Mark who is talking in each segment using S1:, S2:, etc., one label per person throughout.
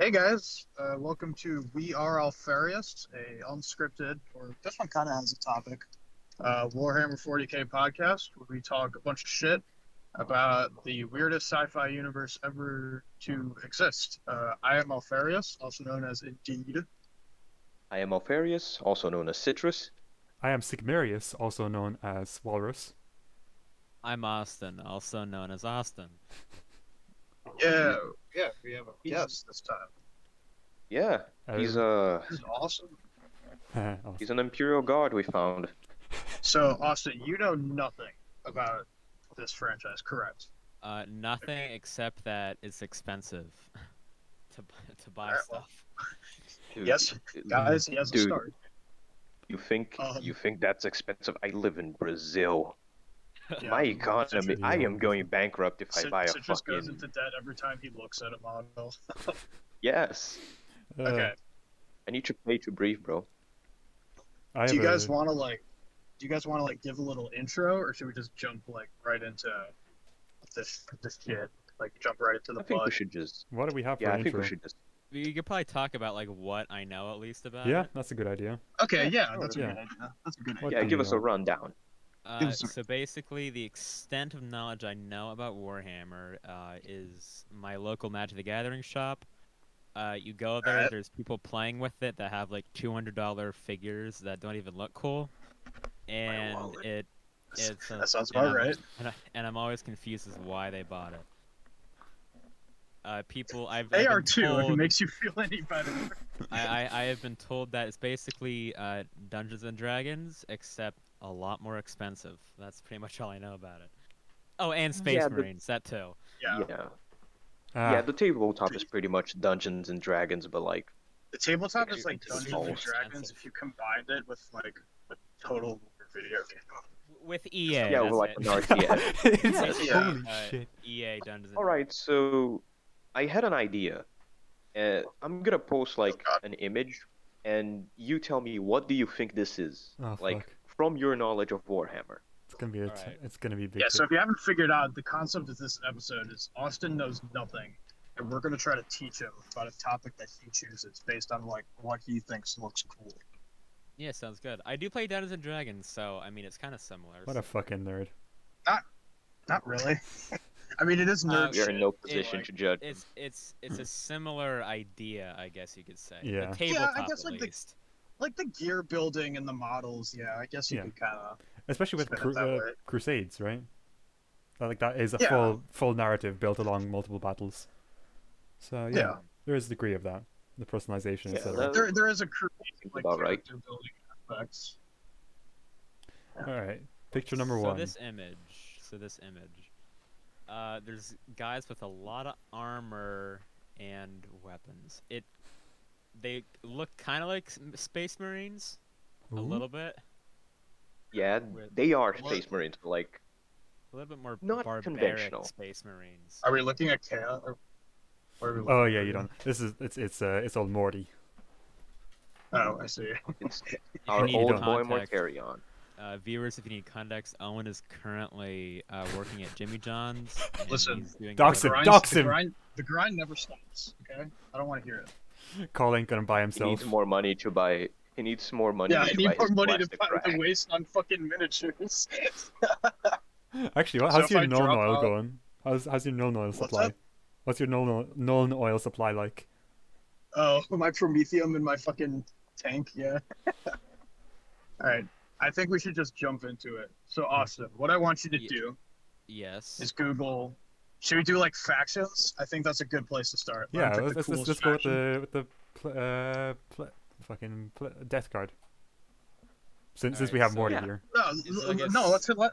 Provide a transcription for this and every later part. S1: Hey guys, uh, welcome to We Are Alfarius, a unscripted, or this one kind of has a topic, uh, Warhammer 40k podcast, where we talk a bunch of shit about the weirdest sci-fi universe ever to exist. Uh, I am Alfarius, also known as Indeed.
S2: I am Alfarius, also known as Citrus.
S3: I am Sigmarius, also known as Walrus.
S4: I'm Austin, also known as Austin.
S1: Yeah, yeah, we have a guest this time.
S2: Yeah, he's uh
S1: This is awesome.
S3: Oh,
S2: he's an Imperial Guard we found.
S1: So Austin, you know nothing about this franchise, correct?
S4: Uh, nothing except that it's expensive to bu- to buy
S1: Alright, well.
S4: stuff.
S2: Dude,
S1: Yes, guys. He has a
S2: Dude.
S1: start.
S2: You think
S1: Um,
S2: you think that's expensive? I live in Brazil.
S1: Yeah.
S2: My economy. I am
S3: Yeah.
S2: going bankrupt if I
S1: Sid-
S2: buy a
S1: Citrus goes
S2: fucking
S1: into debt every time he looks at a model.
S2: yes.
S3: uh,
S1: okay.
S2: I need to pay to breathe, bro.
S3: I
S1: do you
S3: have
S1: guys
S3: a-
S1: want to like? Do you guys want to like give a little intro, or should we just jump like right into this this shit? Like jump right into the
S2: I think we
S1: plot.
S2: should just.
S3: What do we have for
S2: Yeah, I
S3: an
S2: think
S3: intro?
S2: we should just.
S4: We could probably talk about like what I know at least
S1: Uh,
S4: about.
S3: Yeah,
S4: it.
S3: that's a good idea.
S1: Okay, yeah, that's a
S3: Yeah.
S1: good idea. That's a good
S3: What
S1: idea.
S2: Yeah,
S3: do
S2: give
S3: you
S2: us a
S3: know?
S2: rundown.
S1: Give
S4: Uh,
S1: us a-
S4: so basically, the extent of knowledge I know about Warhammer uh, is my local Magic the Gathering shop. Uh, you go there,
S1: Alright.
S4: there's people playing with it that have like $200 figures that don't even look cool, and
S1: wallet.
S4: it it's a,
S1: That sounds
S4: and
S1: about
S4: I'm-
S1: right.
S4: And, I, and I'm always confused as why they bought it. Uh, people, I've
S1: They
S4: I've
S1: are
S4: been
S1: too. If it
S4: told-
S1: makes you feel any better.
S4: I, I, I have been told that it's basically uh, Dungeons and Dragons, except a lot more expensive. That's pretty much all I know about it. Oh, and Space
S2: Yeah, the-
S4: Marines, that too.
S1: Yeah.
S2: yeah.
S3: Ah,
S2: Yeah, the tabletop is pretty much Dungeons and Dragons, but like,
S1: The tabletop
S2: Yeah,
S1: is like
S2: it's
S1: Dungeons
S2: all
S1: and Dragons.
S4: expensive.
S1: If you combined it with like a total video game,
S4: W- With EA.
S2: yeah,
S4: that's
S2: we're like
S4: it.
S2: an RTS.
S3: It's-
S1: Yeah.
S3: Holy
S4: Uh,
S3: shit.
S4: EA Dungeons. and
S2: All right, so I had an idea. Uh, I'm gonna post like
S1: God.
S2: an image, and you tell me what do you think this is,
S3: Oh,
S2: like
S3: fuck.
S2: from your knowledge of Warhammer.
S3: It's gonna be a t-
S4: Alright.
S3: it's gonna be big.
S1: yeah. So if you haven't figured out the concept of this episode is Austin knows nothing, and we're gonna try to teach him about a topic that he chooses based on like what he thinks looks cool.
S4: Dragons. Yeah, sounds good. I do play Dungeons and Dragons, so I mean it's kind of similar.
S3: What
S4: so-
S3: a fucking nerd.
S1: Not really. I mean, it is nerd
S4: Uh,
S2: You're
S1: shit.
S2: in no position to judge.
S4: it's it's it's a similar idea, I guess you could say. The
S3: Yeah. Yeah, I
S4: tabletop
S1: guess,
S4: at
S1: like, the-
S4: least.
S1: Like the gear building and the models. Yeah, I guess you
S3: Yeah.
S1: can kind of.
S3: Especially with
S1: Spin it
S3: cru-
S1: that
S3: uh,
S1: way.
S3: Crusades, right? That, like that is a
S1: Yeah.
S3: full full narrative built along multiple battles. So Oh, yeah,
S1: Yeah.
S3: there is a degree of that, the personalization,
S2: Yeah,
S3: etc.
S2: that-
S1: There, there is a crew
S2: Think
S1: like
S2: about right.
S1: character building aspects.
S3: All right, picture number
S4: so
S3: one.
S4: this image. So this image. Uh, there's guys with a lot of armor and weapons. It. They look kind of like s- m- space marines a
S3: Ooh.
S4: little bit,
S2: Yeah,
S4: With-
S2: they are
S1: What?
S2: Space Marines, but like,
S4: a little bit more
S2: Not
S4: barbaric
S2: conventional.
S4: space marines.
S1: Are we looking at chaos? Or, or are we
S3: Oh
S1: looking
S3: yeah,
S1: at-
S3: you don't. This is it's it's uh, it's old Morty.
S1: Oh, I see.
S2: it's
S4: If you
S2: our
S4: need
S2: old boy
S4: context,
S2: Mortarion.
S4: Uh, viewers, if you need context, Owen is currently uh, working at Jimmy John's. and
S1: Listen,
S4: he's doing
S3: Dox
S4: a
S3: him,
S4: lot
S1: Grind's-
S3: dox
S1: the
S3: him.
S1: grind, the grind never stops. Okay, I don't want to hear it.
S3: Carl ain't gonna buy
S2: He
S3: himself.
S2: needs more money to buy. He needs more money.
S1: yeah, I
S2: to
S1: need
S2: buy
S1: more
S2: his
S1: money to
S2: plastic
S1: buy the
S2: rack.
S1: waste on fucking miniatures.
S3: Actually, what-
S1: So
S3: how's
S1: if I
S3: your known
S1: drop
S3: oil
S1: out-
S3: going? How's how's your known oil
S1: What's
S3: supply?
S1: that?
S3: What's your known oil, known oil supply like?
S1: Oh, my Prometheum and my fucking tank, yeah. All right, I think we should just jump into it. So, Austin, what I want you to
S4: Ye-
S1: do
S4: Yes.
S1: is Google. Should we do like factions? I think that's a good place to start. Let 'em
S3: Yeah,
S1: pick the
S3: let's, let's,
S1: coolest
S3: let's just go with
S1: faction.
S3: the with the pl- uh pl- fucking pl- death card. Since since we
S4: Alright,
S3: have
S4: so-
S3: Morty
S2: Yeah.
S3: here.
S4: Is
S1: No,
S4: it like
S1: l-
S4: a
S1: no, let's
S4: s-
S1: let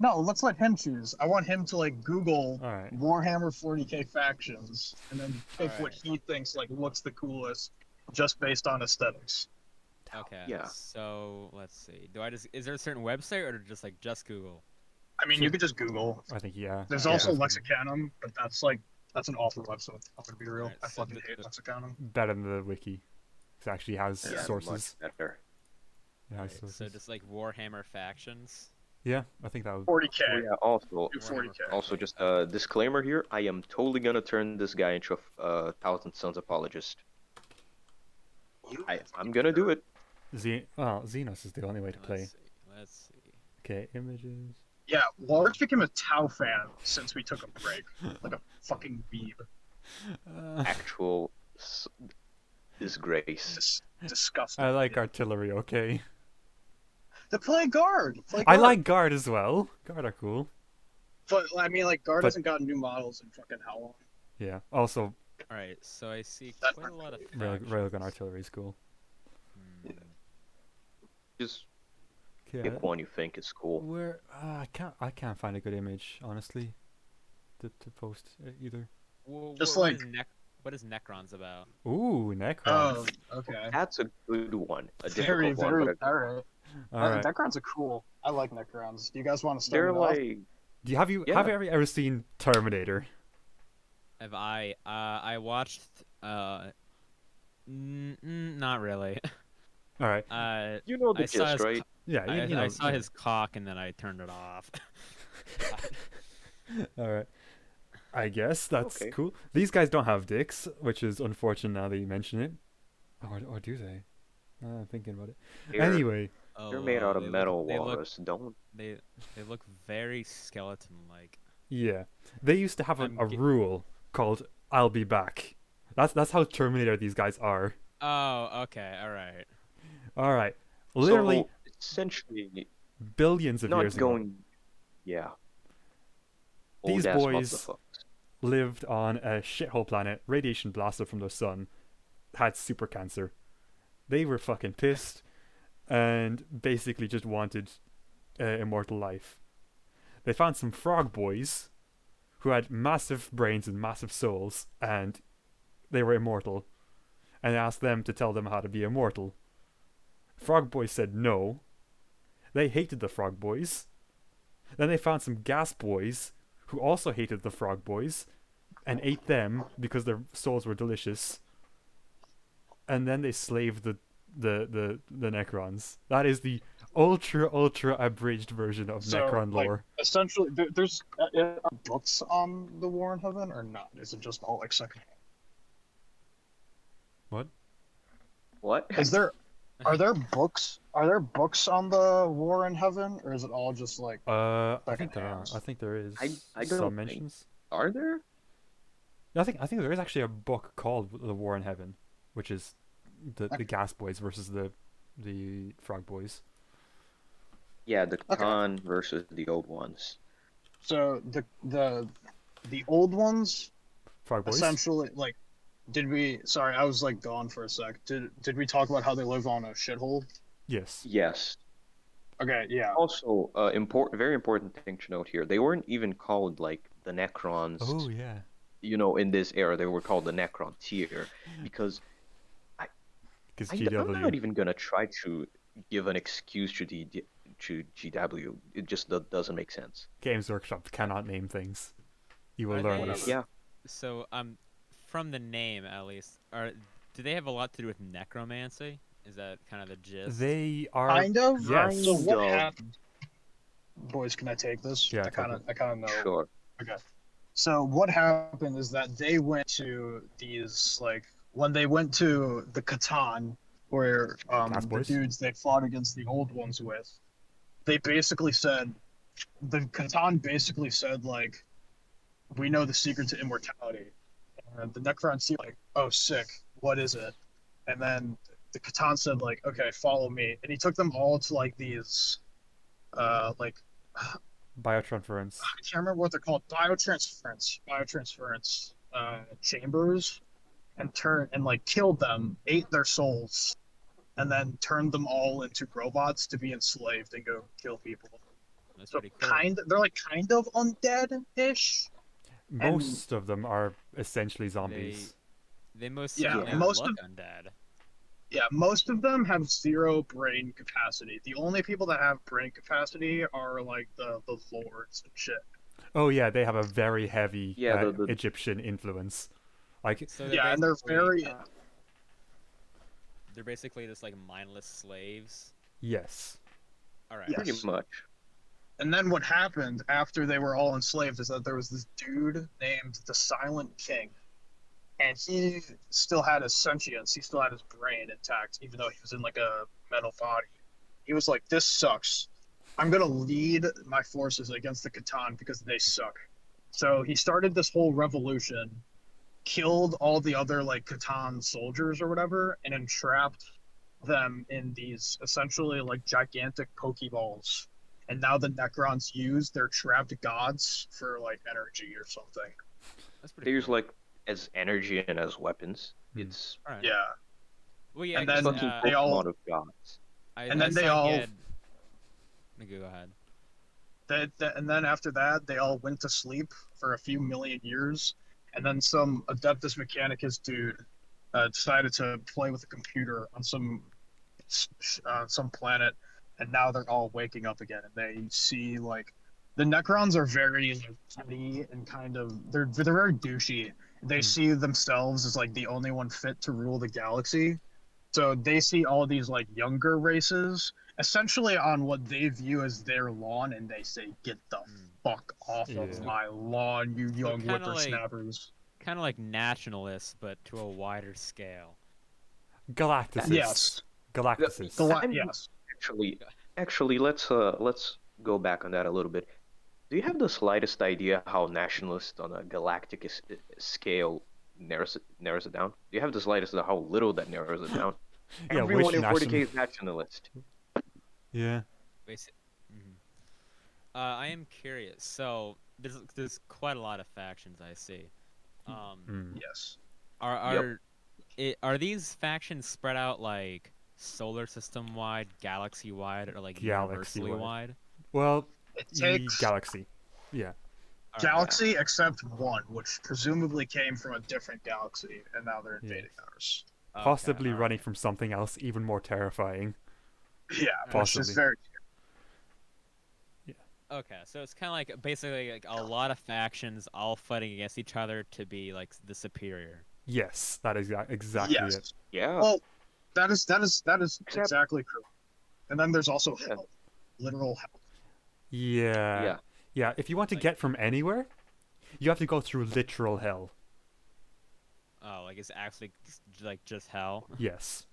S1: no, let's let him choose. I want him to like Google
S3: All right.
S1: Warhammer 40k factions and then pick
S4: All
S1: what
S4: right.
S1: he thinks like looks the coolest, just based on aesthetics.
S4: Okay.
S2: Yeah.
S4: So let's see. Do I just is there a certain website or just like just Google?
S1: I mean, you could just Google
S3: I think yeah.
S1: There's
S3: yeah,
S1: also
S3: that's
S1: Lexicanum, but that's like that's an awful website. I'm gonna be real.
S4: Alright,
S1: I
S4: so
S1: fucking
S4: the-
S1: hate
S4: the-
S1: Lexicanum.
S3: better than the wiki. 'cause It actually has
S2: Yeah, much
S3: sources.
S2: better.
S3: It has
S4: So
S3: sources.
S4: just like Warhammer factions.
S3: Yeah, I think that would.
S1: 40k.
S2: Oh, yeah, Oh, also,
S1: Do 40k.
S2: also just a disclaimer here. I am totally gonna turn this guy into a uh, Thousand Sons apologist. I, I'm gonna do it.
S3: Z- oh, Xenos is the only way to play.
S4: Let's see. Let's see.
S3: Okay, images.
S1: Yeah, Lawrence became a Tau fan since we took a break. like a fucking weeb.
S3: Uh,
S2: Actual s- disgrace.
S1: Dis- disgusting.
S3: I like artillery, okay.
S1: They play guard. Play
S3: I
S1: guard.
S3: like guard as well. Guard are cool.
S1: But I mean, like guard
S3: But-
S1: hasn't gotten new models in fucking how long?
S3: Yeah. Also,
S4: All right, so I see
S1: That's
S4: quite a lot of
S3: rail- railgun
S4: factions.
S3: artillery is cool.
S4: Hmm.
S2: Yeah. Just
S3: Okay,
S2: pick one you think is cool.
S3: where uh, I can't I can't find a good image honestly, to to post uh, either.
S4: Wha-
S1: Just
S4: wha- what is
S1: like-
S4: Nec- what is Necrons about?
S3: Ooh, Necrons.
S1: Oh, okay.
S2: That's a good one. Um, A
S1: Very,
S2: difficult
S1: very
S2: one, but a-
S1: alright.
S3: All right.
S1: Necrons are cool. I like Necrons. Do you guys want to start?
S2: they're
S1: it off?
S2: like
S3: Do you, have you have you ever ever seen Terminator?
S4: Have I? Uh, I watched. Uh, n- n- not really.
S3: All right.
S4: Uh,
S2: you know
S4: I
S2: the
S4: saw
S2: gist,
S4: his
S2: right?
S3: Yeah.
S4: I,
S3: you, you know,
S4: I saw his cock and then I turned it off.
S3: All right. I guess that's
S2: Okay.
S3: cool. These guys don't have dicks, which is unfortunate now that you mention it. Or, or do they? Now that I'm thinking about it.
S2: They're,
S3: Anyway,
S4: Oh,
S2: they're made
S4: wow,
S2: out of
S4: they look-
S2: metal
S4: they look-
S2: walrus. Don't.
S4: They they look very skeleton-like.
S3: yeah, they used to have a,
S4: I'm
S3: a
S4: ge-
S3: rule called "I'll be back." That's that's how Terminator these guys are.
S4: Oh, okay, all right.
S3: All right, literally
S2: So, essentially,
S3: billions of
S2: not
S3: years ago,
S2: going. Yeah. Old
S3: These
S2: ass
S3: boys-
S2: motherfuckers.
S3: lived on a shithole planet, radiation blasted from the sun, had super cancer. They were fucking pissed, and basically just wanted uh, immortal life. They found some frog boys, who had massive brains and massive souls, and they were immortal, and asked them to tell them how to be immortal. Frog boys said no. They hated the frog boys. Then they found some gas boys who also hated the frog boys and ate them because their souls were delicious. And then they slaved the the the, the Necrons. That is the ultra ultra abridged version of
S1: So,
S3: Necron
S1: like,
S3: lore.
S1: Essentially, there, there's uh, uh, are books on the War in Heaven or not? Is it just all like second?
S2: What?
S1: Is there are there books? Are there books on the War in Heaven, or is it all just like?
S3: Uh, I
S1: Second
S3: think there are.
S1: hands.
S3: I think there is
S2: I don't think-
S3: some mentions.
S2: Are there?
S3: I think I think there is actually a book called The War in Heaven, which is the the Gas Boys versus the the Frog Boys.
S2: Yeah, the
S1: Okay.
S2: con versus the old ones.
S1: So the the the old ones
S3: Frog Boys.
S1: essentially like did we sorry i was like gone for a sec did did we talk about how they live on a shithole
S3: Yes.
S2: Yes.
S1: okay yeah
S2: Also, uh, important, very important thing to note here. They weren't even called like the Necrons.
S3: Oh yeah.
S2: You know, in this era, they were called the Necron tier because
S3: Because
S2: I, am
S3: GW.
S2: not even gonna try to give an excuse to the to GW. It just do- doesn't make sense.
S3: Games Workshop cannot name things. You will
S4: Are
S3: learn
S4: they-
S3: this.
S2: Yeah.
S4: So um, from the name at least, are do they have a lot to do with necromancy? Is that kind of the gist?
S3: They are.
S1: kind of
S3: Uh, yes.
S1: so what
S2: Kind of.
S1: happened boys can i take this
S3: Yeah,
S1: i
S3: take
S1: kind of i kind of know
S2: Sure.
S1: okay so what happened is that they went to these like when they went to the Catan, where um,
S3: Gas
S1: the
S3: boys?
S1: dudes they fought against the old ones with, they basically said, the Catan basically said like, we know the secret to immortality, and the Necron see like, oh sick, what is it? And then the Catan said like, okay, follow me, and he took them all to like these, uh, like
S3: Biotransference.
S1: I can't remember what they're called. Biotransference, biotransference uh, chambers, and turn and like killed them, ate their souls, and then turned them all into robots to be enslaved and go kill people.
S4: That's
S1: So
S4: pretty cool.
S1: kind, they're like kind of undead-ish.
S3: Most of them are essentially zombies.
S4: They most
S1: Yeah,
S4: certainly
S1: most
S4: look
S1: of-
S4: undead.
S1: Yeah, most of them have zero brain capacity. The only people that have brain capacity are like the the lords and shit.
S3: Oh yeah, they have a very heavy
S2: Yeah,
S3: uh,
S2: the- the-
S3: Egyptian influence. Like
S4: So
S1: yeah, and they're
S4: basically- uh,
S1: very
S4: They're basically just like mindless slaves.
S3: yes.
S4: All right.
S1: Yeah.
S2: Pretty
S1: Yes.
S2: much.
S1: And then what happened after they were all enslaved is that there was this dude named the Silent King. And he still had his sentience, he still had his brain intact, even though he was in like a metal body. He was like, This sucks. I'm gonna lead my forces against the Catan because they suck. So he started this whole revolution, killed all the other like Catan soldiers or whatever, and entrapped them in these essentially like gigantic Pokeballs. And now the Necrons use their trapped gods for like energy or something.
S4: That's pretty.
S2: They use
S4: cool.
S2: like as energy and as weapons.
S3: Hmm.
S2: It's
S4: All right.
S1: Yeah.
S4: Well, yeah.
S1: and
S4: I guess,
S1: then
S2: fucking
S4: uh,
S1: they
S2: Pokemon
S1: all-
S2: of gods.
S4: I,
S1: and
S4: I
S1: then they
S4: saw he
S1: all-
S4: Had... No, Go ahead.
S1: that, that- and then after that they all went to sleep for a few million years and then some adeptus mechanicus dude uh, decided to play with a computer on some uh, some planet and now they're all waking up again and they see like the necrons are very petty and kind of they're they're very douchey they
S3: Hmm.
S1: see themselves as like the only one fit to rule the galaxy so they see all these like younger races essentially on what they view as their lawn and they say get the
S4: Mm.
S1: fuck off
S3: Yeah.
S1: of my lawn you young
S4: kinda like-
S1: whippersnappers
S4: Kind of like nationalists, but to a wider scale.
S3: Galactus.
S1: yes
S3: Galactus.
S1: the la-
S2: I'm-
S1: yes
S2: Actually, actually, let's uh, let's go back on that a little bit. Do you have the slightest idea how nationalist on a galactic s- uh, scale narrows it, narrows it down? Do you have the slightest of how little that narrows it down?
S3: Yeah, which
S2: Everyone in 40k
S3: national-
S2: is nationalist.
S3: Yeah.
S4: Basi- mhm. Uh, I am curious. So there's there's quite a lot of factions I see. Um,
S3: Mm.
S1: yes
S4: Are
S2: Yep.
S4: are i are these factions spread out like solar system wide, galaxy wide, or like universally
S3: Galaxy-wide.
S4: wide?
S3: Well,
S1: it
S3: ye-
S1: takes
S3: Galaxy. Yeah.
S4: Alright,
S1: galaxy except one which presumably came from a different galaxy and now they're
S3: Yeah.
S1: invading ours
S4: Oh, okay, uh,
S3: Possibly
S4: alright.
S3: running from something else even more terrifying.
S1: yeah which is
S3: Possibly.
S1: very
S4: Okay, so it's kind of like basically like a lot of factions all fighting against each other to be like the superior.
S3: Yes, that is exa- exactly
S1: yes
S3: it.
S2: Yeah.
S1: Well, that is that is that is
S2: Except-
S1: exactly true and then there's also
S2: Yeah.
S1: hell literal hell
S3: Yeah.
S2: yeah.
S3: Yeah, if you want to
S4: Like-
S3: get from anywhere, you have to go through literal hell.
S4: Oh, like it's actually just- like just hell.
S3: Yes.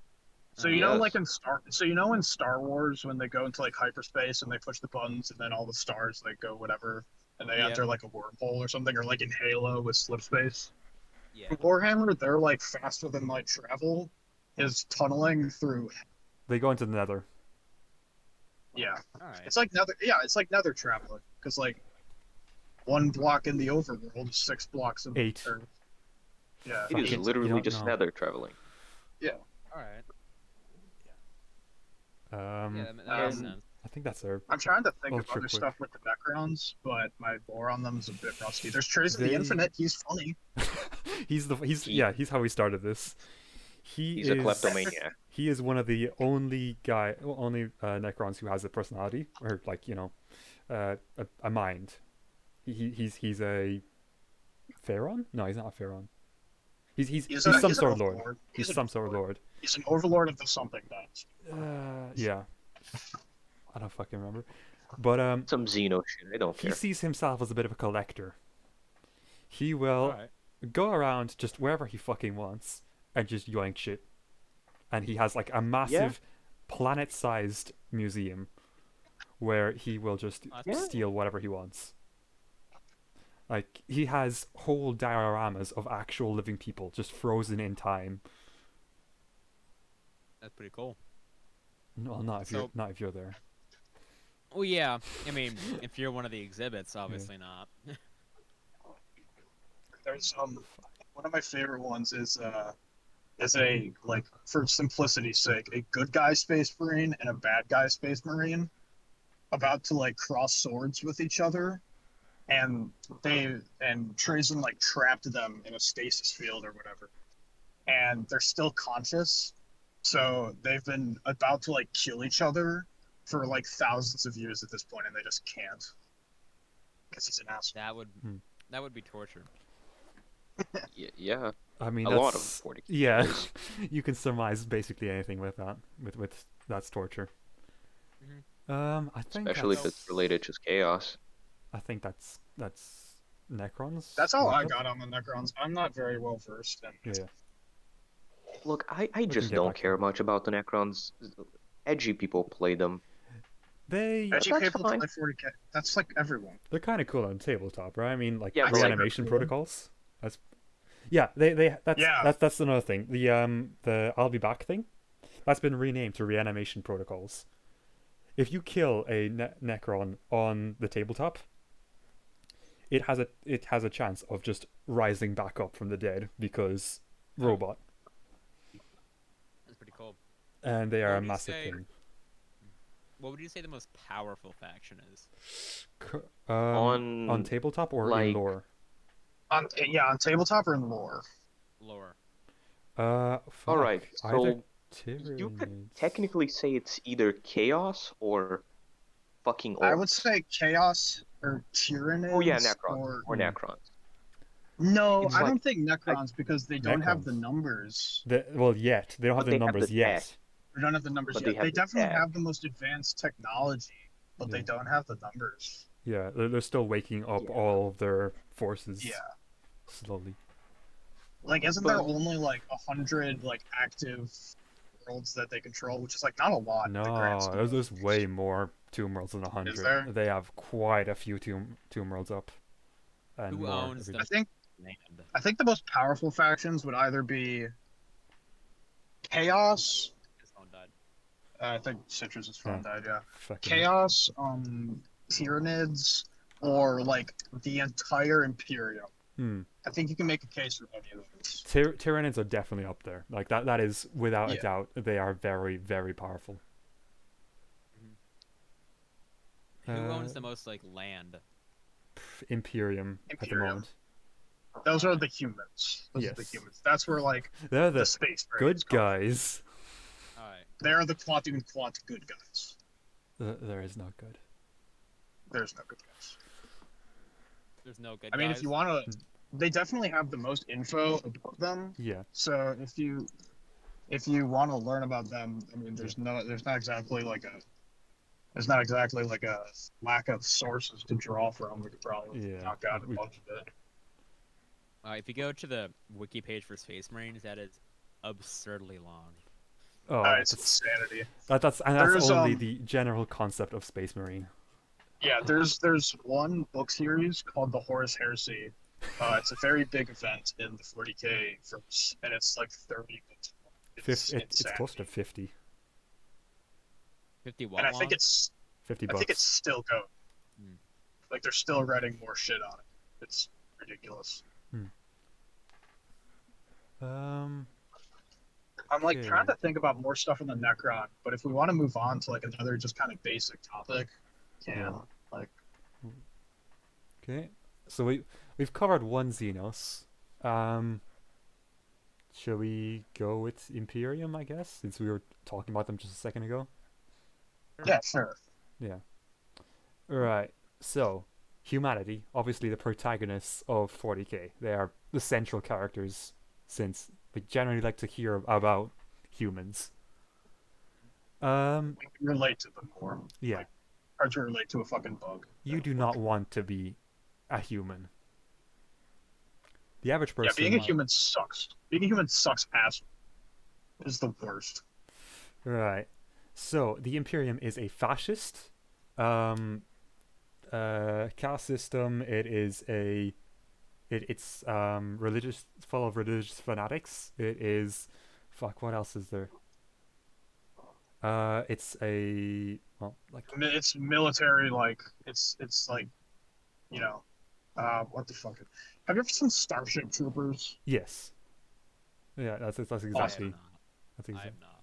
S1: So
S4: Uh,
S1: you know,
S2: Yes.
S1: like in Star, so you know in Star Wars when they go into like hyperspace and they push the buttons and then all the stars like go whatever and they
S4: Yeah.
S1: enter like a wormhole or something or like in Halo with slip space.
S4: yeah.
S1: In Warhammer, they're like faster than light travel is tunneling through.
S3: They go into the nether.
S1: Yeah,
S4: All right.
S1: it's like nether. Yeah, it's like nether traveling because like one block in the overworld is six blocks in
S3: Eight.
S1: Earth. Yeah,
S2: It is
S3: fucking- you
S2: literally
S3: don't
S2: just
S3: know.
S2: nether traveling.
S4: All right.
S3: Um,
S4: yeah, that, ma- that makes
S1: um,
S4: sense.
S3: I think that's her.
S1: I'm trying to think
S3: Oh,
S1: of
S3: sure,
S1: other
S3: quick.
S1: stuff with the backgrounds, but my lore on them is a bit rusty. There's Trace of
S3: They-
S1: the Infinite. He's funny.
S3: he's the he's
S2: He-
S3: yeah he's how we started this. He
S2: He's
S3: is
S2: a kleptomaniac.
S3: he is one of the only guy well, only uh, Necrons who has a personality or like you know uh, a, a mind. He- He he's he's a Pharaon? No, he's not a Pharaon. He's he's he's,
S1: He's, a-
S3: some
S1: he's an
S3: sort of lord.
S1: overlord.
S3: He's,
S1: an
S3: some sort of
S1: overlord.
S3: lord.
S1: He's an overlord of the something gods.
S3: Uh, yeah, I don't fucking remember. But um,
S2: Some Xeno shit. I don't
S3: he
S2: care.
S3: sees himself as a bit of a collector. He will
S4: All right.
S3: go around just wherever he fucking wants and just yoink shit. And he has like a massive planet sized museum where he will just
S4: That's cool.
S3: steal whatever he wants. Like he has whole dioramas of actual living people just frozen in time.
S4: That's pretty cool.
S3: Well, not if you're
S4: So-
S3: not if you're there.
S4: Well, yeah. I mean, if you're one of the exhibits, obviously not.
S1: There's um one of my favorite ones is uh is a like for simplicity's sake a good guy space marine and a bad guy space marine about to like cross swords with each other and they and Trajan like trapped them in a stasis field or whatever and they're still conscious so they've been about to like kill each other for like thousands of years at this point and they just can't because he's an asshole
S4: That would
S3: Hmm.
S4: that would be torture.
S2: Y- yeah.
S3: I mean,
S2: A lot of
S3: that's-
S2: 40k.
S3: Yeah, you can surmise basically anything with that. With with that's torture.
S4: Mhm.
S3: Um, I think
S2: especially if
S3: that's-
S2: it's related to chaos.
S3: I think that's that's Necrons.
S1: That's all I
S3: lockup.
S1: got on the Necrons. I'm not very well versed in
S3: Yeah.
S2: Look, I, I just
S3: get
S2: don't
S3: back to
S2: care much about the Necrons. Edgy people play them.
S3: They
S2: But
S1: Edgy
S2: that's
S1: people
S2: fine.
S1: play 40k. That's like everyone.
S3: they're kind of cool on tabletop, right? I mean, like
S2: Yeah, but, like,
S3: reanimation
S1: they're-
S3: protocols. That's yeah. They they that's
S1: Yeah.
S3: that's that's another thing. The um the I'll be back thing, that's been renamed to reanimation protocols. If you kill a ne- Necron on the tabletop, it has a it has a chance of just rising back up from the dead because robot,
S4: That's pretty cool.
S3: and they are
S4: What
S3: a
S4: do you
S3: massive
S4: say-
S3: thing.
S4: What would you say the most powerful faction is?
S3: Cur-
S2: on
S3: um, on tabletop or in
S2: like-
S3: lore.
S1: On yeah, on tabletop or in lore.
S4: Lore.
S3: Uh,
S2: All right,
S3: fuck, either
S2: so you could
S3: Tyranids.
S2: technically say it's either chaos or fucking
S1: I
S2: orcs.
S1: would say chaos or tyranny.
S2: Oh yeah, Necrons
S1: Or...
S2: or Necrons.
S1: No,
S2: It's
S1: I
S2: like-
S1: don't think Necrons because they don't have the
S3: Necrons.
S1: numbers.
S3: The, well, yet they don't have
S2: But
S3: the
S2: they have the
S3: numbers yet.
S1: They don't have the numbers
S2: But
S1: yet.
S2: they have
S1: They
S2: the
S1: definitely
S2: tech.
S1: have the most advanced technology, but they
S3: Yeah.
S1: don't have the numbers.
S3: Yeah, they're, they're still waking up
S2: Yeah.
S3: all of their forces.
S1: Yeah.
S3: slowly.
S1: Like, isn't there
S2: But-
S1: only like a hundred like active worlds that they control, which is like not a lot. in the
S3: No,
S1: grand scheme
S3: there's,
S1: of
S3: there's
S1: things.
S3: way more tomb worlds than a hundred.
S1: there?
S3: They have quite a few tomb tomb worlds up. And
S4: Who
S3: more
S4: owns
S3: every-
S1: I
S4: them?
S1: think
S4: Land.
S1: I think the most powerful factions would either be chaos.
S4: His phone died.
S1: Uh, I think Citrus is
S3: Hmm.
S1: from died. Yeah,
S3: fucking-
S1: chaos, um, Tyranids, or like the entire Imperium.
S3: Hmm.
S1: I think you can make a case for any of those.
S3: Tyr- Tyranids are definitely up there. Like that. That is without a
S1: Yeah.
S3: doubt. They are very very powerful.
S1: Mm-hmm.
S4: Who owns
S3: Uh,
S4: the most like land?
S3: Pff, Imperium, at the
S1: Imperium.
S3: moment.
S1: Those are the humans. Those are the
S3: Yes.
S1: humans. That's where like
S3: They're
S1: the,
S3: the
S1: space.
S3: good
S1: guys.
S3: guys.
S4: All right.
S1: They're the Quantum Quant good guys.
S3: Th- There is not good.
S1: There's no good guys.
S4: There's no good
S1: I mean,
S4: guys.
S1: if you want to,
S3: Hmm.
S1: they definitely have the most info about them.
S3: Yeah.
S1: So if you if you want to learn about them, I mean, there's no, there's not exactly like a, there's not exactly like a lack of sources to draw from. We could probably
S3: Yeah.
S1: knock out a
S3: We-
S1: bunch of it.
S4: Uh, if you go to the wiki page for Space Marines, that is absurdly long.
S3: Oh,
S1: Uh, it's
S3: that's-
S1: insanity.
S3: That, that's and that's
S1: There's,
S3: only
S1: um,
S3: the general concept of space marine.
S1: Yeah, there's there's one book series called the Horus Heresy. Uh, it's a very big event in the 40k verse, and it's like 30 books. long.
S3: Fif- it, it's
S1: insanity.
S3: close to 50,
S4: 50 watt
S1: and I think
S4: long?
S1: it's
S3: 50
S1: I
S3: bucks.
S1: think it's still going.
S4: Hmm.
S1: Like they're still writing more shit on it. It's ridiculous.
S3: Um,
S1: I'm like
S3: Okay.
S1: trying to think about more stuff in the Necron, but if we want to move on to like another just kind of basic topic, yeah,
S3: Yeah.
S1: like
S3: okay, so we we've covered one Xenos. Um, shall we go with Imperium? I guess since we were talking about them just a second ago.
S1: yeah, sure.
S3: Right. So, humanity, obviously the protagonists of 40k. They are the central characters since we generally like to hear about humans. Um,
S1: We can relate to them more.
S3: yeah.
S1: Like, Hard to relate to a fucking bug.
S3: You do not want to be a human. The average
S1: Yeah,
S3: person.
S1: being a human sucks. Being a human sucks ass. Is the worst.
S3: Right. So the Imperium is a fascist um, uh, caste system. It is a. It, it's um, religious, full of religious fanatics. It is, fuck. What else is there? Uh, it's a well, like
S1: Mi- It's military. Like it's it's like, you know, uh, what the fuck? Have you ever seen Starship Troopers?
S3: yes, yeah. That's that's
S4: I
S3: exactly.
S4: am
S3: That's
S4: not. Oh, I
S3: exactly.
S4: am not.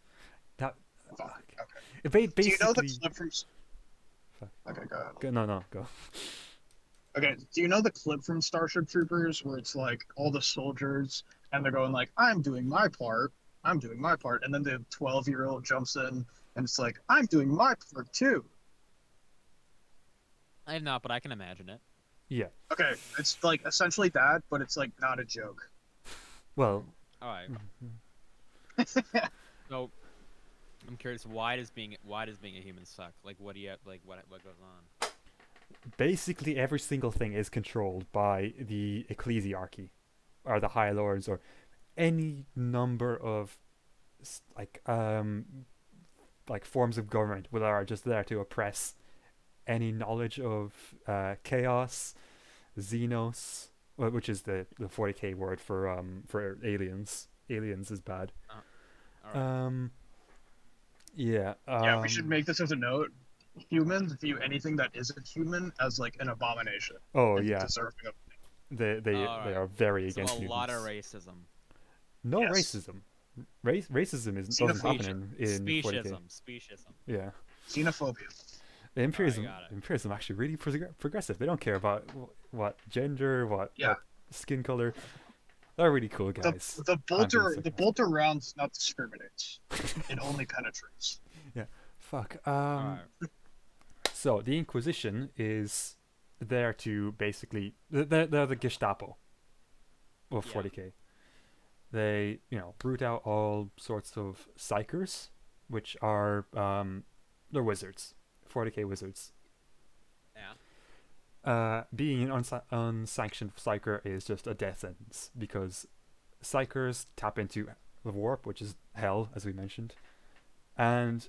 S3: That,
S1: Fuck,
S3: okay.
S1: okay.
S3: It ba- basically.
S1: Do you know the clip from?
S3: Fuck.
S1: Okay, go ahead.
S3: Go- No, no, go.
S1: Okay, do you know the clip from Starship Troopers where it's like all the soldiers and they're going like, "I'm doing my part, I'm doing my part," and then the twelve-year-old jumps in and it's like, "I'm doing my part too."
S4: I am not, but I can imagine it.
S3: Yeah.
S1: Okay, it's like essentially that, but it's like not a joke.
S3: Well, mm-hmm.
S4: All right. So I'm curious why does being why does being a human suck? Like what do you like what what goes on?
S3: Basically, every single thing is controlled by the ecclesiarchy, or the high lords, or any number of s- like um like forms of government that are just there to oppress any knowledge of uh, chaos, xenos, wh- which is the the forty k word for um for aliens. Aliens is bad.
S4: All right.
S3: Um. Yeah. Um,
S1: yeah, we should make this as a note. Humans view anything that isn't human as like an abomination.
S3: Oh
S1: and
S3: yeah,
S1: deserving of-
S3: they they,
S4: Alright.
S3: they are very
S4: so a
S3: against
S4: lot of
S3: mutants.
S4: racism.
S3: No
S1: Yes.
S3: racism. Race racism is, doesn't happen in, in 40k.
S4: speciesism. Speciesism.
S3: Yeah,
S1: xenophobia.
S3: The imperialism.
S4: got it.
S3: imperialism actually really prog- progressive. They don't care about wh- what gender, what,
S1: Yeah.
S3: what skin color. They're really cool
S1: The,
S3: guys.
S1: the bolter
S3: sarcastic.
S1: the bolter rounds not discriminates. it only penetrates.
S3: Fuck. Um.
S4: All right.
S3: So the Inquisition is there to basically they're they're the Gestapo of
S4: Yeah.
S3: 40k. They you know root out all sorts of psychers, which are um they're wizards, 40k wizards.
S4: Yeah.
S3: Uh, being an unsa- unsanctioned psyker is just a death sentence because psychers tap into the warp, which is hell, as we mentioned, and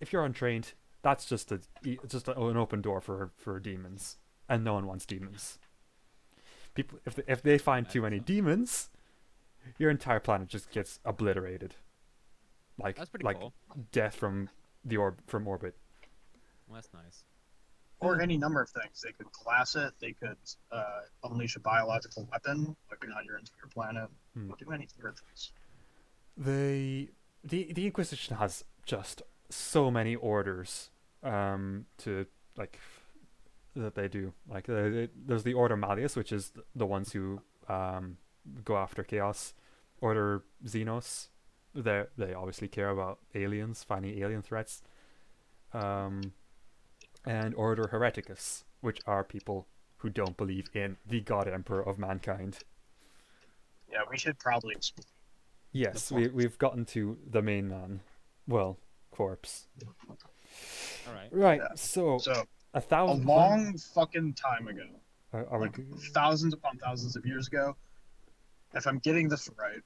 S3: if you're untrained, that's just a e- just a, an open door for for demons, and no one wants demons. People, if they, if they find too many
S4: Excellent.
S3: demons, your entire planet just gets obliterated, like
S4: That's pretty
S3: like
S4: cool.
S3: death from the orb from orbit.
S4: Well, that's nice.
S1: Or any number of things. They could glass it. They could uh, unleash a biological weapon, wiping out your entire planet.
S3: Hmm.
S1: Do any weird things.
S3: the the the Inquisition has just so many orders um to like that they do like the- the- there's the Order Malleus which is th- the ones who um go after chaos Order Xenos they they obviously care about aliens finding alien threats um and Order Hereticus which are people who don't believe in the God Emperor of mankind
S1: Yeah, we should probably
S3: Yes, we,
S4: forms.
S3: we've gotten to the main man. Well, corpse.
S4: All right.
S3: Right,
S1: Yeah.
S3: so,
S1: so
S3: a
S1: a
S3: thousand. pla-
S1: long fucking time ago.
S3: Are, are we,
S1: like thousands upon thousands of years ago. If I'm getting this right,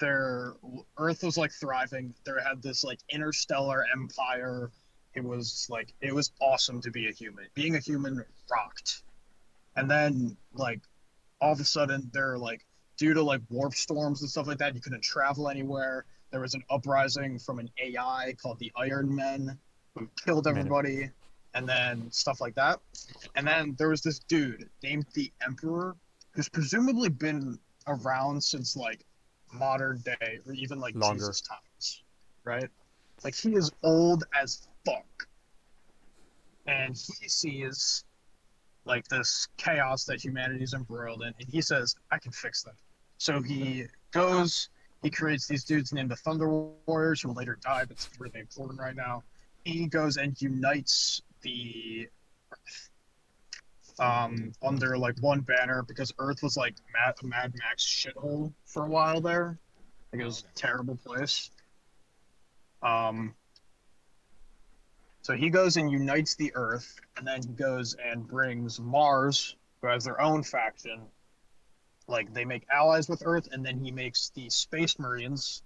S1: there Earth was like thriving. There had this like interstellar empire. It was like it was awesome to be a human. Being a human rocked. And then like all of a sudden there are like due to like warp storms and stuff like that, you couldn't travel anywhere. There was an uprising from an AI called the Iron Men who killed
S3: Men of-
S1: everybody and then stuff like that. And then there was this dude named the Emperor, who's presumably been around since like modern day or even like
S3: Longer.
S1: Jesus times, right? Like he is old as fuck, and he sees like this chaos that humanity's embroiled in, and he says, "I can fix that." So he goes. He creates these dudes named the Thunder Warriors, who will later die, but it's really important right now. He goes and unites the um, under like one banner because Earth was like Mad, a Mad Max shithole for a while there. Like it was a terrible place. Um, so he goes and unites the Earth, and then he goes and brings Mars, who has their own faction. Like they make allies with Earth, and then he makes the Space Marines,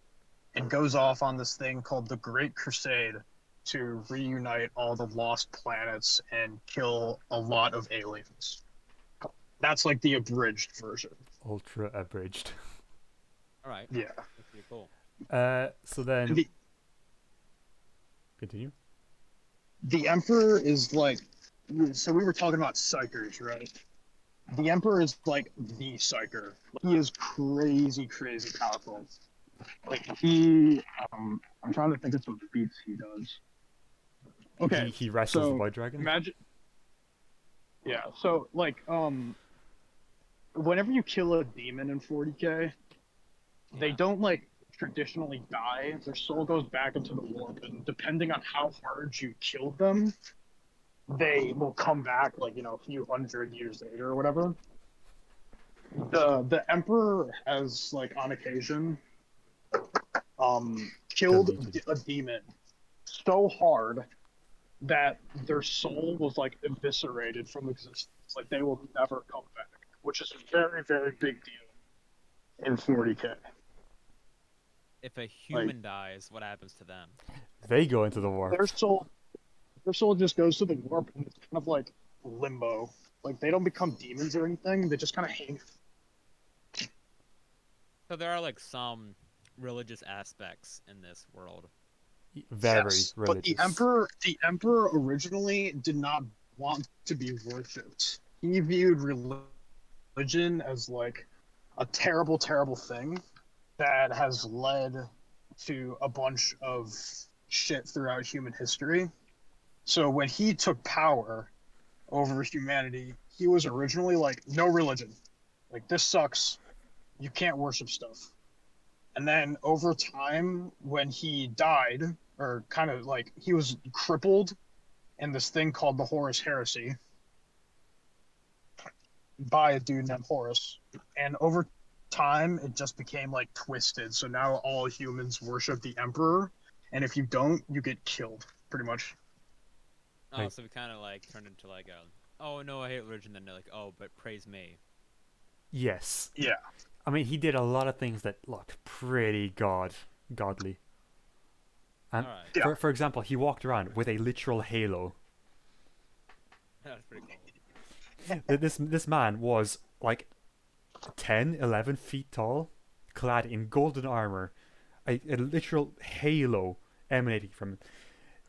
S1: and goes off on this thing called the Great Crusade, to reunite all the lost planets and kill a lot of aliens. That's like the abridged version.
S3: ultra abridged?
S4: All right.
S1: Yeah.
S4: That's pretty cool.
S3: Uh, so then.
S1: The-
S3: Continue.
S1: The Emperor is like, so we were talking about psychers, right? The Emperor is like the psyker. He is crazy, crazy powerful. Like he, um, I'm trying to think of some feats he does. Okay,
S3: He, he wrestles
S1: so
S3: the blood dragon.
S1: Imagine. Yeah. So like, um, whenever you kill a demon in 40k, they
S4: Yeah.
S1: don't like traditionally die. Their soul goes back into the warp, and depending on how hard you killed them, they will come back like you know a few hundred years later or whatever. The the emperor has like on occasion, um, killed
S3: Deleted.
S1: d- a demon so hard that their soul was like eviscerated from existence. Like they will never come back, which is a very, very big deal in 40k.
S4: If a human dies, what happens to them?
S3: They go into the war.
S1: Their soul, their soul just goes to the warp, and it's kind of like limbo. Like they don't become demons or anything; they just kind of hang
S4: So there are like some religious aspects in this world.
S3: Very
S1: Yes,
S3: religious.
S1: But the emperor, the emperor originally did not want to be worshipped. He viewed rel- religion as like a terrible, terrible thing that has led to a bunch of shit throughout human history. So when he took power over humanity, he was originally like, no religion. Like, this sucks. You can't worship stuff. And then over time, when he died, or kind of like he was crippled in this thing called the Horus Heresy by a dude named Horus. And over time, it just became like twisted. So now all humans worship the Emperor. And if you don't, you get killed, pretty much.
S4: Oh,
S3: Like-
S4: so we kind of like turned into like a, oh no, I hate religion. Then they're like, oh, but praise me.
S3: Yes.
S1: Yeah.
S3: I mean, he did a lot of things that looked pretty god godly.
S4: All
S3: And
S4: right,
S1: Yeah.
S3: for, for example, he walked around with a literal halo.
S4: that's pretty cool.
S3: Th- This this man was like 10, 11 feet tall, clad in golden armor, a, a literal halo emanating from him.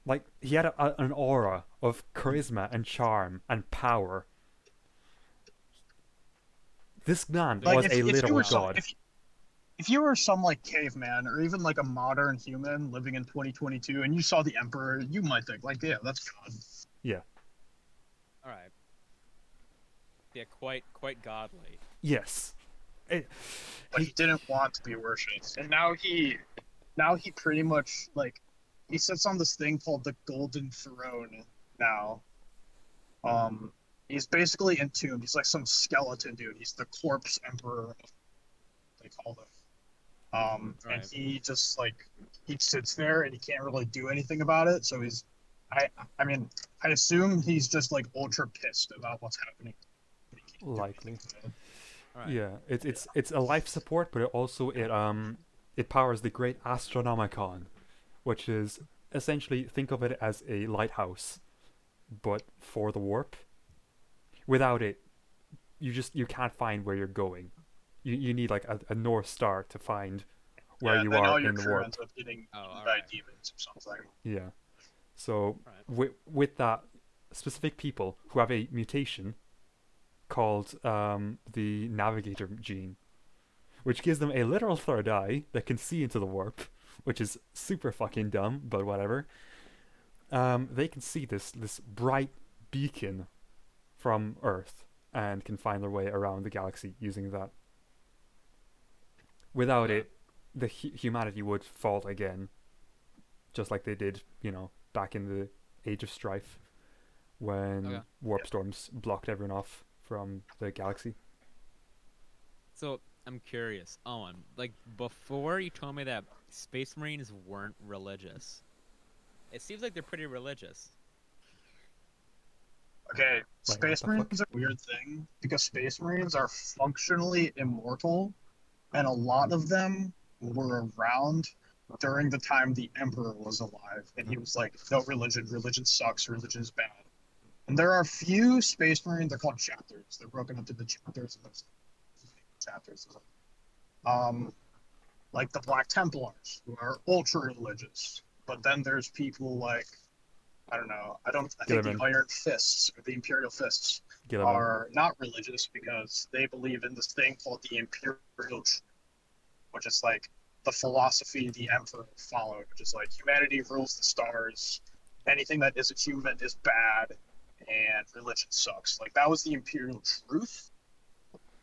S3: Like he had a, a- an aura of charisma and charm and power. This man
S4: Like,
S3: was
S4: if-
S3: a
S4: if you
S3: literal
S1: were
S3: god.
S1: some- if, if you were some like caveman or even like a modern human living in 2022 and you saw the Emperor, you might think like, yeah, that's God.
S4: All right. Yeah, quite quite godly.
S3: Yes. It,
S1: but he didn't want to be worshipped. And now he, now he pretty much like, he sits on this thing called the Golden Throne now. Um, he's basically entombed. He's like some skeleton dude. He's the corpse emperor. They call him. Um, and
S4: Right.
S1: he just like he sits there and he can't really do anything about it. So he's, I, I mean, I assume he's just like ultra pissed about what's happening. He can't do
S3: Likely.
S1: anything about it.
S4: All right.
S3: yeah, it's it's it's a life support, but it also it um it powers the Great Astronomicon, which is essentially think of it as a lighthouse, but for the warp. Without it, you just you can't find where you're going. You you need like a, a north star to find where
S1: Yeah,
S3: you
S1: then all
S3: are
S1: your
S3: in the
S1: crew
S3: warp.
S1: ends up getting
S4: Oh,
S1: eaten
S4: all
S1: by
S4: right.
S1: demons or something.
S3: Yeah. So
S4: Right.
S3: with with that specific people who have a mutation called um, the navigator gene, which gives them a literal third eye that can see into the warp, which is super fucking dumb, but whatever. Um, they can see this this bright beacon from Earth and can find their way around the galaxy using that. Without it, the hu- humanity would fall again just like they did, you know, back in the Age of Strife, when
S4: Okay.
S3: warp storms blocked everyone off from the galaxy.
S4: So I'm curious, Owen. Like before, you told me that Space Marines weren't religious. It seems like they're pretty religious.
S1: Okay,
S3: what
S1: Space
S3: the fuck?
S1: Marines are a weird thing because Space Marines are functionally immortal, and a lot of them were around during the time the Emperor was alive, and he was like, "No religion. Religion sucks. Religion is bad." And there are few Space Marines. They're called chapters. They're broken up into chapters. And there's chapters. Um, like the Black Templars, who are ultra religious. But then there's people like, I don't know, I don't, I think
S3: Gilliman.
S1: the Iron Fists or the Imperial Fists
S3: Gilliman.
S1: are not religious because they believe in this thing called the Imperial, Tr- which is like the philosophy the Emperor followed, which is like humanity rules the stars, anything that isn't human is bad, and religion sucks. Like that was the Imperial truth.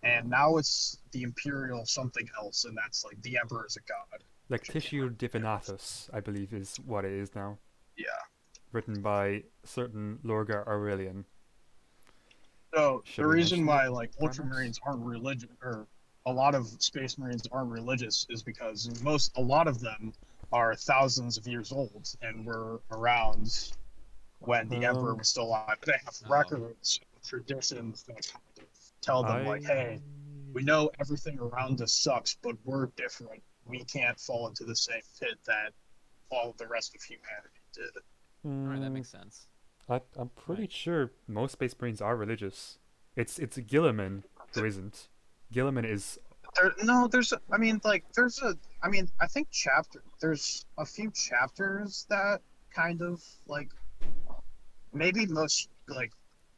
S1: And now it's the imperial something else, and that's like the emperor is a god.
S3: Lactitio Divinatus, I believe, is what it is now,
S1: Yeah.
S3: written by certain Lorgar Aurelian.
S1: So
S3: Should
S1: the
S3: we mention
S1: reason
S3: the
S1: why like
S3: premise?
S1: ultramarines aren't religious, or a lot of space marines aren't religious, is because most a lot of them are thousands of years old and were around when the emperor
S3: Um,
S1: was still alive. They have
S3: Uh-huh.
S4: Oh.
S1: records, traditions that kind of tell them like, hey, we know everything around us sucks, but we're different. We can't fall into the same pit that all of the rest of humanity did.
S4: All right, that
S3: Mm,
S4: makes sense.
S3: I, I'm pretty
S4: Right.
S3: sure most space marines are religious. It's it's Gilliman who isn't. Gilliman is
S1: There, no, there's. a- I mean, like, there's a. I mean, I think chapter. There's a few chapters that kind of like. Maybe most like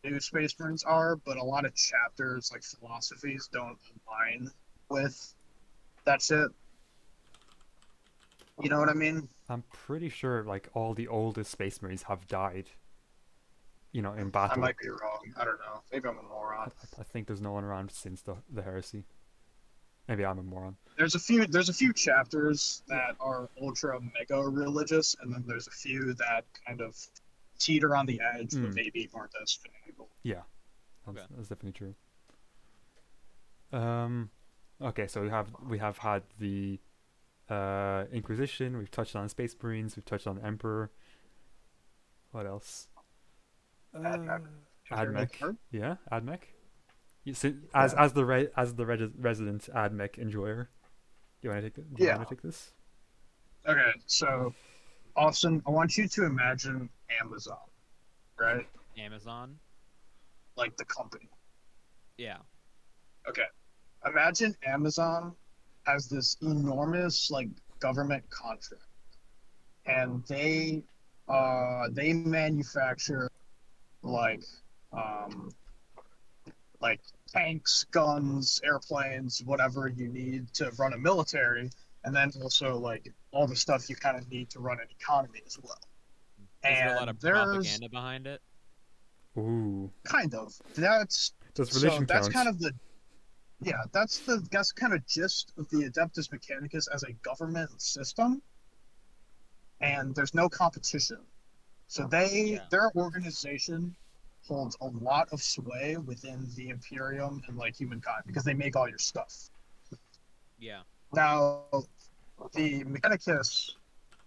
S1: new space marines are, but a lot of chapters like philosophies don't align with that shit. You know what I mean?
S3: I'm pretty sure like all the oldest space marines have died. You know, in battle.
S1: I might be wrong. I don't know. Maybe I'm a moron.
S3: I think there's no one around since the the heresy. Maybe I'm a moron.
S1: There's a few. There's a few chapters that are ultra mega religious, and then there's a few that kind of teeter on the edge,
S3: Hmm.
S1: but maybe aren't as fanatical.
S3: Yeah, that's, that's definitely true. Um, okay, so we have we have had the uh, Inquisition. We've touched on Space Marines. We've touched on Emperor. What else?
S1: Admech.
S3: Uh,
S1: Have you read
S3: Admech.
S1: Curb?
S3: Yeah, Admech. You see, as as the re- as the re- resident Admech enjoyer, do you want to take th- do you
S1: Yeah.
S3: want to take this?
S1: Okay, so Austin, I want you to imagine Amazon, right?
S4: Amazon.
S1: Like the company.
S4: Yeah.
S1: Imagine Amazon has this enormous like government contract, and they uh they manufacture like um like tanks, guns, airplanes, whatever you need to run a military, and then also like all the stuff you kind of need to run an economy as well.
S4: Is there a lot
S1: And
S4: of
S1: there's-
S4: propaganda behind it?
S3: Ooh,
S1: Kind of. That's
S3: does
S1: so
S3: religion
S1: that's
S3: count?
S1: kind of the yeah, that's the that's kind of gist of the Adeptus Mechanicus as a government system. And there's no competition. So they
S4: Yeah.
S1: their organization holds a lot of sway within the Imperium and like humankind because they make all your stuff.
S4: Yeah.
S1: Now the Mechanicus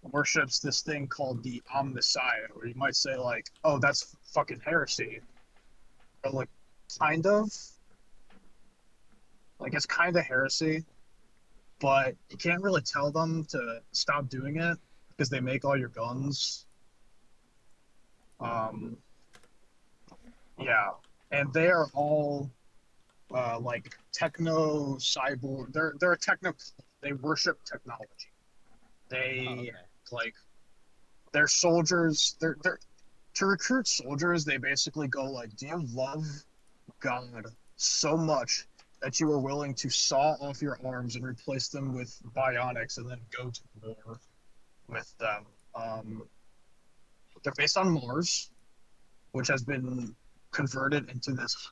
S1: worships this thing called the Omnissiah, or you might say like, oh that's fucking heresy. But like kind of like it's kind of heresy but you can't really tell them to stop doing it because they make all your guns um yeah and they are all uh like techno cyborg they're they're a techno they worship technology they
S4: Oh, okay.
S1: like they're soldiers they're they're to recruit soldiers they basically go like do you love god so much that you are willing to saw off your arms and replace them with bionics and then go to war with them um, they're based on mars which has been converted into this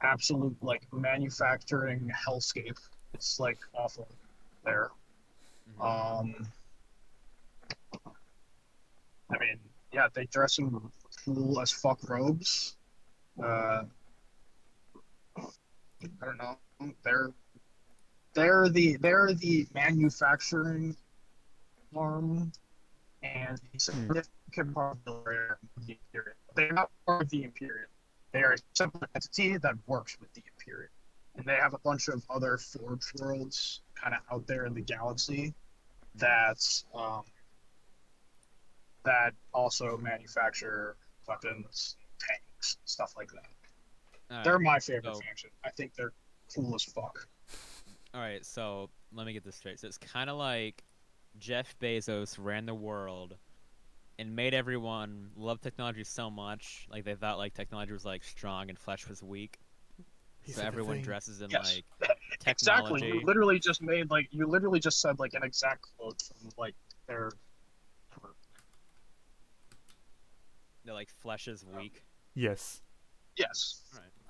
S1: absolute like manufacturing hellscape it's like awful there
S4: Mhm.
S1: um, I mean, yeah, they dress in cool as fuck robes. Uh, I don't know. They're they're the they're the manufacturing arm and a significant part of the Imperium. They're not part of the Imperium. They are a separate entity that works with the Imperium. And they have a bunch of other forge worlds kind of out there in the galaxy that's um, that also manufacture weapons, tanks, stuff like that.
S4: Alright,
S1: They're my favorite
S4: so-
S1: faction. I think they're cool as fuck.
S4: All right, so let me get this straight. So it's kind of like Jeff Bezos ran the world and made everyone love technology so much, like they thought like technology was like strong and flesh was weak. so everyone dresses in
S1: Yes.
S4: like
S1: Exactly.
S4: technology.
S1: You literally just made like you literally just said like an exact quote from like their.
S4: They're like flesh is weak.
S3: Yes,
S1: Yes,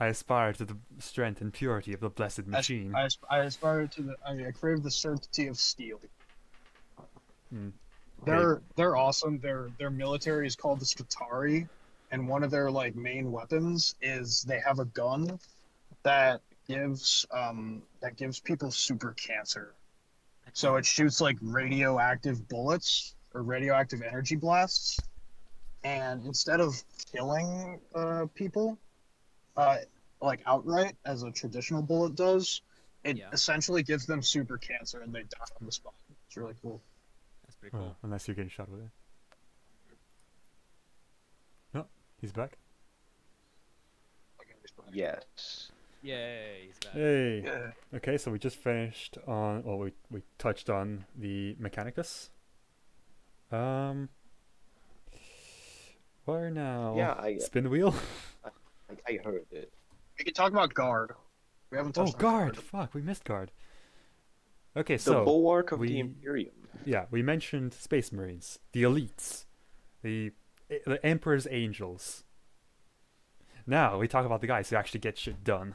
S3: I aspire to the strength and purity of the blessed machine.
S1: I, asp- I aspire to the. I, I crave the certainty of steel.
S3: Hmm.
S1: They're they're awesome. Their their military is called the Skatari, and one of their like main weapons is they have a gun that gives um that gives people super cancer. So it shoots like radioactive bullets or radioactive energy blasts. And instead of killing uh, people, uh, like outright as a traditional bullet does, it
S4: Yeah.
S1: essentially gives them super cancer and they die on the spot. It's really cool.
S4: That's pretty
S3: Well,
S4: cool.
S3: unless you're getting shot with it. No, he's back.
S2: Yes.
S4: Yay, he's back.
S3: Hey.
S1: Yeah.
S3: Okay, so we just finished on. Well, we we touched on the Mechanicus. Um. Where now?
S2: Yeah, I-
S3: spin the wheel.
S2: I, I heard it.
S1: We can talk about guard. We haven't
S3: Oh,
S1: touched on
S3: guard! Fuck, we missed guard. Okay,
S2: The
S3: so
S2: bulwark of
S3: we-
S2: the Imperium.
S3: yeah, we mentioned Space Marines, the elites, the eh, the Emperor's Angels. Now we talk about the guys who actually get shit done.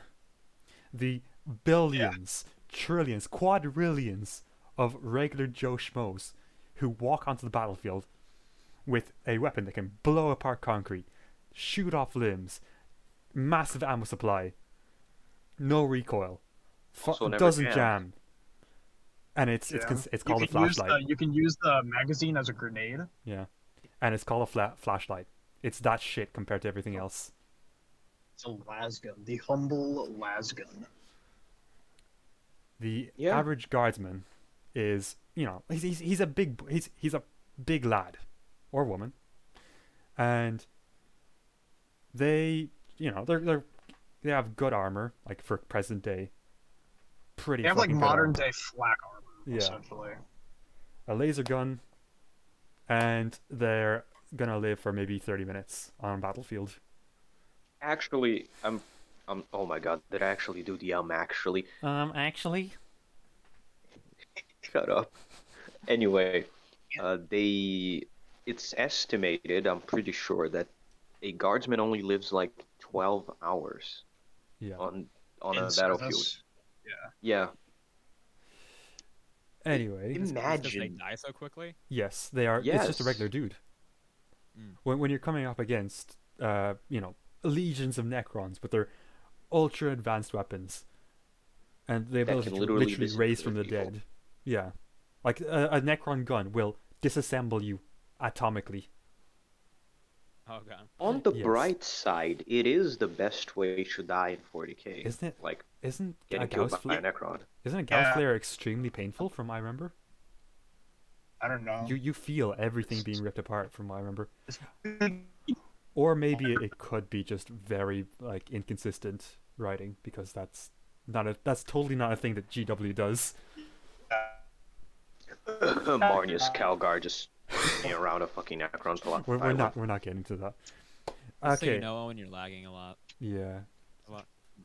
S3: The billions, trillions, quadrillions of regular Joe Schmoes who walk onto the battlefield with a weapon that can blow apart concrete, shoot off limbs, massive ammo supply, no recoil, fu-
S2: Also never
S3: doesn't
S2: jammed.
S3: jam. And it's it's
S1: Yeah.
S3: cons- it's
S1: You
S3: called a
S1: can use
S3: flashlight.
S1: the- you can use the magazine as a grenade.
S3: Yeah. And it's called a fla- flashlight. It's that shit compared to everything else.
S1: It's a las gun, the humble las gun.
S3: The
S2: Yeah.
S3: average guardsman is, you know, he's, he's he's a big b- he's he's a big lad or woman. And they, you know, they're they're they have good armor like for present day. Pretty
S1: They have like
S3: fucking good
S1: modern
S3: armor.
S1: day flak armor,
S3: Yeah.
S1: essentially.
S3: a laser gun and they're going to live for maybe 30 minutes on battlefield.
S2: Actually, I'm. I'm. Oh my god, did I actually do the um actually?
S3: Um actually
S2: Shut up. Anyway, uh, they. It's estimated, I'm pretty sure, that a guardsman only lives like 12 hours
S3: yeah.
S1: Oh,
S2: on on
S1: In
S2: a
S1: service.
S2: battlefield. Yeah.
S3: Anyway,
S4: It's 'cause they
S2: Imagine.
S4: die so quickly.
S3: Yes, they are. It's just a
S2: Yes.
S3: regular dude.
S4: Mm.
S3: When when you're coming up against, uh, you know, legions of Necrons with their ultra advanced weapons, and the
S2: That
S3: ability
S2: can
S3: to
S2: literally
S3: literally, raise
S2: disable
S3: from the
S2: people.
S3: dead. Yeah, like a, a Necron gun will disassemble you atomically.
S4: Oh god.
S2: On the
S3: Yes.
S2: bright side, it is the best way to die in 40k.
S3: Isn't it-
S2: Like
S3: Isn't a
S2: getting
S3: Gauss
S2: killed by
S3: flare?
S2: a Necron.
S3: Isn't a Gauss
S1: Yeah.
S3: flare extremely painful? From what I remember,
S1: I don't know.
S3: you you feel everything being ripped apart. From what I remember,
S1: You...
S3: or maybe it, it could be just very like inconsistent writing because that's not a that's totally not a thing that GW does.
S2: Marnius Calgar just being around a fucking Necron for a lot of
S3: We're, we're
S2: time.
S3: not we're not getting to that.
S4: Just so
S3: Okay.
S4: you know, Owen, you're lagging a lot.
S3: Yeah,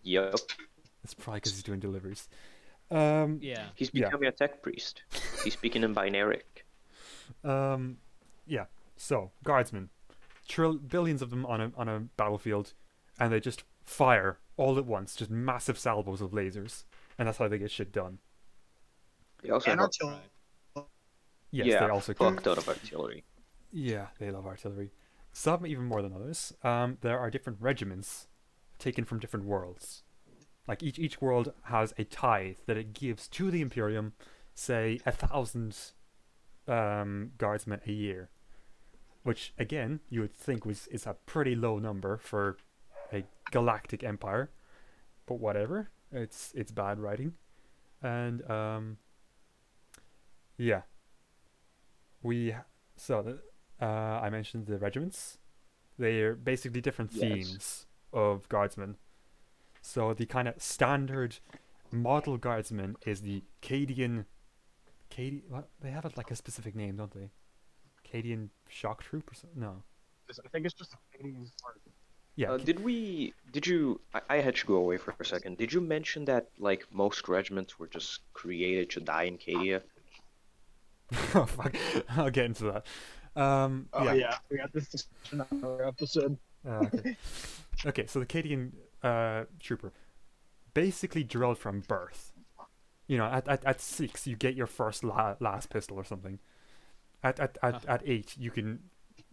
S2: Yep.
S3: it's probably because he's doing deliveries. Um,
S4: Yeah.
S2: He's
S3: Yeah.
S2: becoming a tech priest. He's speaking in binaric.
S3: Um, yeah. So guardsmen, trill- billions of them on a on a battlefield, and they just fire all at once, just massive salvos of lasers, and that's how they get shit done.
S2: They also
S1: And
S2: have
S1: artil-
S4: Right.
S3: Yes,
S2: yeah,
S3: they also can-
S2: fucked out of artillery.
S3: Yeah, they love artillery. Some even more than others. Um, there are different regiments taken from different worlds. Like each each world has a tithe that it gives to the Imperium, say a thousand um, guardsmen a year, which again you would think was is a pretty low number for a galactic empire, but whatever. It's it's bad writing, and um, yeah. We so the, uh, I mentioned the regiments. They're basically different
S2: Yes.
S3: themes of guardsmen. So the kind of standard model guardsman is the Cadian. Cadian. What they have it like a specific name, don't they? Cadian shock troop or something? No.
S1: I think it's just the 80s part.
S3: Yeah.
S2: Uh,
S3: Ca-
S2: did we? Did you? I, I had to go away for a second. Did you mention that like most regiments were just created to die in Cadia?
S3: oh fuck! I'll get into that. Um,
S1: Oh yeah.
S3: yeah.
S1: we got this discussion on our episode.
S3: Uh, okay. okay, so the Cadian uh, trooper basically drilled from birth. You know, at, at, at six, you get your first la- last pistol or something. At, at, at, at eight, you can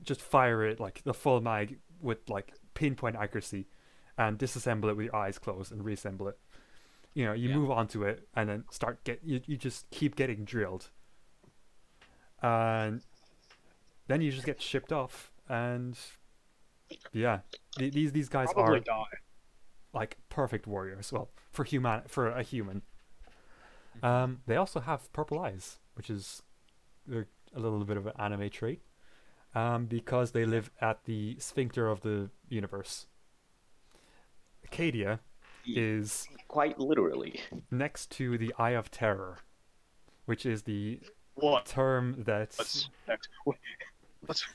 S3: just fire it like the full mag with like pinpoint accuracy and disassemble it with your eyes closed and reassemble it. you know you
S4: Yeah.
S3: move on to it and then start get you, you just keep getting drilled and then you just get shipped off and yeah th- these these guys
S1: Probably
S3: are
S1: die.
S3: like perfect warriors well for human for a human um they also have purple eyes which is a a little bit of an anime trait um because they live at the sphincter of the universe Acadia
S2: Yeah.
S3: is
S2: Quite literally.
S3: next to the Eye of Terror, which is the
S1: What?
S3: term that
S1: Let's, next, wait, let's,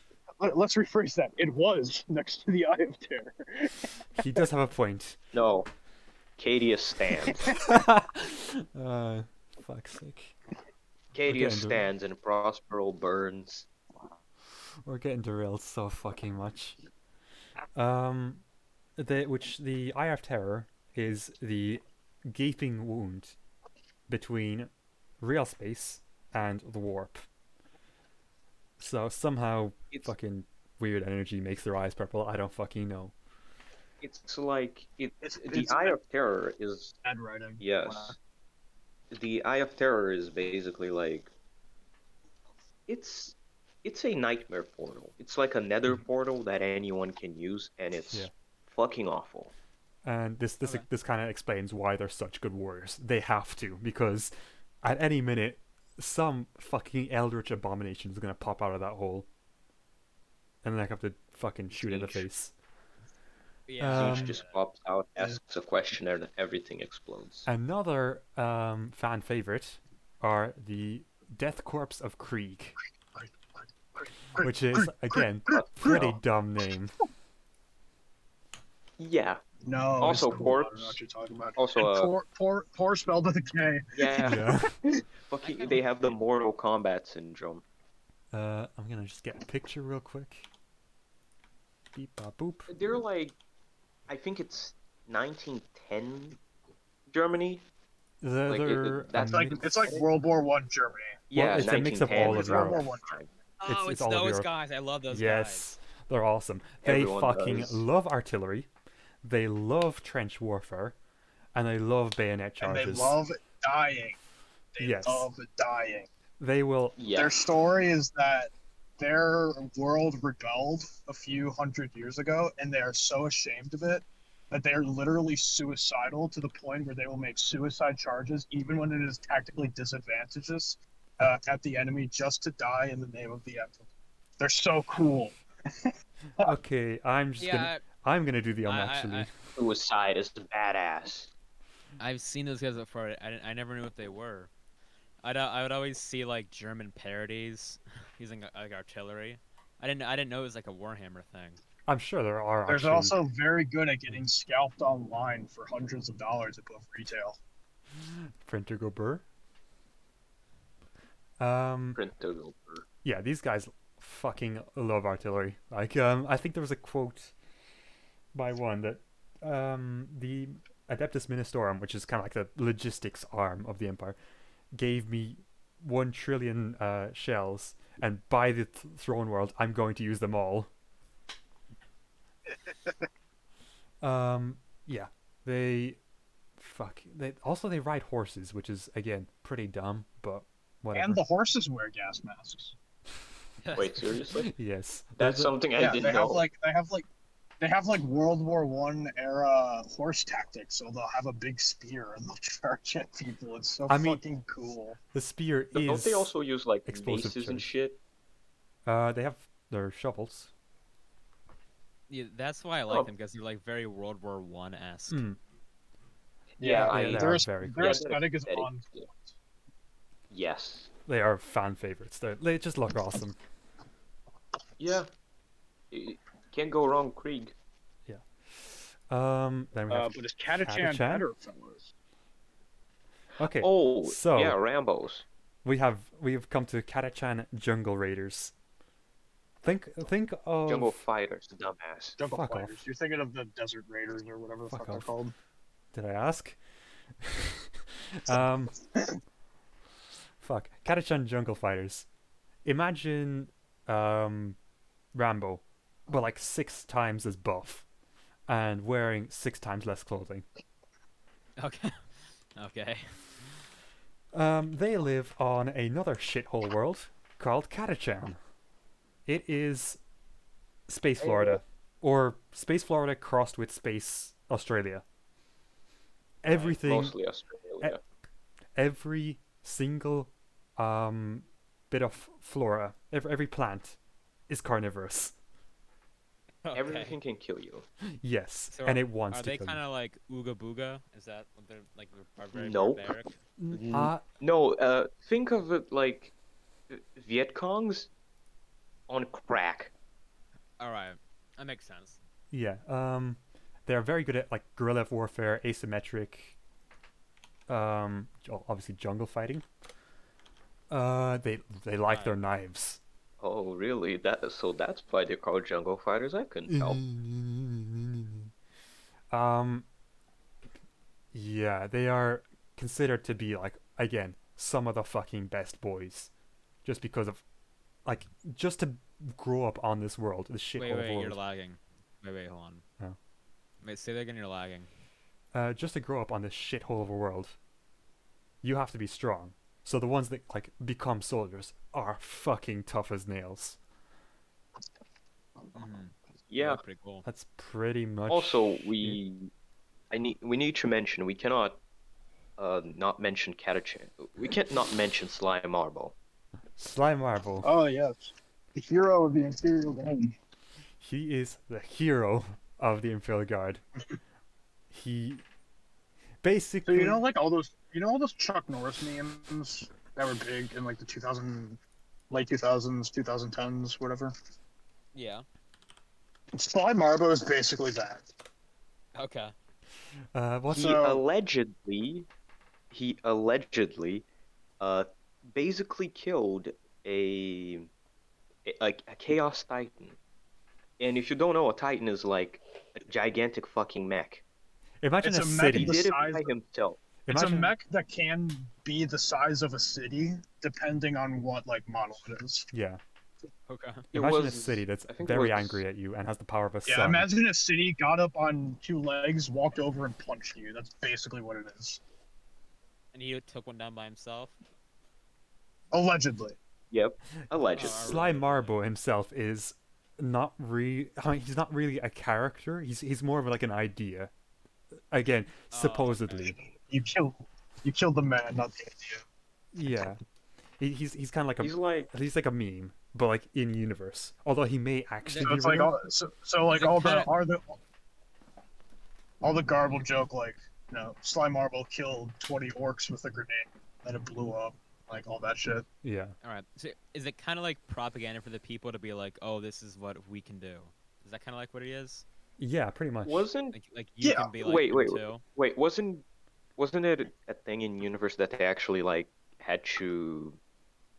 S1: let, let's rephrase that. It was next to the Eye of Terror.
S3: he does have a point.
S2: No. Cadia stands.
S3: uh, fuck's sake.
S2: Cadia
S3: into it.
S2: stands and Prospero burns.
S3: We're getting derailed so fucking much. Um, the which the Eye of Terror is the gaping wound between real space and the warp. So somehow,
S2: It's
S3: fucking weird energy makes their eyes purple. I don't fucking know.
S2: it's like it,
S1: It's-
S2: the
S1: it's-
S2: Eye of Terror is
S1: Bad writing.
S2: Yes. The Eye of Terror is basically like it's it's a nightmare portal. It's like a nether portal that anyone can use and it's
S3: Mm-hmm. Yeah.
S2: fucking awful.
S3: and this this
S4: Okay.
S3: this kind of explains why they're such good warriors. They have to because at any minute some fucking eldritch abomination is gonna pop out of that hole, and then I have to fucking shoot in the
S2: Each.
S3: face.
S4: Yeah.
S2: Siege
S3: Um,
S2: just pops out, asks a question and everything explodes.
S3: Uh, Another um, fan favorite are the Death Corpse of Krieg, which is again pretty dumb name.
S2: Yeah.
S1: No.
S2: Also,
S1: it's cool. I don't
S2: corpse.
S1: know what you're talking about.
S2: Also,
S1: And
S2: uh,
S1: poor, poor, poor spelled with a K.
S2: yeah,
S3: Yeah.
S2: fucking, they have the Mortal Kombat syndrome.
S3: Uh, I'm gonna just get a picture real quick. Beep bop boop.
S2: They're like, I think it's 1910 Germany.
S3: They're,
S2: Like, it-
S3: they're a
S2: that's
S1: It's like,
S3: mid-
S1: it's like World War One Germany.
S2: Yeah,
S3: it's a mix of
S2: 1910
S3: all
S2: was
S1: of
S2: around
S1: Europe.
S2: that time.
S4: oh,
S3: it's-
S4: it's,
S3: it's all of
S4: those
S3: Europe.
S4: guys. I love those guys.
S3: yes, they're awesome. They
S2: Everyone
S3: fucking
S2: does.
S3: love artillery. They love trench warfare, and they love bayonet
S1: And
S3: charges.
S1: they love dying. They
S3: Yes.
S1: love dying.
S3: They will.
S2: Yeah.
S1: Their story is that their world rebelled a few hundred years ago, and they are so ashamed of it that they are literally suicidal to the point where they will make suicide charges, even when it is tactically disadvantageous, uh, at the enemy just to die in the name of the emperor. They're so cool.
S3: Okay, I'm just
S4: Yeah,
S3: gonna. I'm gonna do the um
S4: I- I-
S3: actually.
S4: I-
S2: Suicide is badass.
S4: I, I've seen those guys before. I, didn't, I never knew what they were. I'd, uh, I would always see like German parodies using uh, like artillery. I didn't I didn't know it was like a Warhammer thing.
S3: I, am sure there are.
S1: There's
S3: actually-
S1: also very good at getting scalped online for hundreds of dollars above retail.
S3: printer go burr. Um.
S2: Print those over.
S3: yeah, these guys fucking love artillery. Like, um, I think there was a quote by one that um, the Adeptus Ministorum, which is kind of like the logistics arm of the Empire, gave me one trillion uh, shells, and by the th- throne world, I'm going to use them all. um, yeah, they fuck. They also they ride horses, which is again pretty dumb, but whatever.
S1: And the horses wear gas masks.
S2: Wait, seriously?
S3: yes,
S2: That's
S3: There's a-
S2: something I
S1: yeah, they
S2: didn't
S1: have
S2: know.
S1: like they have like they have like World War One era horse tactics. So they'll have a big spear and they'll charge at people. It's so
S3: I mean-
S1: fucking cool.
S3: The spear
S2: But
S3: is.
S2: Don't they also use like
S3: explosive
S2: bases and
S3: charge.
S2: shit?
S3: Uh, they have their shovels.
S4: Yeah, that's why I like
S2: Oh.
S4: them because they're like very World War One esque.
S3: Mm.
S2: Yeah, I-
S1: I,
S2: they
S1: their,
S3: are
S1: aes-
S3: very
S1: their
S2: Yeah,
S1: aesthetic is
S2: aesthetic.
S1: on.
S2: Yeah. Yes.
S3: They are fan favorites. They're, they just look awesome.
S2: Yeah. Y- Can't go wrong, Krieg.
S3: Um, then we
S2: Uh,
S3: have
S1: uh, but it's
S3: Catachan Catachan? better,
S1: fellas?
S3: okay.
S2: Oh,
S3: so-
S2: yeah, Rambo's.
S3: We have we have come to Katachan Jungle Raiders. Think think of
S2: Jungle Fighters, dumbass.
S1: Jungle
S3: Fuck
S1: fighters.
S3: off.
S1: You're thinking of the Desert Raiders or whatever the
S3: Fuck
S1: fuck, they're
S3: off.
S1: called.
S3: did I ask? um, fuck Katachan Jungle Fighters. Imagine um, Rambo, but like six times as buff, and wearing six times less clothing.
S4: Okay. Okay.
S3: Um, they live on another shithole world called Catachan. It is Space Florida, or Space Florida crossed with Space Australia. Everything,
S2: Mostly Australia.
S3: every single um, bit of flora, every, every plant is carnivorous.
S4: okay.
S2: Everything can kill you.
S3: Yes,
S4: So
S3: and it wants
S4: Are
S3: to
S4: they
S3: kill
S4: kind
S3: you.
S4: of like ooga booga? Is that what they're like? Are very
S2: Nope.
S4: barbaric?
S3: N-
S2: Mm.
S3: uh,
S2: No, uh, think of it like uh, Viet Cong's on crack.
S4: All right, that makes sense.
S3: Yeah. Um, they're very good at like guerrilla warfare, asymmetric, um, j- obviously jungle fighting. Uh, they they like their knives.
S2: Oh, really? That so that's why they're called jungle fighters. I couldn't
S3: Mm-hmm.
S2: tell.
S3: Um, yeah, they are considered to be like again some of the fucking best boys, just because of like just to grow up on this world, this shit
S4: Wait, wait,
S3: world.
S4: you're lagging. Wait, wait, hold on.
S3: Oh.
S4: Wait, say that again. You're lagging.
S3: uh, just to grow up on this shithole of a world, you have to be strong. So the ones that like become soldiers are fucking tough as nails.
S4: Mhm.
S2: Yeah.
S4: That's pretty cool.
S3: That's pretty much.
S2: Also,
S3: it.
S2: we I need we need to mention we cannot uh not mention Catachan. We can't not mention Sly Marble.
S3: slime marble.
S1: Oh yes, the hero of the Imperial Guard.
S3: He is the hero of the Imperial Guard.
S1: So
S3: he basically.
S1: you know, like all those, you know, all those Chuck Norris memes that were big in like the 2000, late 2000s, 2010s, whatever.
S4: Yeah.
S1: Sly Marbo is basically that.
S4: Okay.
S3: uh, what's
S2: He
S1: So-
S2: allegedly he allegedly uh basically killed a a, a chaos titan. And if you don't know, a titan is like a gigantic fucking mech.
S3: imagine
S1: it's
S3: a
S1: a mech
S3: city.
S2: He
S1: The
S2: did it
S1: size
S2: by
S1: of-
S2: himself.
S1: It's a
S3: Imagine-
S1: mech that can be the size of a city, depending on what like model it is.
S3: Yeah,
S4: Okay.
S2: It
S3: imagine a
S2: was-
S3: city that's
S2: I think it
S3: very
S2: was-
S3: angry at you and has the power of a
S1: Yeah,
S3: sun.
S1: imagine a city got up on two legs, walked over, and punched you. That's basically what it is.
S4: And he took one down by himself.
S1: Allegedly.
S2: Yep, allegedly.
S4: Uh,
S3: Sly Marbo himself is not re I mean, he's not really a character. He's he's more of like an idea. Again,
S4: Oh, okay.
S3: supposedly.
S1: You killed you killed the man, not the idea.
S3: Yeah. He, he's he's kind of like a
S2: He's like
S3: he's like a meme, but like in universe. Although he may actually
S1: So
S3: be
S1: it's like
S3: real.
S1: all so, so like
S4: Is it
S1: all the
S4: kinda-
S1: are the all the garble joke like you know, Sly Marble killed twenty orcs with a grenade and it blew up, like all that shit.
S3: Yeah.
S4: All right. So is it kind of like propaganda for the people to be like, oh, this is what we can do? Is that kind of like what it is?
S3: Yeah, pretty much.
S2: wasn't
S4: Like, like you
S1: Yeah,
S4: can be like
S2: wait,
S4: them
S2: wait, wait.
S4: too.
S2: wait wasn't wasn't it a thing in universe that they actually like had to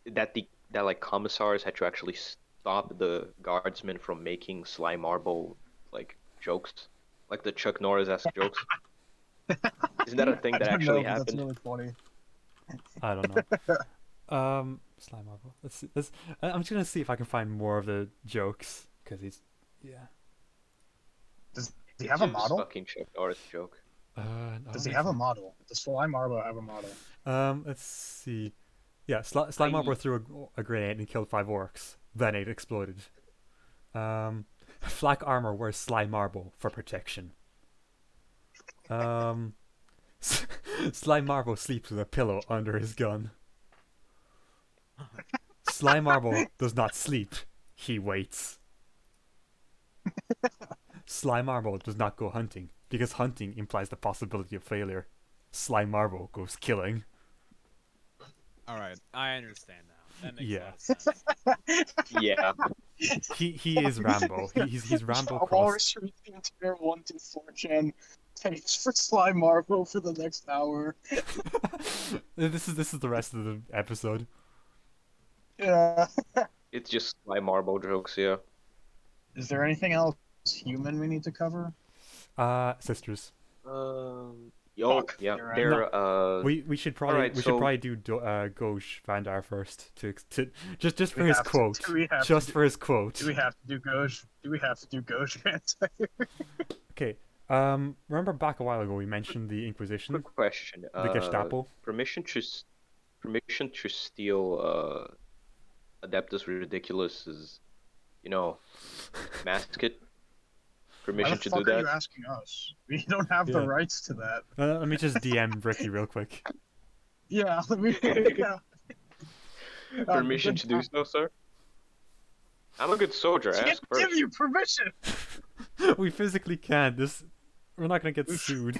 S2: that the that like commissars had to actually stop the guardsmen from making sly marble like jokes like the Chuck Norris esque jokes. Isn't that a thing
S1: I
S2: that
S1: don't know,
S2: actually
S1: but
S2: happened?
S1: That's really funny.
S3: I don't know. um Sly Marbo. Let's see. Let's, I- I'm just going to see if I can find more of the jokes cuz he's yeah.
S1: Does does he have a
S2: It's just
S1: model?
S2: Fucking Chuck Norris joke.
S3: Uh, I
S1: Does
S3: don't
S1: he have a
S3: think-
S1: model? Does Sly Marble have a model?
S3: Um, let's see. Yeah, Sly, Sly
S2: I-
S3: Marlborough threw a, a grenade and killed five orcs. Then it exploded. Um, flak armor wears Sly Marble for protection. Um, S- Sly Marble sleeps with a pillow under his gun. Sly Marble does not sleep; he waits. Sly Marble does not go hunting because hunting implies the possibility of failure. Sly Marble goes killing.
S4: All right. I understand now. That makes
S3: Yeah.
S4: a lot of sense.
S2: Yeah.
S3: He he is Rambo. He, he's he's Rambo crossed.
S1: Walrus reads the entire one to four chan. Thanks for Sly Marble for the next hour.
S3: this is this is the rest of the episode.
S1: Yeah.
S2: It's just sly marble jokes, yeah.
S1: Is there anything else human we need to cover?
S3: Uh, sisters,
S2: Um yo,
S1: Fuck,
S2: yeah.
S1: you're right.
S2: They're uh
S3: we we should probably
S2: right,
S3: we should
S2: so-
S3: probably do do uh Gauche Vandar first to to just just for
S1: We
S3: his
S1: have to-
S3: quote,
S1: do we have to
S3: just
S1: do-
S3: for his quote.
S1: Do we have to do Goj? Do we have to do Goj?
S3: Okay, Um, remember back a while ago we mentioned the Inquisition,
S2: Quick question. uh,
S3: the Gestapo.
S2: permission to s- permission to steal uh adeptus ridiculus is you know mask it
S1: Why
S2: permission
S1: the
S2: to
S1: fuck
S2: do
S1: are you
S2: that
S1: asking us? We don't have
S3: Yeah.
S1: the rights to that.
S3: Uh, let me just DM Ricky real quick.
S1: Yeah. We, yeah. Um,
S2: permission
S1: good
S2: to do so sir i'm a good soldier I
S1: She
S2: ask
S1: didn't give
S2: first
S1: you permission.
S3: we physically can't. This, we're not gonna get sued.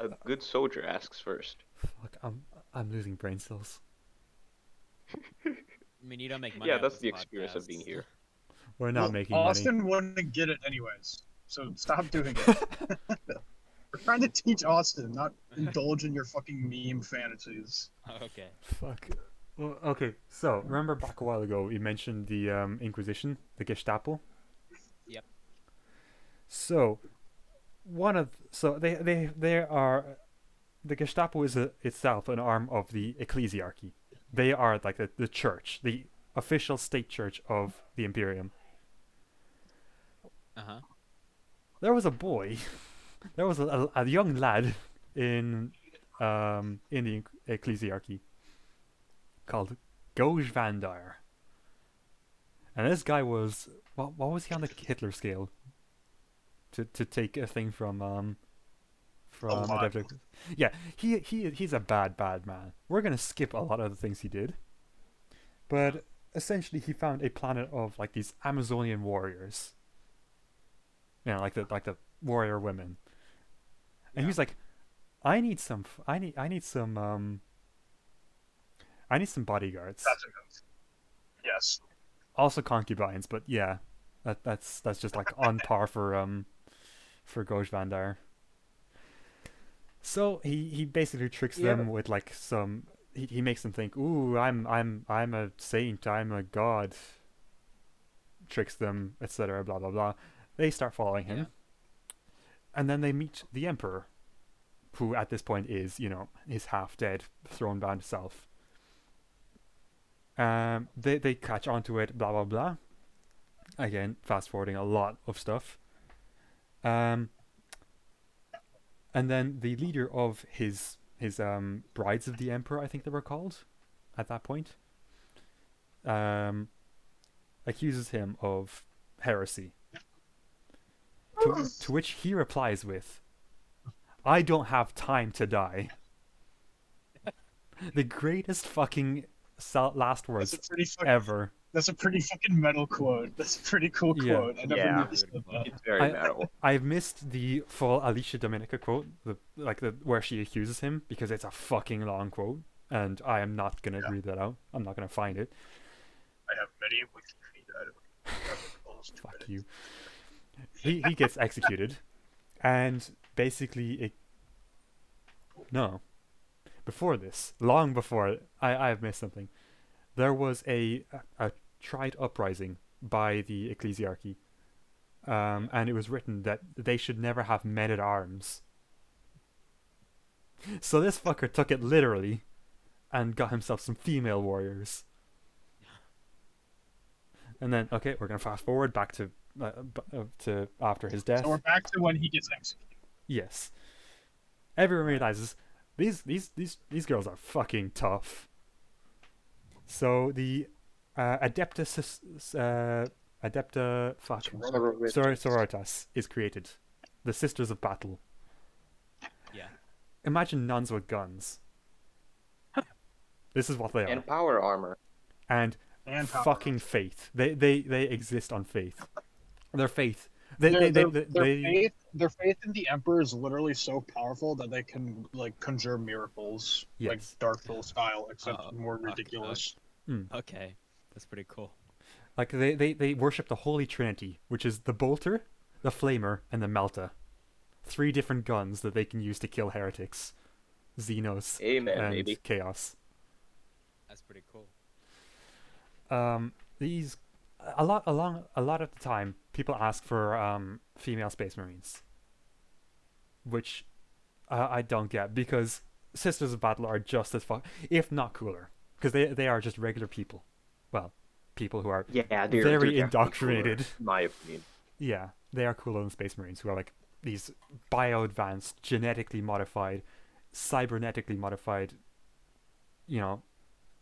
S2: a good soldier asks first
S3: Fuck, I'm I'm losing brain cells.
S4: I mean, you don't make money.
S2: yeah
S4: off
S2: that's
S4: this
S2: the experience of being
S4: podcast.
S2: here
S3: We're not
S1: Well,
S3: making money.
S1: Austin wouldn't get it anyways, so stop doing it. We're trying to teach Austin, not indulge in your fucking meme fantasies.
S4: Okay.
S3: Fuck. Well, okay, so remember back a while ago we mentioned the um, Inquisition, the Gestapo.
S4: Yep.
S3: So, one of so they they they are, the Gestapo is a, itself an arm of the ecclesiarchy. They are like the, the church, the official state church of the Imperium.
S4: Uh huh.
S3: there was a boy, there was a, a, a young lad in um in the ecclesiarchy called Goj Vandar. And this guy was what what was he on the Hitler scale? To to take a thing from um from
S1: lot.
S3: Adepticus. Yeah, he he he's a bad bad man. We're gonna skip a lot of the things he did. But essentially he found a planet of like these Amazonian warriors you know, like the like the warrior women. And he was like, I need some, f- I need, I need some, um, I need some bodyguards,
S1: That's enough. Yes.
S3: also concubines, but yeah, that that's that's just like on par for um, for Goj Vandar. So he he basically tricks
S2: Yeah.
S3: them with like some. He, he makes them think, "Ooh, I'm I'm I'm a saint, I'm a god." Tricks them, etc. Blah blah blah. They start following him,
S4: Yeah.
S3: and then they meet the emperor, who at this point is you know is half dead, thrown by himself. Um, they they catch onto it, blah blah blah. Again, fast forwarding a lot of stuff. Um, and then the leader of his his um brides of the emperor i think they were called at that point um accuses him of heresy to, to which he replies with i don't have time to die the greatest fucking sal- last
S1: That's a
S3: words
S1: pretty fucking.
S3: ever
S1: That's a pretty fucking metal quote. That's a pretty cool
S3: Yeah.
S1: quote. I never
S2: Yeah.
S1: knew this about that.
S2: it's very
S3: I-
S2: metal
S3: I've missed the full Alicia Dominica quote, the like the where she accuses him because it's a fucking long quote, and I am not gonna
S1: Yeah.
S3: read that out. I'm not gonna find it.
S1: I have many Wikipedia articles.
S3: Fuck you. He he gets executed, and basically it. No, before this, long before I I have missed something. There was a a, a tried uprising by the ecclesiarchy, um, and it was written that they should never have men at arms. So this fucker took it literally, and got himself some female warriors. And then, okay, we're gonna fast forward back to uh, b- uh, to after his death.
S1: So we're back to when he gets executed.
S3: Yes, everyone realizes these these these these girls are fucking tough. So the uh, Adepta Sis- uh, Adepta fuck Soror- Sororitas is created, the Sisters of Battle.
S4: Yeah.
S3: Imagine nuns with guns. this is what they are,
S2: and power armor
S3: and
S1: And power.
S3: fucking faith. They they they exist on faith. Their faith. They
S1: Their,
S3: they they,
S1: their-
S3: they,
S1: their
S3: they-
S1: faith, their faith in the emperor is literally so powerful that they can like conjure miracles, like
S3: Yes.
S1: Dark Soul style, except
S2: Uh,
S4: Oh,
S1: more
S4: fuck,
S1: ridiculous.
S4: Okay. That's pretty cool.
S3: like they, they they worship the Holy Trinity, which is the bolter, the flamer, and the melta. Three different guns that they can use to kill heretics, Xenos,
S2: amen
S3: and
S2: baby
S3: Chaos.
S4: That's pretty cool.
S3: Um, these a lot along a lot of the time, people ask for um female space marines, which I I don't get because Sisters of Battle are just as fuck, if not cooler, because they they are just regular people, well, people who are
S2: yeah they're,
S3: Very
S2: they're definitely cooler,
S3: indoctrinated.
S2: in my opinion
S3: yeah they are cooler than Space Marines, who are like these bio-advanced, genetically modified, cybernetically modified, you know,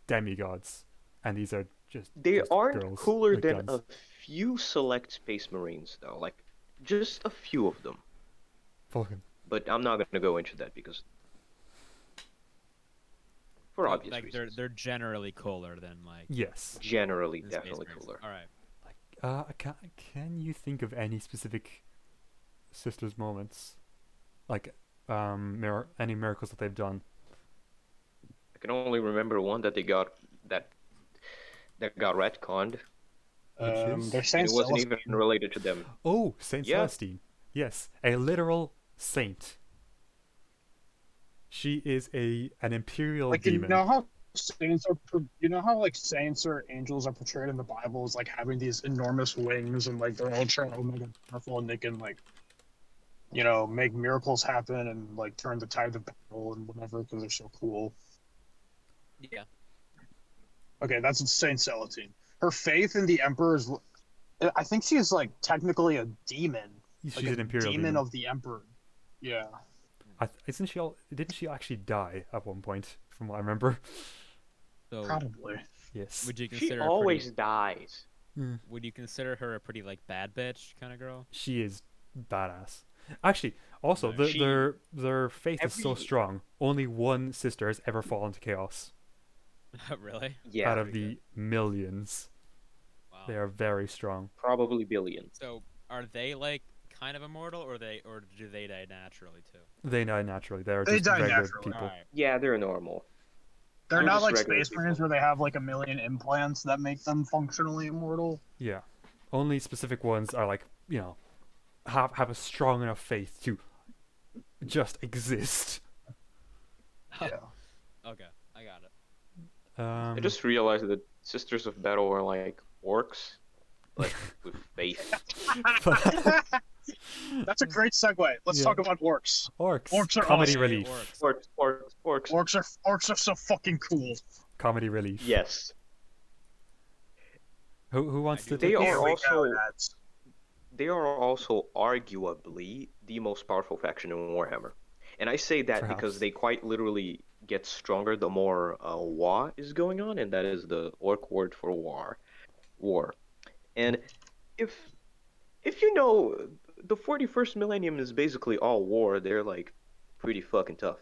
S3: demigods, and these are just
S2: They
S3: just
S2: aren't
S3: girls
S2: cooler
S3: with
S2: than
S3: guns.
S2: a few select Space Marines, though. Like, just a few of them.
S3: Vulcan.
S2: But I'm not gonna go into that because, for
S4: But,
S2: obvious
S4: like they're
S2: reasons,
S4: they're generally cooler than like
S3: Yes.
S2: generally
S4: the Space
S2: definitely
S4: Marines.
S2: cooler.
S4: All right.
S3: Uh, I can can you think of any specific sisters moments, like um, mir- any miracles that they've done?
S2: I can only remember one that they got that that got retconned.
S3: Which is?
S1: Um, they're
S2: And
S1: saying
S2: it wasn't even related to them.
S3: Oh, Saint
S2: Yeah.
S3: Celestine. Yes, a literal saint. She is a an imperial
S1: like you
S3: demon.
S1: know how saints are pro- you know how like saints or angels are portrayed in the bible as like having these enormous wings and like they're all trying to make it powerful and they can like you know make miracles happen and like turn the tide of battle and whatever because they're so cool
S4: Yeah.
S1: okay that's saint celestine her faith in the emperor's i think she's like technically a demon
S3: She's
S1: like
S3: an
S1: a
S3: imperial
S1: demon,
S3: demon.
S1: of the emperor yeah
S3: I th- isn't she? All- didn't she actually die at one point? From what I remember.
S4: So
S1: probably
S3: Yes.
S4: would you
S2: She
S4: consider her
S2: always
S4: pretty,
S2: dies.
S4: would you consider her a pretty like bad bitch kind of girl?
S3: She is badass. Actually, also
S4: No,
S3: the,
S2: she-
S3: their their faith is so
S2: every-
S3: strong. Only one sister has ever fallen to chaos
S4: really?
S2: Yeah,
S3: out of the millions.
S4: Wow.
S3: They are very strong.
S2: probably billion.
S4: So are they like kind of immortal, or they or do they die naturally too?
S3: They die naturally. They are
S1: They
S3: just
S1: die
S3: regular
S1: naturally.
S3: people.
S4: All right.
S2: Yeah, they're normal.
S1: They're
S2: They're
S1: not
S2: just
S1: like
S2: regular
S1: space marines
S2: people.
S1: where they have like a million implants that make them functionally immortal.
S3: Yeah. Only specific ones are like, you know, have have a strong enough faith to just exist.
S1: Yeah.
S4: Okay, I got it.
S3: Um,
S2: I just realized that Sisters of Battle are like orcs, but with faith.
S1: That's a great segue. Let's
S3: Yeah.
S1: talk about orcs.
S3: orcs.
S1: Orcs are
S3: comedy
S1: awesome.
S3: relief.
S4: Orcs.
S2: Orcs, orcs, orcs.
S1: Orcs are orcs are so fucking cool.
S3: Comedy relief.
S2: Yes,
S3: Who who wants to?
S4: do
S2: they
S3: take
S2: are
S1: Here
S3: this?
S1: we
S2: also
S1: go, lads.
S2: they are also arguably the most powerful faction in Warhammer, and I say that
S3: Perhaps.
S2: because they quite literally get stronger the more uh, Wa is going on, and that is the orc word for war, war. And if if you know the 41st millennium is basically all war, they're like pretty fucking tough.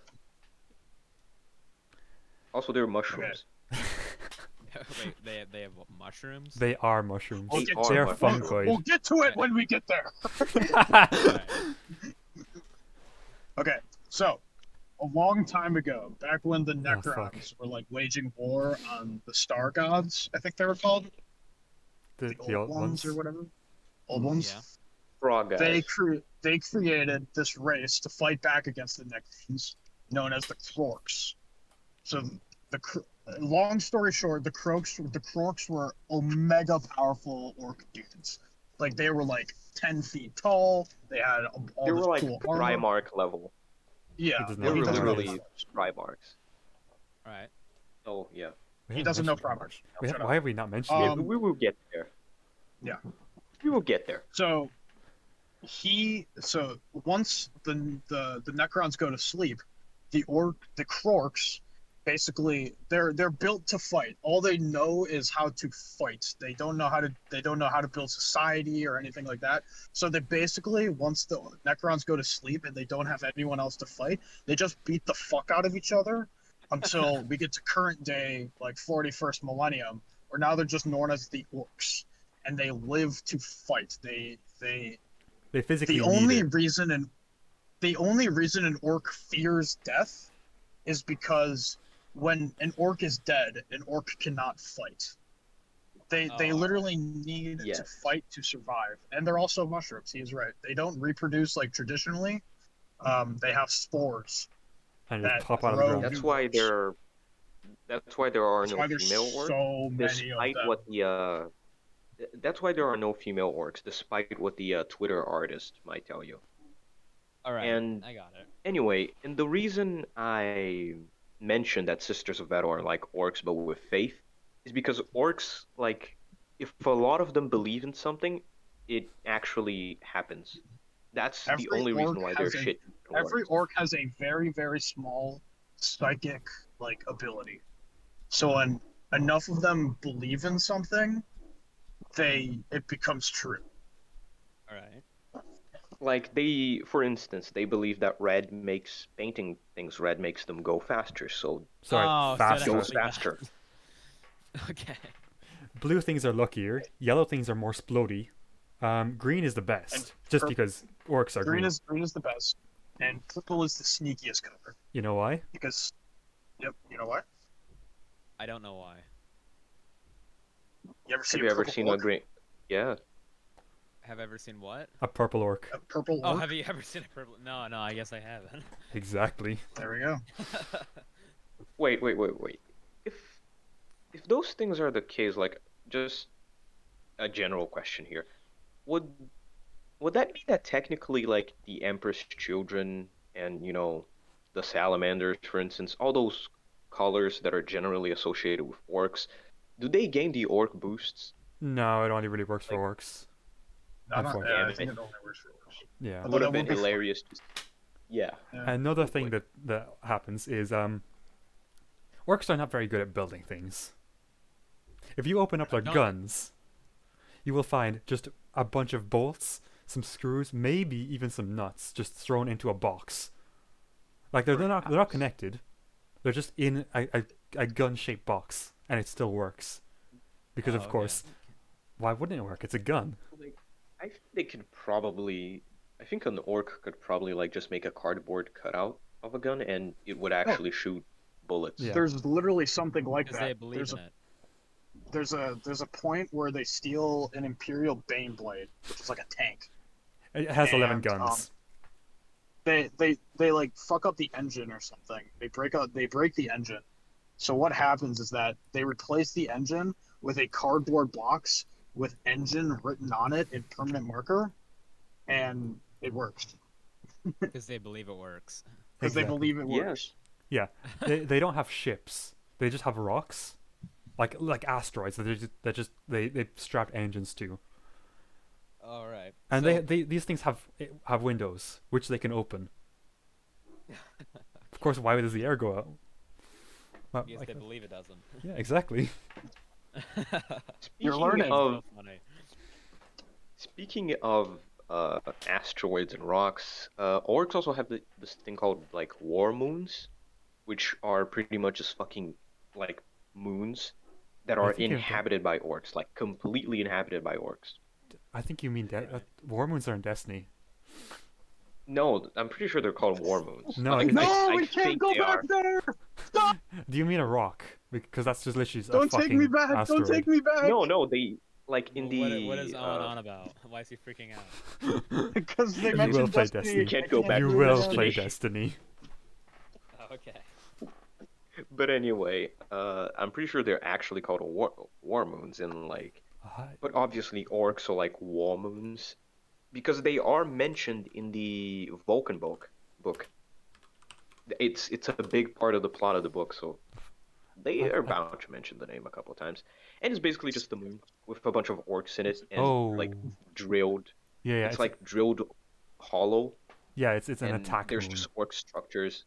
S2: Also, they're mushrooms.
S4: Wait, they have, they have what, mushrooms?
S3: They are mushrooms.
S1: We'll
S2: They
S1: get
S2: are
S1: to
S3: They are
S2: mushrooms.
S1: We'll, we'll
S3: fungoid.
S1: get to it when we get there.
S4: Alright,
S1: Okay, so a long time ago, back when the
S3: Oh, fuck.
S1: Necrons were like waging war on the Star Gods, I think they were called
S3: the,
S1: the
S3: the
S1: old
S3: old
S1: ones or whatever. Old ones.
S4: Yeah.
S2: Frog
S1: They
S2: guys.
S1: cre- they created this race to fight back against the Necrons, known as the Crorks. So the Cr- long story short, the Crorks the Crorks were omega powerful orc dudes. Like they were like ten feet tall. They had a- all
S2: They
S1: this
S2: were like
S1: cool armor.
S2: Primark level.
S1: Yeah,
S3: It does
S1: he
S3: not
S2: They were
S1: doesn't know
S2: literally
S1: Primarch.
S2: Primarchs.
S4: alright.
S2: Oh, yeah.
S3: We
S1: He
S3: haven't
S1: doesn't know
S3: mentioned them.
S1: Primarch.
S3: We ha-
S1: Shut up.
S3: why have we not mentioned
S2: Yeah,
S1: Um,
S2: we will get there.
S1: yeah.
S2: We will get there.
S1: So he so once the the the Necrons go to sleep, the orc the Crorks basically they're they're built to fight. All they know is how to fight. They don't know how to they don't know how to build society or anything like that. So they basically once the Necrons go to sleep and they don't have anyone else to fight, they just beat the fuck out of each other until we get to current day like 41st millennium where now they're just known as the orcs and they live to fight. They they
S3: it? They physically
S1: the
S3: need
S1: only
S3: it.
S1: reason an the only reason an orc fears death is because when an orc is dead, an orc cannot fight. They they
S4: Oh.
S1: literally need to
S2: Yes.
S1: fight to survive, and they're also mushrooms. He's right. They don't reproduce like traditionally. Um, they have spores.
S3: and just
S1: that
S3: pop out of the
S1: grow-
S3: ground.
S2: That's
S1: Um, you
S2: why
S1: watch.
S2: there are. That's why there are
S1: That's
S2: no
S1: why there's
S2: female orcs.
S1: so many of
S2: despite
S1: them.
S2: what the. Uh, th- that's why there are no female orcs, despite what the uh, Twitter artist might tell you.
S4: Alright.
S2: And-
S4: I got it.
S2: Anyway, and the reason I mentioned that Sisters of Battle are like orcs but with faith is because orcs, like, if a lot of them believe in something, it actually happens. That's
S1: Every
S2: the only reason
S1: orc
S2: why they're
S1: has a-
S2: shit.
S1: Every
S2: warriors.
S1: orc has a very, very small psychic like ability. So when enough of them believe in something, they it becomes true.
S4: All right.
S2: like they, for instance, they believe that red makes painting things red makes them go faster. So
S3: Sorry,
S4: Oh, so that
S3: faster.
S2: go
S4: actually-
S2: faster.
S4: Okay.
S3: Blue things are luckier. Yellow things are more splody. Um, green is the best, just
S1: purple-
S3: because orcs are green.
S1: Green is green is the best, and purple is the sneakiest color
S3: You know why?
S1: because, yep, you know what?
S4: I don't know why.
S1: You ever see
S2: Have you
S1: a
S2: ever
S1: purple
S2: seen
S1: orc?
S2: a green? Yeah,
S4: Have I ever seen what?
S3: A purple orc.
S1: A purple
S4: Oh,
S1: orc?
S4: have you ever seen a purple? No, no, I guess I haven't.
S3: Exactly.
S1: There we go.
S2: Wait, wait, wait, wait. If if those things are the case, like just a general question here, would would that mean that technically, like the Empress children and you know the salamanders, for instance, all those colors that are generally associated with orcs, do they gain the orc boosts?
S3: No, it only really works for orcs.
S1: I don't-
S3: Unfortunately.
S1: yeah, I think it only works for orcs.
S3: Yeah.
S1: Although
S2: Would
S1: that
S2: have been
S1: would be-
S2: hilarious. to- Yeah,
S3: Another thing that that happens is um, orcs are not very good at building things. If you open up their
S4: No.
S3: guns, you will find just a bunch of bolts, some screws, maybe even some nuts, just thrown into a box. Like they're, they're not they're not connected. They're just in a, a, a gun shaped box, and it still works, because
S4: Oh,
S3: of
S4: okay.
S3: course, why wouldn't it work? It's a gun.
S2: like I think they could probably. I think an orc could probably like just make a cardboard cutout of a gun, and it would actually shoot bullets.
S3: Yeah.
S1: There's literally something like
S4: Because they
S1: that.
S4: believe
S1: There's
S4: in
S1: a
S4: it.
S1: there's a there's a point where they steal an imperial bane blade, which is like a tank.
S3: It has eleven
S1: And, um,
S3: guns.
S1: they they they like fuck up the engine or something. They break up they break the engine. So what happens is that they replace the engine with a cardboard box with engine written on it in permanent marker, and it works
S4: Because they believe it works.
S1: because
S3: Exactly.
S1: they believe it works.
S2: Yes.
S3: Yeah, they, they don't have ships. They just have rocks, like like asteroids that they just, that just they they strap engines to.
S4: All right.
S3: And
S4: so-
S3: they, they these things have eh, have windows which they can open. of course, why does the air go out? Well,
S4: Because
S3: like-
S4: they believe it doesn't.
S3: yeah, exactly.
S1: You're
S2: Speaking
S1: learning.
S2: Of,
S4: funny.
S2: speaking of uh, asteroids and rocks, uh, orcs also have the, this thing called like war moons, which are pretty much just fucking like moons that
S3: I
S2: are
S3: think I've-
S2: inhabited by orcs, like completely inhabited by orcs.
S3: I think you mean de- uh, war moons are in Destiny.
S2: No, I'm pretty sure they're called war moons.
S3: No,
S2: I,
S3: it-
S1: No,
S2: I, I
S1: we can't
S2: think
S1: go
S2: they
S1: back
S2: are.
S1: there.
S3: Do you mean a rock? Because that's just literally just a
S1: Don't
S3: fucking
S1: take me back.
S3: asteroid.
S1: Don't take me back.
S2: No, no, they like in
S4: Well, what-
S2: the
S4: what is
S2: uh,
S4: Owen on about? Why is he freaking out?
S1: because they
S3: You
S1: mentioned
S3: will play
S1: Destiny.
S3: Destiny. You
S2: can't
S1: I
S2: go back
S3: You
S1: do
S2: to
S3: will
S1: that.
S3: play
S2: Destiny.
S3: Destiny.
S4: Oh, okay.
S2: But anyway, uh, I'm pretty sure they're actually called war war moons and like,
S3: Ah,
S2: but obviously orcs are like war moons, because they are mentioned in the Vulcan book. Book. It's it's a big part of the plot of the book, so they
S3: I-
S2: are
S3: I-
S2: bound to mention the name a couple of times. And it's basically just the moon with a bunch of orcs in it and
S3: oh,
S2: like drilled.
S3: yeah, yeah,
S2: it's, like drilled hollow.
S3: yeah, it's it's an
S2: and
S3: attack
S2: there's
S3: moon.
S2: just orc structures.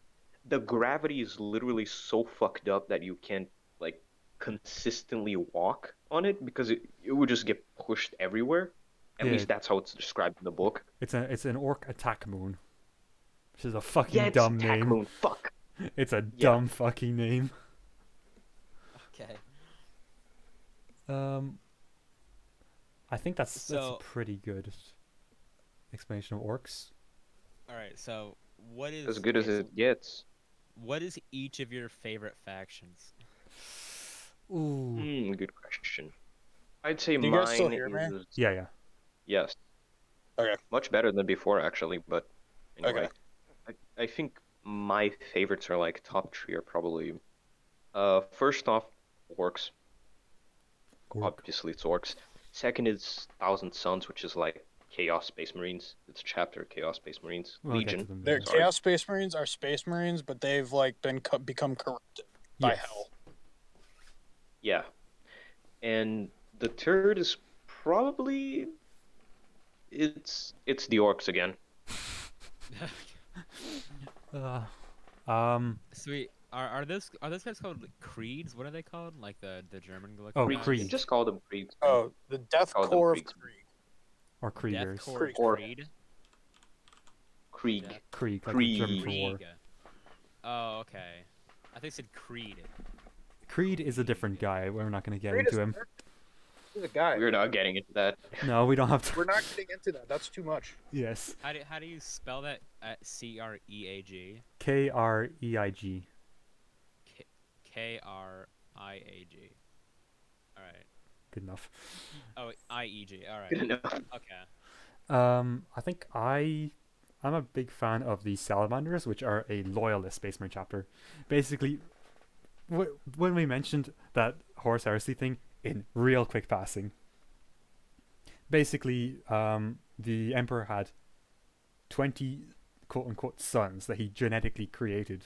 S2: The gravity is literally so fucked up that you can't like consistently walk on it because it, it would just get pushed everywhere. At
S3: Yeah.
S2: least that's how it's described in the book.
S3: It's a it's an orc attack moon. Which is a fucking
S2: yeah, it's
S3: dumb
S2: Attack
S3: name.
S2: Moon. Fuck.
S3: It's a
S2: Yeah.
S3: dumb fucking name.
S4: Okay.
S3: Um I think that's
S4: So-
S3: that's a pretty good explanation of orcs.
S4: All right. So what is
S2: As good as
S4: okay, so
S2: it gets.
S4: What is each of your favorite factions?
S3: Ooh.
S4: Mm.
S2: Hmm, good question. I'd say
S1: Do you
S2: mine
S1: guys still hear
S2: is
S1: me?
S3: Yeah, yeah.
S2: yes.
S1: Okay.
S2: Much better than before actually, but anyway.
S1: Okay.
S2: I, I think my favorites are like top three are probably uh first off orcs
S3: Orc.
S2: obviously it's orcs. Second is Thousand Sons, which is like Chaos Space Marines. It's a chapter of Chaos Space Marines.
S3: We'll get to
S2: Legion.
S3: them
S1: They're
S3: later.
S2: Sorry.
S1: Chaos Space Marines are Space Marines, but they've like been co- become corrupted by
S3: Yes.
S1: hell.
S2: Yeah. And the third is probably it's it's the orcs again.
S3: Uh, um.
S4: Sweet. Are are those are those guys called like, creeds? What are they called? Like the the German looking.
S3: Oh,
S4: ones?
S2: Creeks.
S3: Creed.
S2: Just call them creeks.
S1: uh,
S5: Oh, the Death
S2: Call them
S5: Core of
S2: Greeks.
S5: Krieg.
S3: Or Kriegers.
S4: Deathcore creed.
S2: Or- Krieg.
S4: Yeah.
S3: Krieg, like the German for war.
S4: Krieg. Oh, okay. I think it said creed.
S3: Creed is a different guy. We're not going to get
S5: Krieg is
S3: into him.
S5: Krieg. He's a guy.
S2: We're not getting into that.
S3: No, we don't have to.
S5: We're not getting into that. That's too much.
S3: Yes.
S4: How do how do you spell that? Uh, C R E A G.
S3: K R E I G.
S4: K R I A G. All right.
S3: Good enough.
S4: Oh, I E G. All right.
S2: Good
S4: Okay.
S2: enough.
S3: Um, I think I, I'm a big fan of the Salamanders, which are a loyalist Space Marine chapter. Basically, wh- when we mentioned that Horus Heresy thing in real quick passing, basically, um, the Emperor had twenty quote unquote sons that he genetically created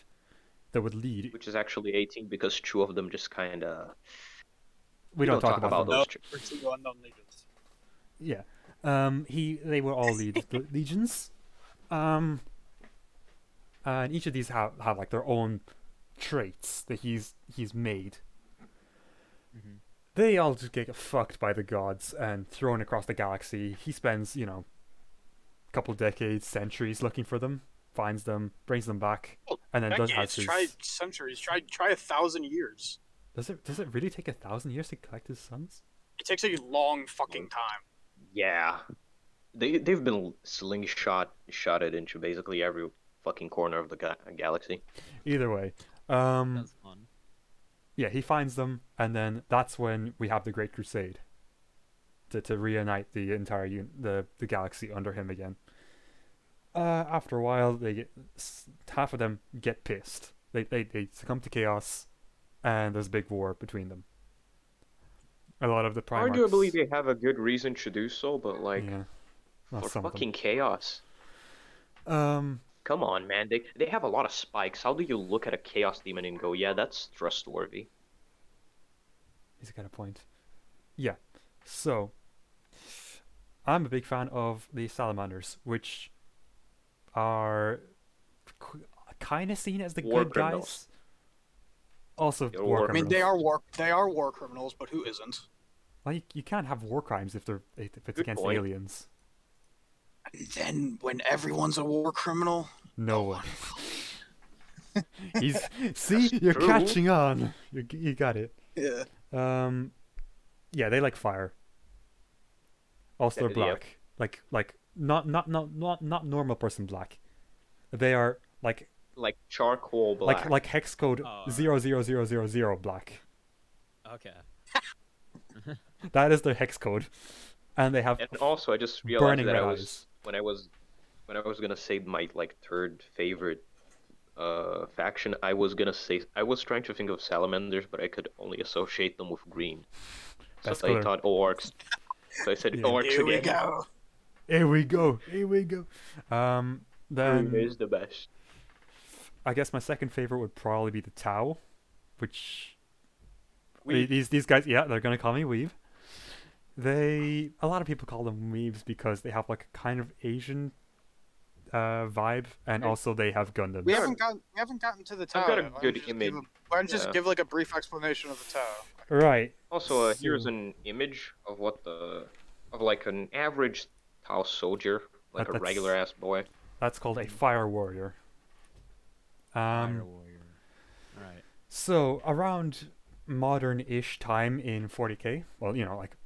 S3: that would lead.
S2: Which is actually 18 because two of them just kind of.
S3: We, don't, talk, about, them.
S1: No,
S2: those two.
S1: for two unknown legions.
S3: Yeah. Um. He. They were all lead, le- legions. Um. And each of these have have like their own traits that he's he's made.
S5: Mm-hmm.
S4: Mhm.
S3: They all just get fucked by the gods and thrown across the galaxy. He spends you know, a couple decades, centuries looking for them, finds them, brings them back,
S5: Well,
S3: and then does have
S5: Decades,
S3: his.
S5: try centuries, try try a thousand years.
S3: Does it does it really take a thousand years to collect his sons?
S5: It takes a long fucking time.
S2: Yeah. They, they've been slingshot shotted into basically every fucking corner of the ga- galaxy.
S3: Either way, um.
S4: That's fun.
S3: yeah, he finds them, and then that's when we have the Great Crusade to, to reunite the entire un- the the galaxy under him again. Uh, after a while, they get, s- half of them get pissed. They, they they succumb to chaos, and there's a big war between them. A lot of the primarchs.
S2: Arguably, they have a good reason to do so, but like,
S3: yeah, well,
S2: for
S3: Mm, some of them.
S2: fucking chaos.
S3: Um,
S2: Come on, man. They they have a lot of spikes. How do you look at a chaos demon and go, yeah, that's trustworthy?
S3: He's got a point. Yeah. So, I'm a big fan of the salamanders, which are kind of seen as the
S2: War
S3: good
S2: criminals.
S3: guys. Also,
S2: They're
S3: war
S2: war
S5: I mean,
S3: criminals.
S5: they are war they are war criminals, but who isn't?
S3: Like you can't have war crimes if they're if it's
S2: Good
S3: against
S2: point.
S3: aliens.
S5: And then when everyone's a war criminal,
S3: No
S2: Oh.
S3: one. He's see,
S2: That's
S3: you're
S2: true.
S3: catching on. You you got it.
S5: yeah.
S3: Um, yeah, they like fire. Also, they're
S2: Yeah, yeah.
S3: black. Like, like not, not, not, not, not normal person black. They are like,
S2: Like charcoal black.
S3: like, like hex code
S4: Oh, alright.
S3: zero zero zero zero zero black.
S4: Okay.
S3: That is their hex code, and they have
S2: And also, I just realized
S3: burning
S2: that
S3: red
S2: I was
S3: eyes.
S2: when I was when I was gonna say my like third favorite uh faction. I was gonna say I was trying to think of salamanders, but I could only associate them with green. So
S3: Best
S2: I
S3: color.
S2: thought orcs. So I said
S3: Yeah.
S2: orcs
S5: Here we
S2: again.
S5: go.
S3: Here we go. Here we go. Um,
S2: Green
S3: then
S2: is the best.
S3: I guess my second favorite would probably be the Tau, which
S2: We-
S3: these these guys, yeah, they're gonna call me Weave. They a lot of people call them Weaves because they have like a kind of Asian uh, vibe, and also they have Gundams.
S5: We haven't gotten we haven't gotten to the tower.
S2: got a
S5: yet. Why don't
S2: good
S5: you just give
S2: image.
S5: a- Why don't you just
S2: Yeah.
S5: give like a brief explanation of the tower?
S3: Right.
S2: Also, uh, here's
S3: So-
S2: an image of what the of like an average Tao soldier, like
S3: That-
S2: a
S3: that's-
S2: regular ass boy.
S3: That's called a Fire Warrior. Um,
S4: Fire warrior. All right.
S3: So around modern-ish time in 40k, well, you know, like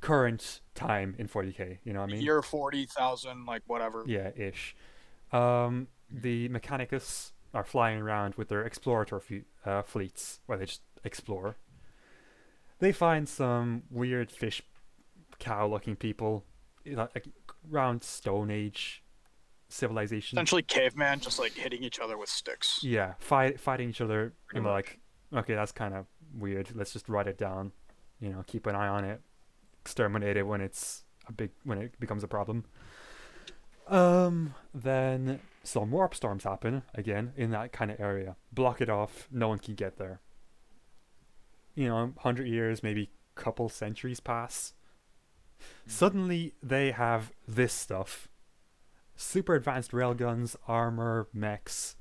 S3: current time in 40k. You know what I mean?
S5: Year forty thousand, like whatever.
S3: Yeah, ish. Um, the Mechanicus are flying around with their explorator fe- uh, fleets, where they just explore. They find some weird fish cow looking people, you know, like around Stone Age civilization.
S5: Essentially, caveman just like hitting each other with sticks.
S3: Yeah, fight, fighting each other.
S2: Pretty
S3: And we're
S2: much.
S3: like, okay, that's kind of weird. Let's just write it down. You know, keep an eye on it. Exterminate it when it's a big when it becomes a problem. Um, then some warp storms happen again in that kind of area. Block it off. No one can get there. You know, hundred years, maybe couple centuries pass.
S2: Hmm.
S3: Suddenly, they have this stuff super advanced railguns, armor, mechs.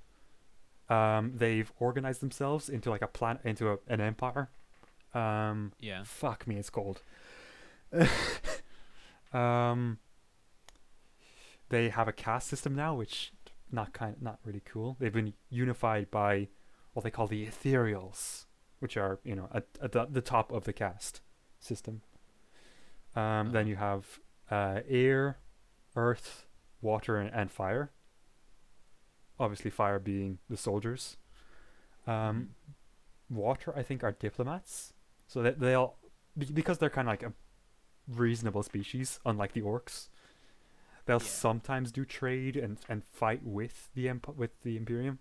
S3: Um, they've organized themselves into like a plan into a, an empire. Um,
S4: Yeah.
S3: Fuck me, it's cold. um, they have a caste system now, which not kind, not really cool. They've been unified by what they call the ethereals, which are you know at, at the, the top of the caste system. Um, Then you have uh, air, earth, water, and, and fire. Obviously, fire being the soldiers. Um, water, I think, are diplomats. So that they'll be- because they're kind of like a reasonable species, unlike the orcs. They'll
S4: Yeah.
S3: sometimes do trade and, and fight with the emp- with the Imperium,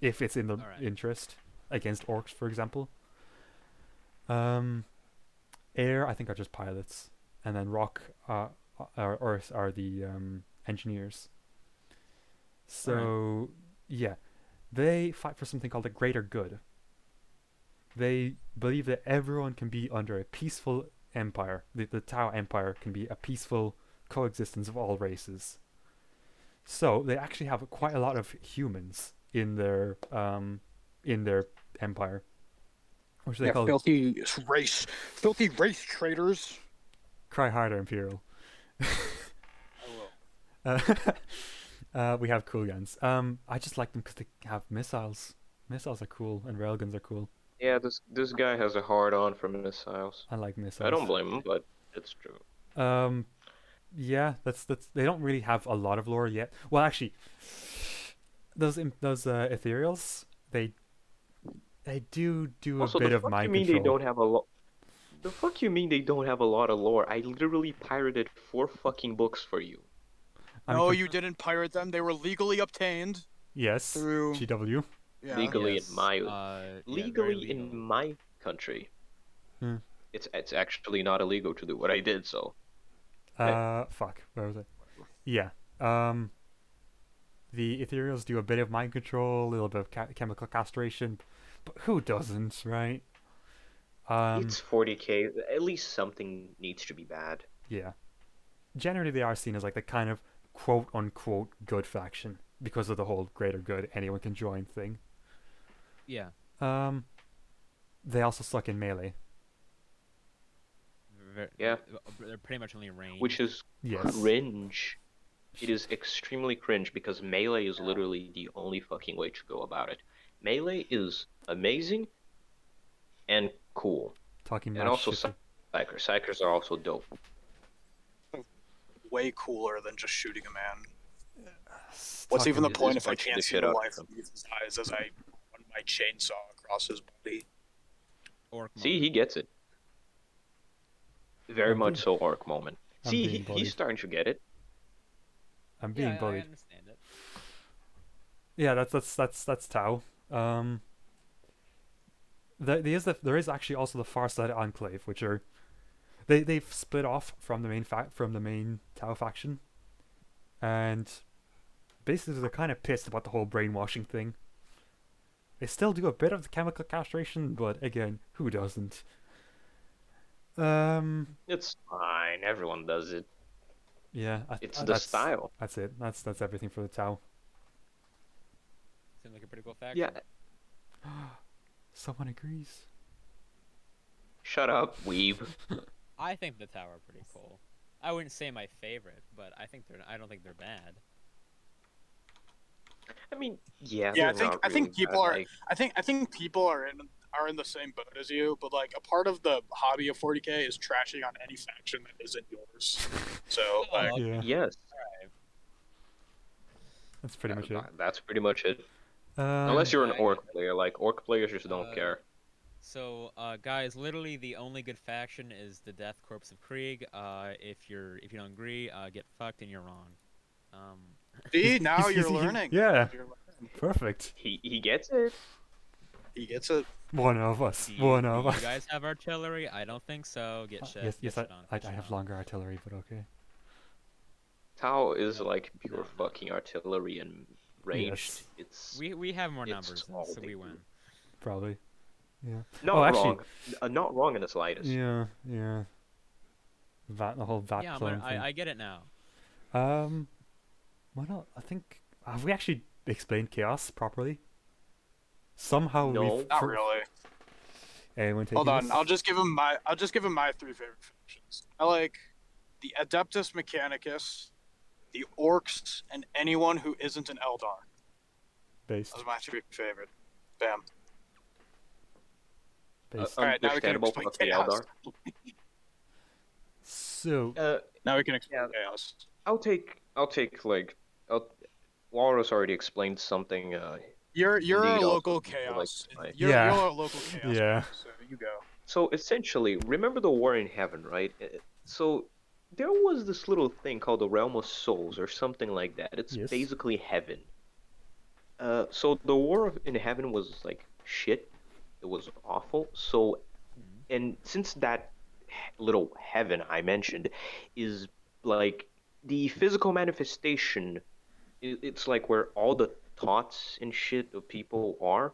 S3: if it's in the
S4: Alright.
S3: interest against orcs, for example. Um, air, I think, are just pilots, and then rock, uh, or earth are the um, engineers. So yeah, they fight for something called the greater good. They believe that everyone can be under a peaceful empire. The, the Tao Empire can be a peaceful coexistence of all races. So they actually have quite a lot of humans in their um, in their empire, which they
S5: Yeah,
S3: call
S5: filthy race, filthy race traitors.
S3: Cry Harder Imperial.
S5: I will.
S3: Uh, uh, we have cool guns. Um, I just like them because they have missiles. Missiles are cool, and railguns are cool.
S2: Yeah, this this guy has a hard on for missiles.
S3: I like missiles.
S2: I don't blame him, but it's true.
S3: Um, yeah, that's that's. They don't really have a lot of lore yet. Well, actually, those im- those uh, ethereals, they they do do a
S2: also,
S3: bit
S2: the
S3: of
S2: fuck
S3: mind
S2: you mean
S3: control.
S2: they don't have a lot? The fuck you mean they don't have a lot of lore? I literally pirated four fucking books for you.
S3: I'm
S1: Oh,
S5: no,
S3: con-
S5: you didn't pirate them. They were legally obtained
S3: yes,
S5: through.
S3: GW.
S5: Yeah.
S2: Legal- Legally in
S4: Yes,
S2: my-
S4: uh, yeah, very
S2: legally
S4: legal.
S2: in my country,
S3: Hmm.
S2: it's it's actually not illegal to do what I did. So Okay.
S3: Uh, fuck. Where was I? Yeah. Um, the ethereals do a bit of mind control, a little bit of ca- chemical castration, but who doesn't, right? Um,
S2: it's 40k. At least something needs to be bad.
S3: yeah. Generally, they are seen as like the kind of quote unquote good faction because of the whole greater good, anyone can join thing.
S4: Yeah.
S3: Um, they also suck in melee.
S4: Ver-
S2: Yeah.
S4: They're pretty much only range.
S2: which is
S3: Yes.
S2: cringe. It is extremely cringe because melee is literally the only fucking way to go about it. Melee is amazing and cool,
S3: Talking
S2: and
S3: about
S2: also
S3: shifty-
S2: psychers. Psychers are also dope.
S5: Way cooler than just shooting a man.
S3: s-
S5: What's even the
S3: talking-
S2: It
S5: point
S2: is
S5: if I
S2: punching
S5: can't
S2: the
S5: see
S2: shit
S5: the
S2: out of
S5: life
S2: him.
S5: beneath his eyes as I run my chainsaw across his body?
S4: orc
S2: See,
S4: monk.
S2: he gets it. Very
S3: I'm
S2: much
S3: being-
S2: so, Orc moment.
S3: I'm
S2: See,
S3: being
S2: he,
S3: bullied.
S2: he's starting to get it.
S3: I'm being
S4: yeah, I
S3: bullied.
S4: understand it.
S3: Yeah, that's that's that's that's Tau. Um, there, there is the, there is actually also the Farside Enclave, which are they they've split off from the main fact from the main Tau faction, and basically they're kind of pissed about the whole brainwashing thing. They still do a bit of the chemical castration, but again, who doesn't? Um,
S2: It's fine. Everyone does it.
S3: yeah, I,
S2: It's the
S3: I- Oh, that's,
S2: style.
S3: That's it. That's that's everything for the Tau.
S4: Seems like a pretty cool fact.
S2: Yeah.
S3: Someone agrees.
S2: Shut up, weeb.
S4: I think the tower are pretty cool. I wouldn't say my favorite, but I think they're. I don't think they're bad.
S2: I mean, yeah.
S5: Yeah, I
S2: they're
S5: think-
S2: not
S5: I think
S2: really
S5: people
S2: bad,
S5: are-
S2: like-
S5: I think I think people are in are in the same boat as you, but like a part of the hobby of 40k is trashing on any faction that isn't yours. So like,
S4: Oh,
S3: Yeah,
S2: yes.
S3: that's pretty much it.
S2: that- That's pretty much it.
S3: Um,
S2: Unless you're an
S4: I-
S2: orc player, like orc players just don't
S4: Uh,
S2: care.
S4: So, uh, guys, literally the only good faction is the Death Corpse of Krieg. Uh, if you're if you don't agree, uh, get fucked and you're wrong. Um,
S5: see, now
S3: he's-
S5: you're
S3: he's-
S5: learning.
S3: yeah.
S5: You're learning.
S3: Perfect.
S2: He he gets it.
S5: He gets it.
S3: One of us.
S4: do you,
S3: One
S4: do
S3: of
S4: you
S3: us.
S4: guys have artillery? I don't think so. Get
S3: Uh,
S4: shit.
S3: yes,
S4: get
S3: yes, I,
S4: shit on,
S3: I,
S4: get
S3: I
S4: shit
S3: have
S4: on.
S3: longer artillery, but okay.
S2: Tau is like pure
S4: No.
S2: fucking artillery and ranged.
S3: Yes.
S2: It's
S4: We we have more
S2: It's
S4: numbers, though,
S2: all
S4: so
S2: they
S4: we
S2: do.
S4: win.
S3: Probably. Yeah.
S2: not
S3: Oh, actually-
S2: wrong. Uh, not wrong in the slightest.
S3: Yeah, yeah. Vat, the whole Vat
S4: yeah, I'm
S3: clone
S4: gonna, I, I get it now.
S3: thing. Um, why not? I think have we actually explained chaos properly? Somehow
S2: No.
S3: we've.
S1: Not
S3: pro-
S1: really.
S3: Anyone
S1: Hold
S3: taking
S1: on,
S3: this?
S1: I'll just give him my I'll just give him my three favorite factions. I like the Adeptus Mechanicus, the Orcs, and anyone who isn't an Eldar.
S3: based.
S1: Those are my three favorite. Bam.
S3: based.
S2: uh,
S1: All right, now we can
S2: Understandable,
S1: explain
S2: but the
S1: chaos.
S3: so
S2: Uh,
S1: Now we can explain chaos.
S2: I'll take I'll take like I'll, Laura's already explained something. Uh,
S1: You're you're
S2: Indeed,
S1: a
S2: also
S1: local
S2: people like
S1: chaos.
S2: to play.
S1: You're,
S3: Yeah.
S1: you're a local chaos.
S3: Yeah.
S1: player, So you go.
S2: so essentially, remember the war in heaven, right? Uh, So there was this little thing called the realm of souls or something like that. It's
S3: Yes.
S2: basically heaven. Uh, so the war of- in heaven was like shit. It was awful. So,
S4: Hmm.
S2: and since that he- little heaven I mentioned is like the physical manifestation, i- it's like where all the thoughts and shit of people are.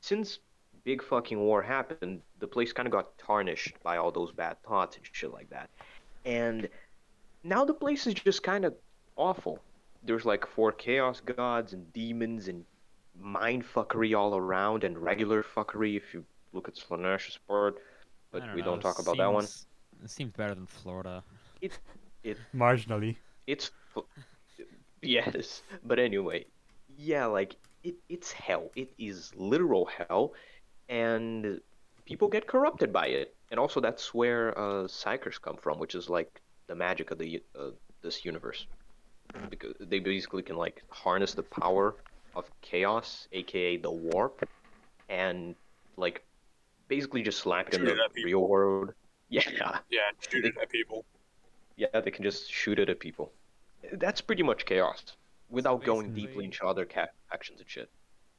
S2: Since big fucking war happened, the place kind of got tarnished by all those bad thoughts and shit like that. And now the place is just kind of awful. There's like four chaos gods and demons and mind fuckery all around and regular fuckery if you look at Slanash's part.
S4: I
S2: But we
S4: know,
S2: don't
S4: it
S2: talk about that one.
S4: seems- It seems better than Florida.
S3: marginally,
S2: It's fu- yes, but anyway, yeah, like it, it's hell. It is literal hell, and people get corrupted by it. And also, that's where uh, psychers come from, which is like the magic of the uh, this universe, because they basically can like harness the power of chaos, aka the warp, and like basically just slap it in
S1: Shoot
S2: the
S1: it at people.
S2: real world. Yeah.
S1: Yeah, shoot it at people.
S2: Yeah, they can just shoot it at people. That's pretty much chaos, without going deeply
S4: basically-
S2: into other ca- actions and shit.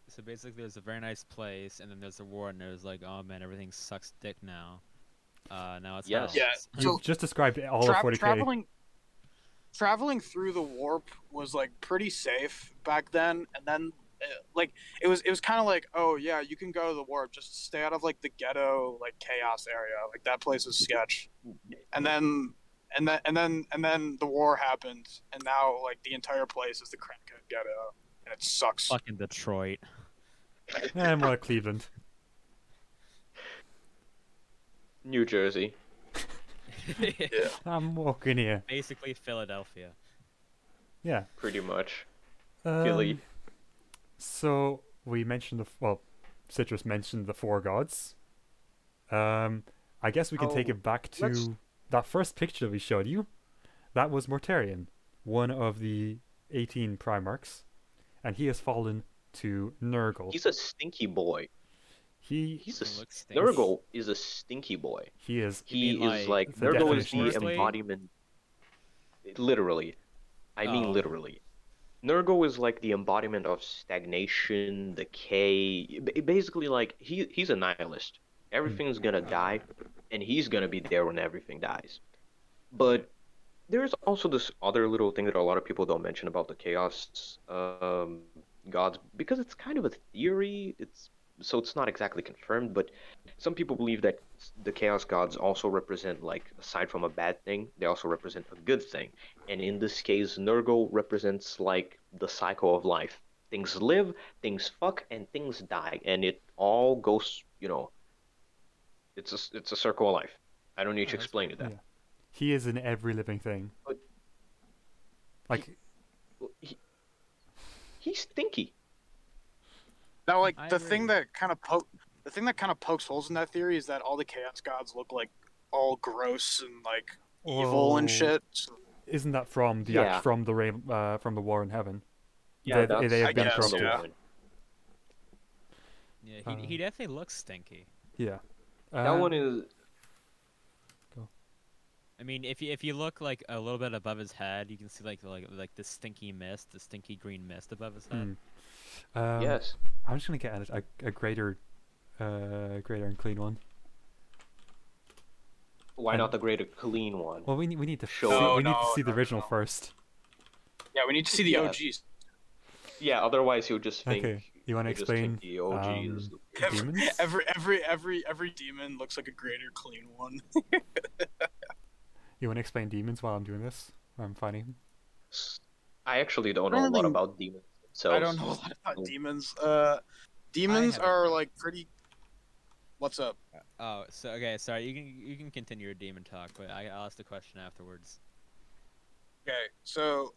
S4: So basically, there's a very nice place, and then there's a war, and there's like, oh man, everything sucks dick now. Uh, now it's
S2: Yes.
S1: Yeah.
S4: hell.
S3: you've
S1: So
S3: just described all
S1: tra-
S3: of 40k.
S1: traveling traveling through the warp was like pretty safe back then, and then uh, like it was it was kind of like oh yeah you can go to the warp just stay out of like the ghetto like chaos area like that place is sketch, and then. And then, and then, and then the war happened, and now like the entire place is the crackhead ghetto, and it sucks.
S4: Fucking Detroit.
S3: Eh, more like Cleveland.
S2: New Jersey.
S3: I'm walking here.
S4: basically, Philadelphia.
S3: Yeah.
S2: Pretty much.
S3: Um,
S2: Philly.
S3: So we mentioned the f- well, Citrus mentioned the four gods. Um, I guess we can take
S2: Oh,
S3: it back to
S2: let's-
S3: that first picture we showed you. That was Mortarion, one of the eighteen Primarchs, and he has fallen to Nurgle.
S2: He's a stinky boy.
S3: he
S2: He's a
S4: He looks
S2: s-
S4: stinky.
S2: Nurgle is a stinky boy.
S3: he is
S2: He
S4: mean,
S2: is
S4: like,
S2: like
S3: the
S2: Nurgle is the
S3: definition
S4: of-
S2: embodiment. Literally, I mean
S4: Oh.
S2: literally. Nurgle is like the embodiment of stagnation, decay. ba- Basically, like he he's a nihilist. Everything's gonna die, and he's gonna be there when everything dies. But there's also this other little thing that a lot of people don't mention about the chaos um, gods because it's kind of a theory. It's so it's not exactly confirmed, but some people believe that the chaos gods also represent like aside from a bad thing, they also represent a good thing. And in this case, Nurgle represents like the cycle of life. Things live, things fuck, and things die, and it all goes. You know, it's a it's a circle of life. I don't need to
S4: that's
S2: explain it that.
S3: Uh, yeah. He is in every living thing.
S2: But-
S3: Like
S2: he, he's stinky.
S1: Now, like
S4: I
S1: the
S4: agree.
S1: thing that kind of poke, the thing that kind of pokes holes in that theory is that all the chaos gods look like all gross and like evil and
S3: Oh.
S1: shit. So,
S3: isn't that from the
S2: Yeah.
S3: act from the rain, uh, from the War in Heaven? Yeah, they, they
S1: I
S3: have been
S1: guess,
S3: corrupted.
S1: yeah.
S4: Yeah, he, he definitely looks stinky.
S3: Yeah.
S2: That
S3: Uh,
S2: one is
S4: I mean, if you if you look like a little bit above his head, you can see like like like the stinky mist, the stinky green mist above his head.
S3: Hmm. um,
S2: yes.
S3: I'm just gonna get a, a, a greater, uh, greater and clean one.
S2: Why not the greater clean one?
S3: uh, Well, we need we need to
S2: Sure.
S3: see,
S1: No,
S3: we need to
S1: no,
S3: see the
S1: no,
S3: original
S1: no.
S3: first.
S1: yeah, we need to see the
S2: Yeah.
S1: OGs.
S2: Yeah, otherwise you'll just think.
S3: Okay, you wanna
S2: you'll just think
S3: explain,
S2: The OG is
S3: um,
S2: the-
S1: Every,
S3: Demons?
S1: every every every every demon looks like a greater clean one.
S3: You want to explain demons while I'm doing this? I'm fighting.
S2: S- I actually don't know a lot
S1: Really?
S2: about demons themselves.
S1: I don't know a lot about
S2: Nope.
S1: demons. Uh, demons
S4: haven't.
S1: are like pretty. What's up?
S4: Oh, so okay, sorry. You can you can continue your demon talk, but I, I'll ask the question afterwards.
S1: Okay, so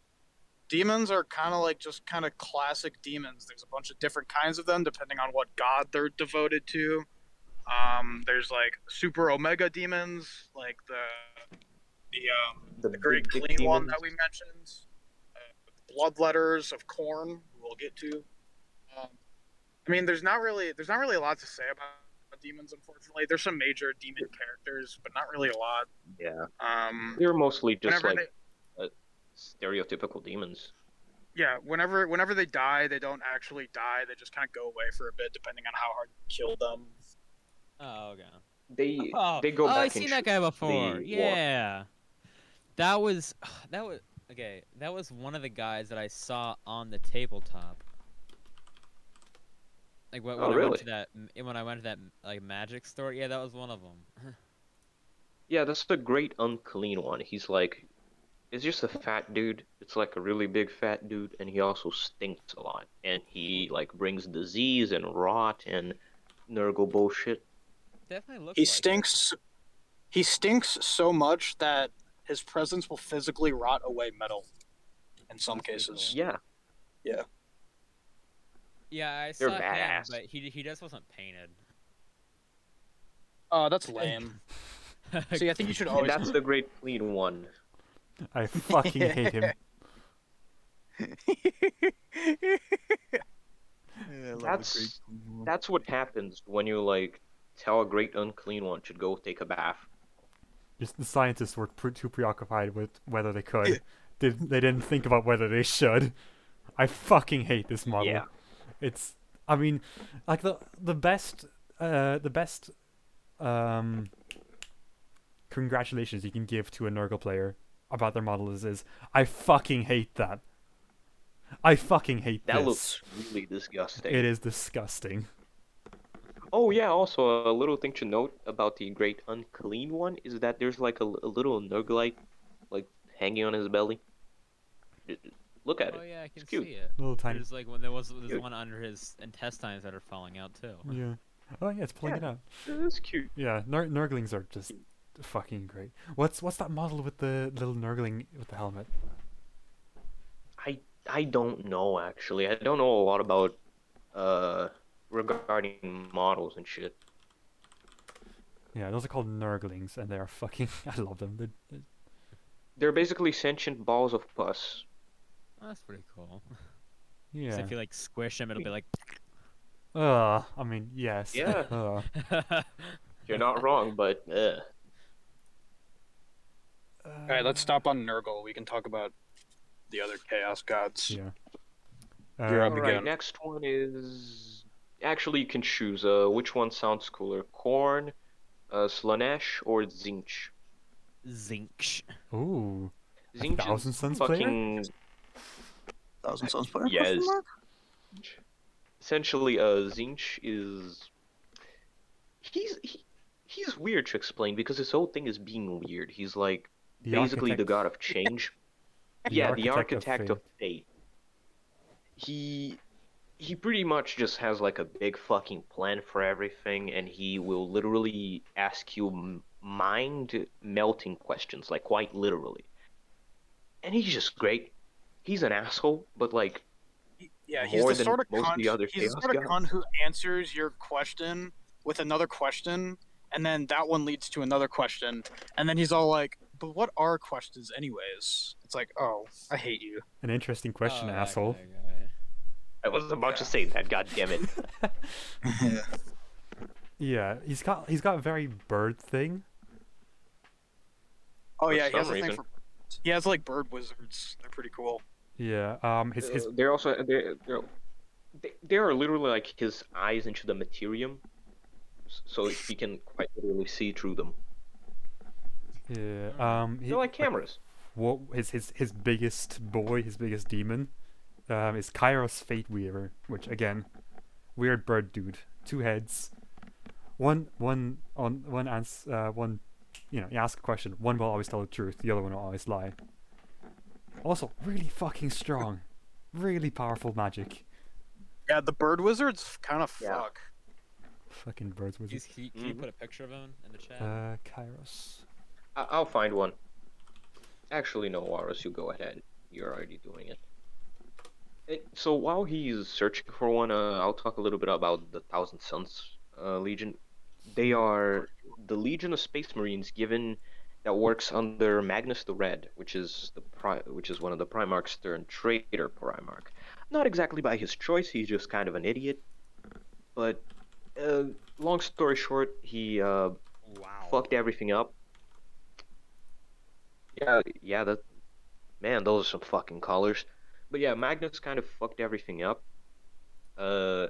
S1: demons are kind of like just kind of classic demons. There's a bunch of different kinds of them depending on what god they're devoted to. Um, there's like super omega demons, like the the um,
S2: The,
S1: the great
S2: big,
S1: clean
S2: big
S1: one
S2: demons-
S1: that we mentioned, uh, blood letters of corn. We'll get to. Um, I mean, there's not really there's not really a lot to say about demons. Unfortunately, there's some major demon characters, but not really a lot.
S2: Yeah,
S1: Um,
S2: they're mostly just
S1: whenever
S2: like
S1: they-
S2: stereotypical demons.
S1: yeah whenever whenever they die they don't actually die they just kind of go away for a bit depending on how hard you kill them
S4: Oh, okay.
S2: They
S1: Uh-huh.
S4: Oh,
S2: they go
S4: oh,
S2: back
S4: I've
S2: and
S4: seen
S2: sh-
S4: that guy before.
S2: war.
S4: Yeah, that was that was okay. That was one of the guys that I saw on the tabletop. Like when,
S2: Oh,
S4: when I went
S2: really?
S4: to that m- when I went to that like magic store. Yeah, that was one of them.
S2: Yeah, that's the great unclean one. He's like, it's just a fat dude. It's like a really big fat dude, and he also stinks a lot. And he like brings disease and rot and Nurgle bullshit.
S4: Definitely looks.
S1: he
S4: like it.
S1: stinks he stinks so much that his presence will physically rot away metal in some
S4: That's pretty
S1: cases
S4: cool.
S2: Yeah,
S4: Yeah, I
S2: They're
S4: saw him,
S2: badass.
S4: but he he just wasn't painted.
S1: oh that's lame see i think you should
S2: and
S1: always
S2: that's the great clean one.
S3: I fucking hate him.
S2: That's that's what happens when you like tell a great unclean one should go take a bath.
S3: Just the scientists were pre- too preoccupied with whether they could. they, they didn't think about whether they should. I fucking hate this model.
S2: Yeah.
S3: It's I mean, like the the best uh the best um congratulations you can give to a Nurgle player about their model is, is I fucking hate that. I fucking hate
S2: That
S3: this.
S2: looks really disgusting.
S3: It is disgusting.
S2: Oh yeah, also a little thing to note about the great unclean one is that there's like a, a little nurglite like hanging on his belly. It- it- Look at
S4: oh
S2: it.
S4: yeah, I can
S2: cute.
S4: see it.
S3: Little tiny
S4: There's like when there was there's
S2: Cute.
S4: one under his intestines that are falling out too.
S3: Yeah. Oh yeah, it's pulling it out.
S2: It's cute.
S3: Yeah, nur- Nurglings are just fucking great. What's what's that model with the little Nurgling with the helmet?
S2: I I don't know actually. I don't know a lot about uh regarding models and shit.
S3: Yeah, those are called Nurglings, and they are fucking. I love them. They're, they're-
S2: They're basically sentient balls of pus.
S4: Oh, that's pretty cool. 'Cause
S3: yeah.
S4: If you like squish him, it'll be like.
S3: Ugh. I mean, yes.
S2: Yeah.
S3: Ugh.
S2: You're not wrong, but uh,
S1: all
S3: Uh,
S1: right let's stop on nurgle we can talk about the other chaos gods
S3: Yeah.
S1: You're
S3: Uh,
S1: up.
S2: Alright,
S1: again.
S2: next one is actually you can choose uh which one sounds cooler, corn, uh Slanesh or Zinch.
S4: Zinch.
S3: Uh, Ooh. A
S2: Zinch is
S3: Thousand Suns player.
S2: fucking
S1: thousand sons player
S2: Yes. question mark? essentially uh Zinch is he's he, he's weird to explain because his whole thing is being weird. He's like
S3: The
S2: basically the
S3: architect-
S2: god of change.
S3: the
S2: yeah, the
S3: architect
S2: architect
S3: of
S2: of fate. He he pretty much just has like a big fucking plan for everything and he will literally ask you m- mind melting questions like quite literally. And he's just great. He's an asshole, but like
S1: yeah he's
S2: More
S1: the
S2: than
S1: sort of
S2: most of
S1: cunt,
S2: the other
S1: he's the
S2: chaos
S1: sort of
S2: gods.
S1: cunt who answers your question with another question and then that one leads to another question and then he's all like but what are questions anyways it's like oh i hate you
S3: An interesting question,
S4: Oh, that
S3: asshole.
S4: guy, guy.
S2: I was about to say that, god damn it.
S3: Yeah, he's got he's got a very bird thing.
S1: oh
S2: For
S1: yeah he has,
S2: some
S1: a thing for,
S2: reason.
S1: he has like bird wizards they're pretty cool
S3: Yeah. Um. His his
S2: Uh, they're also they're, they're they, they are literally like his eyes into the materium, s- so he can quite literally see through them.
S3: yeah. Um. He,
S2: They're like cameras.
S3: what his his his biggest boy, his biggest demon, um, is Kairos Fate Weaver, which again, weird bird dude, two heads, one one on one ans uh, one you know, you ask a question, one will always tell the truth, the other one will always lie. Also, really fucking strong, really powerful magic.
S1: Yeah, the bird wizard's kind of
S2: Yeah.
S1: fuck.
S3: Fucking birds
S4: Please,
S3: wizard.
S4: can you, can you
S2: Mhm.
S4: put a picture of him in the chat?
S3: Uh, Kairos.
S2: I- I'll find one. Actually, no, Warus, you go ahead. You're already doing it. Eh, So while he's searching for one, uh, I'll talk a little bit about the Thousand Suns uh, Legion. They are the Legion of Space Marines, given that works under Magnus the Red, which is the pri- which is one of the Primarchs turned traitor Primarch. Not exactly by his choice; he's just kind of an idiot. But uh, long story short, he uh,
S4: wow.
S2: fucked everything up. Yeah, yeah, that man, those are some fucking colors. But yeah, Magnus kind of fucked everything up. Uh,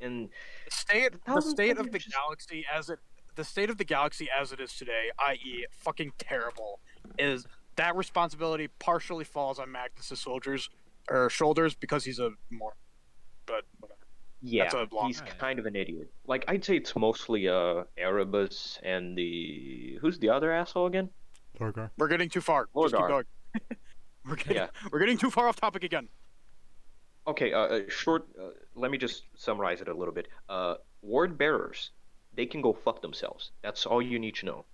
S2: and
S1: The state, the
S2: Thousand
S1: state of
S2: Suns
S1: the
S2: is just-
S1: galaxy as it, the state of the galaxy as it is today, i.e., fucking terrible, is that responsibility partially falls on Magnus's soldiers or shoulders because he's a more, but whatever.
S2: yeah,
S1: a long-
S2: he's
S4: Alright.
S2: kind of an idiot. Like I'd say it's mostly uh Erebus and the who's the other asshole again?
S3: Lorgar.
S1: we're getting too far. Just keep
S2: Lorgar.
S1: going. we're getting,
S2: Yeah.
S1: we're getting too far off topic again.
S2: Okay, uh, uh, short. Uh, let me just summarize it a little bit. Uh, word bearers, they can go fuck themselves. That's all you need to know.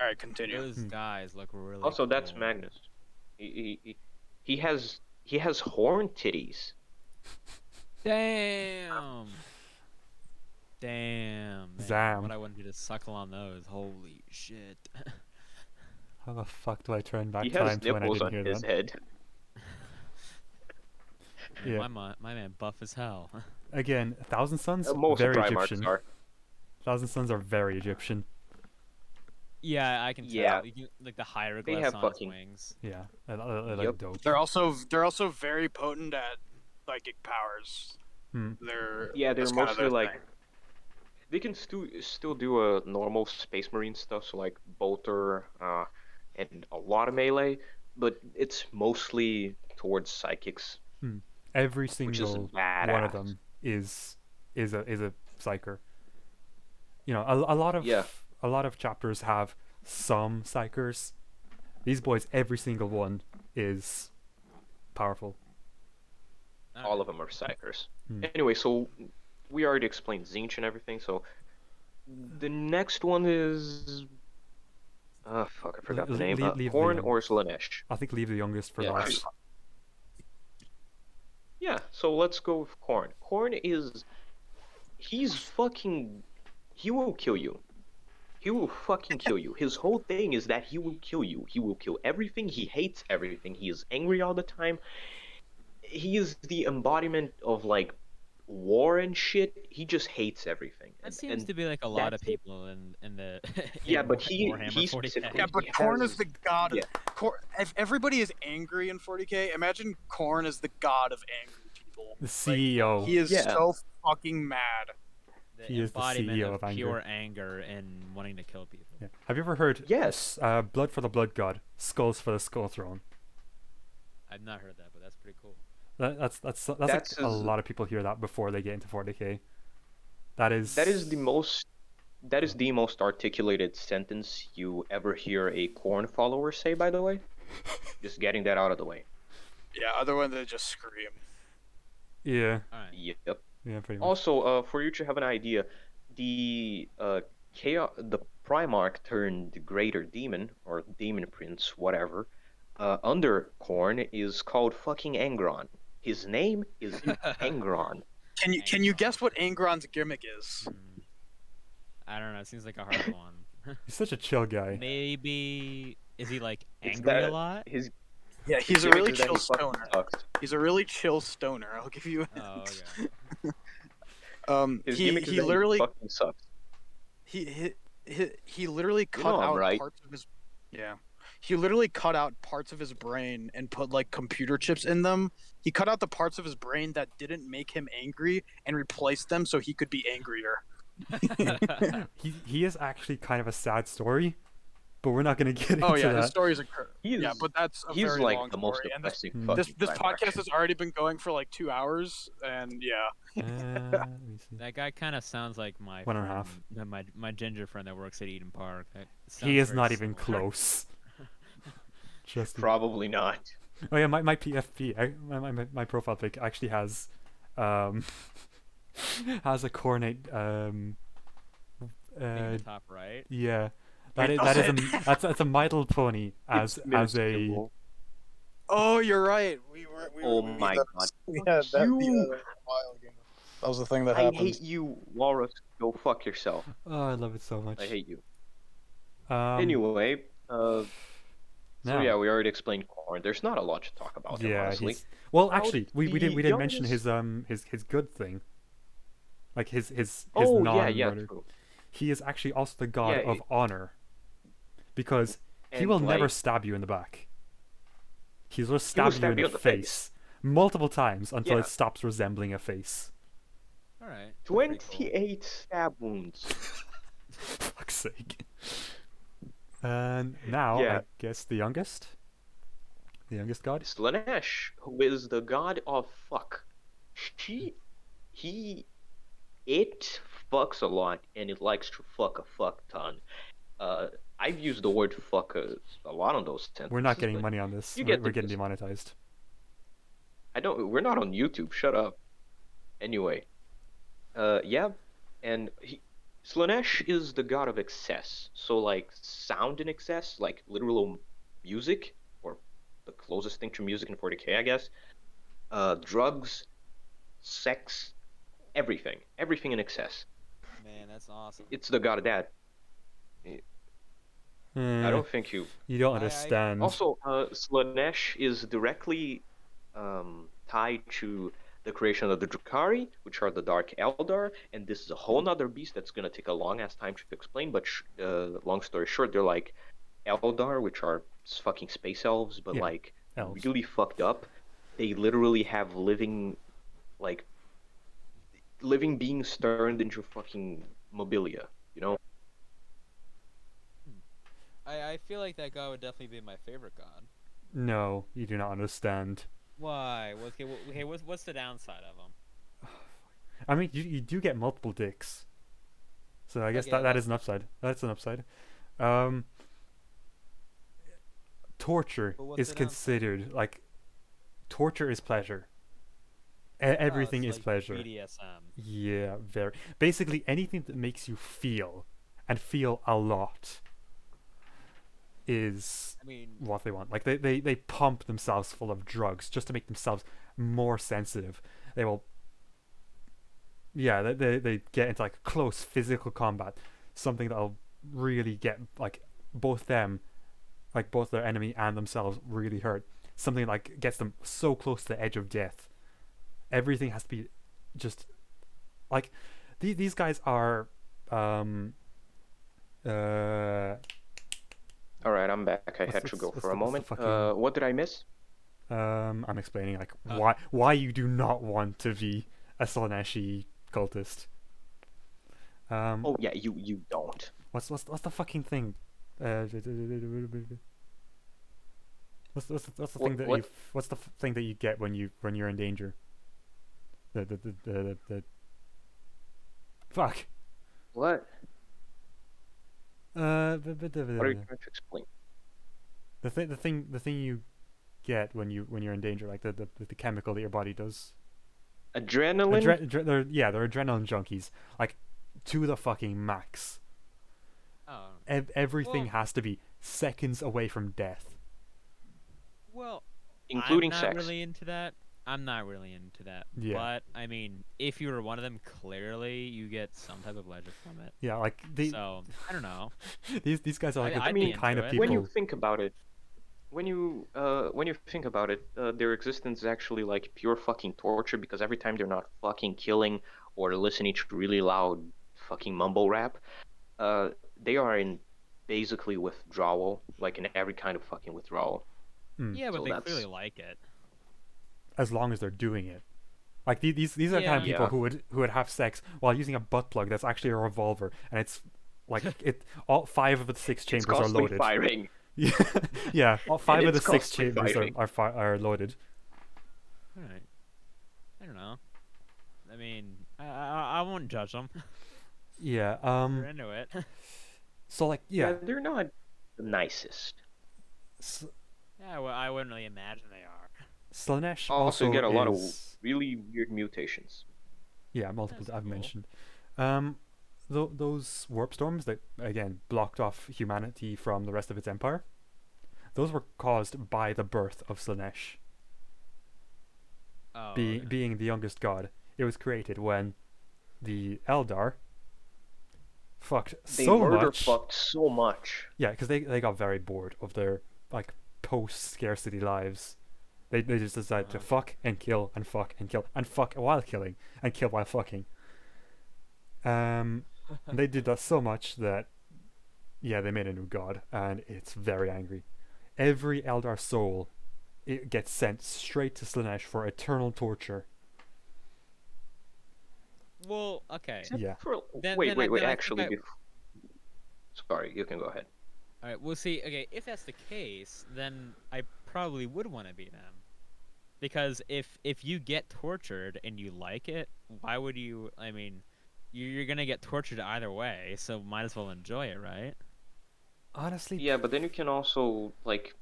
S1: All right, continue.
S4: Those
S3: Hmm.
S4: guys look really.
S2: Also, that's
S4: cool.
S2: Magnus. He, he, he has he has horn titties.
S4: Damn. Damn. Man.
S3: Zam.
S4: What I wouldn't do to suckle on those. Holy shit.
S3: How the fuck do I turn back
S2: he
S3: time
S2: has
S3: to when I
S2: nipples
S3: didn't
S2: on
S3: hear
S2: his
S3: that?
S2: head.
S4: Man,
S3: Yeah.
S4: My, mon- my man buff as hell.
S3: Again, Thousand Suns,
S2: Uh, most
S3: very
S2: Primarchs
S3: Egyptian.
S2: are.
S3: Thousand Suns are very Egyptian.
S4: yeah, I can tell.
S2: Yeah.
S4: You can- like the hieroglyphs
S2: have
S4: on
S2: fucking-
S4: his wings.
S3: Yeah, I, I, I like
S2: Yep.
S3: dope.
S1: They're also they're also very potent at psychic powers.
S3: Hmm.
S1: They're
S2: Yeah, they're
S1: that's kinda
S2: mostly
S1: their
S2: like.
S1: thing.
S2: They can still still do a normal Space Marine stuff, so like bolter, uh, and a lot of melee, but it's mostly towards psychics,
S3: Every
S2: which is
S3: single
S2: badass.
S3: one of them is is a is a psyker. You know, a, a lot of
S2: Yeah.
S3: a lot of chapters have some psychers. These boys, every single one is powerful.
S2: all of them are psychers.
S3: Hmm.
S2: Anyway, so we already explained Zinch and everything. So the next one is, uh, fuck, I forgot
S3: Le-
S2: the name.
S3: le-
S2: uh,
S3: leave the,
S2: Horn
S3: um,
S2: or Slanesh.
S3: I think leave the youngest for
S2: Yeah.
S3: last.
S2: Yeah. So let's go with Corn. Corn is, he's fucking, he will kill you. He will fucking kill you. His whole thing is that he will kill you. He will kill everything. He hates everything. He is angry all the time. He is the embodiment of like war and shit. He just hates everything.
S4: That
S2: And-
S4: seems
S2: and
S4: to be like a lot of
S2: that's it.
S4: people in in the.
S2: Yeah,
S4: in
S2: but he-
S4: Warhammer
S2: he
S4: 40K.
S2: specifically-
S1: Yeah, but
S2: He
S1: Korn
S2: has-
S1: is the god.
S2: yeah.
S1: Of, Kor- if everybody is angry in 40k, imagine Korn is the god of angry people.
S3: The E CEO.
S1: He is
S2: Yeah.
S1: so fucking mad.
S4: The
S3: He is the
S4: embodiment
S3: CEO
S4: of,
S3: of anger.
S4: pure anger and wanting to kill people.
S3: Yeah. Have you ever heard?
S2: Yes.
S3: Uh, blood for the blood god, skulls for the skull throne.
S4: I've not heard that, but that's pretty cool.
S3: That, that's that's that's, like,
S2: That's
S3: a
S2: his-
S3: lot of people hear that before they get into 40k. That is
S2: That is the most that is the most articulated sentence you ever hear a corn follower say by the way. Just getting that out of the way.
S1: Yeah, other one they just scream.
S3: yeah
S4: All right.
S2: Yep.
S3: yeah pretty much.
S2: Also, uh, for you to have an idea, the uh chaos, the Primarch turned greater demon or demon prince, whatever, uh, under Corn is called fucking Angron. His name is Angron.
S1: Can you can you guess what Angron's gimmick is?
S4: Hmm. I don't know. It seems like a hard one.
S3: He's such a chill guy.
S4: Maybe is he like
S2: It's
S4: angry a
S2: that-
S4: lot?
S2: His
S1: Yeah, he's a
S2: gimmick
S1: really
S2: is that he
S1: chill
S2: fucking
S1: stoner.
S2: sucks.
S1: He's a really chill stoner. I'll give you. a
S4: Oh,
S1: hint.
S4: okay.
S1: Um,
S2: His
S1: he
S2: gimmick is
S1: he
S2: that he
S1: literally
S2: fucking sucks.
S1: he he, he, he literally cut
S2: know I'm
S1: out
S2: right.
S1: parts of his yeah he literally cut out parts of his brain and put like computer chips in them he cut out the parts of his brain that didn't make him angry and replaced them so he could be angrier
S3: he he is actually kind of a sad story, but we're not going to get into
S5: Oh yeah, his
S3: that.
S5: story's incredible.
S2: He's,
S5: Yeah, but that's a
S2: he's
S5: very
S2: like
S5: long
S2: the most
S5: story. And this
S2: depressing
S3: Hmm.
S2: fucking
S5: this, this
S2: live
S5: podcast
S2: action.
S5: has already been going for like two hours, and yeah,
S3: Uh, let me see.
S4: That guy kind of sounds like my
S3: One and a half.
S4: friend- no, My my ginger friend that works at Eden Park. That
S3: He
S4: sounds
S3: is
S4: very
S3: not even
S4: similar.
S3: close. Just
S2: Probably not.
S3: oh yeah, my my PFP, I, my, my- my my profile pic actually has, um, has a coronate. Um,
S4: Maybe
S3: uh,
S4: the top right.
S3: yeah, that
S5: It
S3: is that is a
S5: does it.
S3: that's that's a middle pony as as a
S2: Minuscule.
S5: Oh, you're right. We were. We
S2: Oh
S5: were,
S2: my
S5: we,
S2: god.
S5: Yeah, that,
S2: You-
S5: while ago. that was the thing that
S2: I
S5: happened.
S2: hate you, Walrus. Go fuck yourself.
S3: Oh, I love it so much.
S2: I hate you.
S3: Um,
S2: anyway, uh,
S3: now-
S2: so yeah, we already explained Corn. There's not a lot to talk about. him,
S3: yeah,
S2: honestly.
S3: he's- Well,
S2: How
S3: actually, we, we didn't we didn't mention
S2: youngest-
S3: his um his his good thing. Like his his his
S2: oh yeah,
S3: non-murder.
S2: yeah, true.
S3: He is actually also the god
S2: Yeah,
S3: of
S2: it-
S3: honor, because he
S2: And,
S3: will never
S2: like-
S3: stab you in the back. He's will stab you
S2: stab
S3: in
S2: you
S3: the,
S2: in the face.
S3: face, multiple times until
S2: Yeah.
S3: it stops resembling a face.
S4: All right. that's pretty cool.
S2: Twenty-eight stab wounds.
S3: Fuck's sake. And now I
S2: Yeah.
S3: guess the youngest, the youngest god.
S2: It's Lanesh, who is the god of fuck. She, he, it fucks a lot, and it likes to fuck a fuck ton. Uh, I've used the word fuck a, a lot on those sentences.
S3: We're not getting
S2: but
S3: money on this.
S2: you
S3: we're,
S2: get
S3: we're
S2: the
S3: getting
S2: gist.
S3: demonetized.
S2: I don't. We're not on YouTube. Shut up. Anyway, uh, yeah, and he, Slanesh is the god of excess. So like sound in excess, like literal music, or the closest thing to music in 40k, I guess. Uh, drugs, sex, everything, everything in excess.
S4: Man, that's awesome.
S2: It's the god of that. I
S3: Eh,
S2: don't think you
S3: you don't
S4: I- I-
S3: understand.
S2: Also, uh, Slanesh is directly um, tied to the creation of the Drukhari, which are the Dark Eldar, and this is a whole nother beast that's going to take a long ass time to explain. But sh- uh, long story short, they're like Eldar, which are s- fucking space elves, but
S3: Yeah,
S2: like
S3: elves.
S2: really fucked up. They literally have living, like, living beings turned into fucking mobilia. You know,
S4: I, I feel like that guy would definitely be my favorite god.
S3: No, you do not understand.
S4: Why? What- Okay, wh- okay what's, what's the downside of him?
S3: I mean, you, you do get multiple dicks, so I guess
S4: Okay,
S3: that, that
S4: that's-
S3: is an upside. That's an upside. Um, torture
S4: But what's
S3: is
S4: the downside?
S3: considered like torture is pleasure. E- everything
S4: Oh,
S3: is
S4: it's like
S3: pleasure.
S4: BDSM.
S3: Yeah, very. Basically, anything that makes you feel, and feel a lot, is
S4: I mean,
S3: what they want. Like they, they, they pump themselves full of drugs just to make themselves more sensitive. They will Yeah, they they, they get into like close physical combat. Something that'll really get like both them like both their enemy and themselves really hurt. Something like gets them so close to the edge of death. Everything has to be just like these these guys are um uh
S2: all right, I'm back. I
S3: What's-
S2: had to
S3: what's-
S2: go
S3: what's
S2: for a
S3: the- what's the
S2: moment.
S3: fucking-
S2: Uh, what did I miss?
S3: Um, I'm explaining like
S4: Uh,
S3: why why you do not want to be a Slaneshi cultist. Um,
S2: Oh yeah, you you don't.
S3: what's what's what's the fucking thing? Uh, what's what's the- what's the
S2: What-
S3: thing that
S2: what?
S3: you what's the f- thing that you get when you when you're in danger? The the the the, the, the... fuck.
S2: What?
S3: Uh, the, the, the,
S2: What are you
S3: the,
S2: trying to explain?
S3: the thing the thing the thing you get when you when you're in danger, like the the, the chemical that your body does.
S2: Adrenaline?
S3: Adre- adre- they're, yeah, they're adrenaline junkies, like to the fucking max.
S4: oh,
S3: Ev- everything
S4: Well-
S3: has to be seconds away from death.
S4: well,
S2: including
S4: I'm not
S2: sex.
S4: really into that. I'm not really into that.
S3: Yeah.
S4: But I mean, if you were one of them, clearly you get some type of pleasure from it.
S3: Yeah, like the,
S4: So I don't know.
S3: these these guys are like
S4: I-
S3: the
S4: I'd be
S3: the kind
S4: into
S3: of
S4: it.
S3: people.
S2: When you think about it, when you uh, when you think about it, uh, their existence is actually like pure fucking torture because every time they're not fucking killing or listening to really loud fucking mumble rap, uh, they are in basically withdrawal, like in every kind of fucking withdrawal.
S3: Mm.
S4: Yeah, but
S2: So
S4: they
S2: that's-
S4: clearly like it.
S3: As long as they're doing it, like the- these these are the kind of
S4: Yeah.
S3: people
S2: Yeah.
S3: who would who would have sex while using a butt plug that's actually a revolver and it's Like it, all five of the six
S2: It's
S3: chambers are
S2: costly
S3: loaded.
S2: firing.
S3: Yeah, yeah. All five of
S2: it's
S3: the six
S2: costly
S3: chambers are
S2: firing.
S3: are, fi- are loaded.
S4: All right. I don't know. I mean, I I, I won't judge them.
S3: Yeah.
S4: We're
S3: Um.
S4: into it.
S3: So like yeah.
S2: they're not the nicest.
S3: S-
S4: yeah, well, I wouldn't really imagine they are.
S3: Slanesh
S2: Also,
S3: also
S2: you get a lot of
S3: is-
S2: really weird mutations.
S3: Yeah, multiple
S4: That's
S3: that I've
S4: cool.
S3: mentioned. Um, th- those warp storms that again blocked off humanity from the rest of its empire. Those were caused by the birth of Slanesh,
S4: Oh,
S3: being
S4: okay.
S3: being the youngest god. It was created when the Eldar fucked
S2: They
S3: so
S2: murder
S3: much.
S2: fucked so much.
S3: Yeah, because they, they got very bored of their like post scarcity lives. They they just decided to
S4: Uh-huh.
S3: fuck and kill and fuck and kill and fuck while killing and kill while fucking. Um, and they did that so much that yeah, they made a new god and it's very angry. Every Eldar soul, it gets sent straight to Slanesh for eternal torture.
S4: well, okay.
S2: Except
S3: Yeah.
S2: for-
S4: Then-
S2: wait,
S4: then I-
S2: wait, wait.
S4: then I think
S2: Actually,
S4: I-
S2: if- sorry, you can go ahead.
S4: All right. Well, see, okay, if that's the case, then I probably would want to be them, because if if you get tortured and you like it, why would you? I mean, you- you're gonna get tortured either way, so might as well enjoy it, right?
S3: Honestly,
S2: Yeah, but then you can also like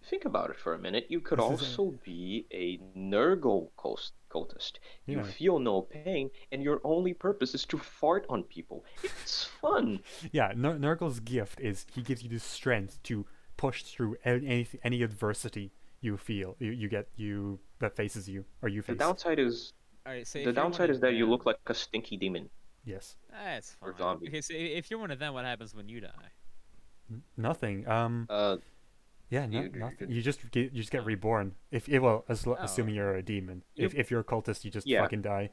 S2: think about it for a minute. You could
S3: This is a-
S2: also be a Nurgle cult- cultist. You
S3: yeah,
S2: feel no pain, and your only purpose is to fart on people. It's fun.
S3: yeah. Nur- Nurgle's gift is he gives you the strength to push through any any, any adversity you feel you, you get you that faces you or you
S2: the
S3: face.
S2: downside is
S4: All right. So if
S2: the
S4: you're one
S2: downside
S4: of
S2: is that you
S4: them- Ah,
S2: look like a stinky demon.
S3: Yes,
S4: That's fine.
S2: or zombie.
S4: Okay, so i- if you're one of them, what happens when you die?
S3: N- nothing. Um,
S2: Uh,
S3: yeah, no,
S2: you-
S3: nothing. You just get you just get reborn. If it, well, as, lo-
S4: Oh.
S3: assuming you're a demon.
S2: Oh. You-
S3: If if you're a cultist, you just
S2: Yeah.
S3: fucking die.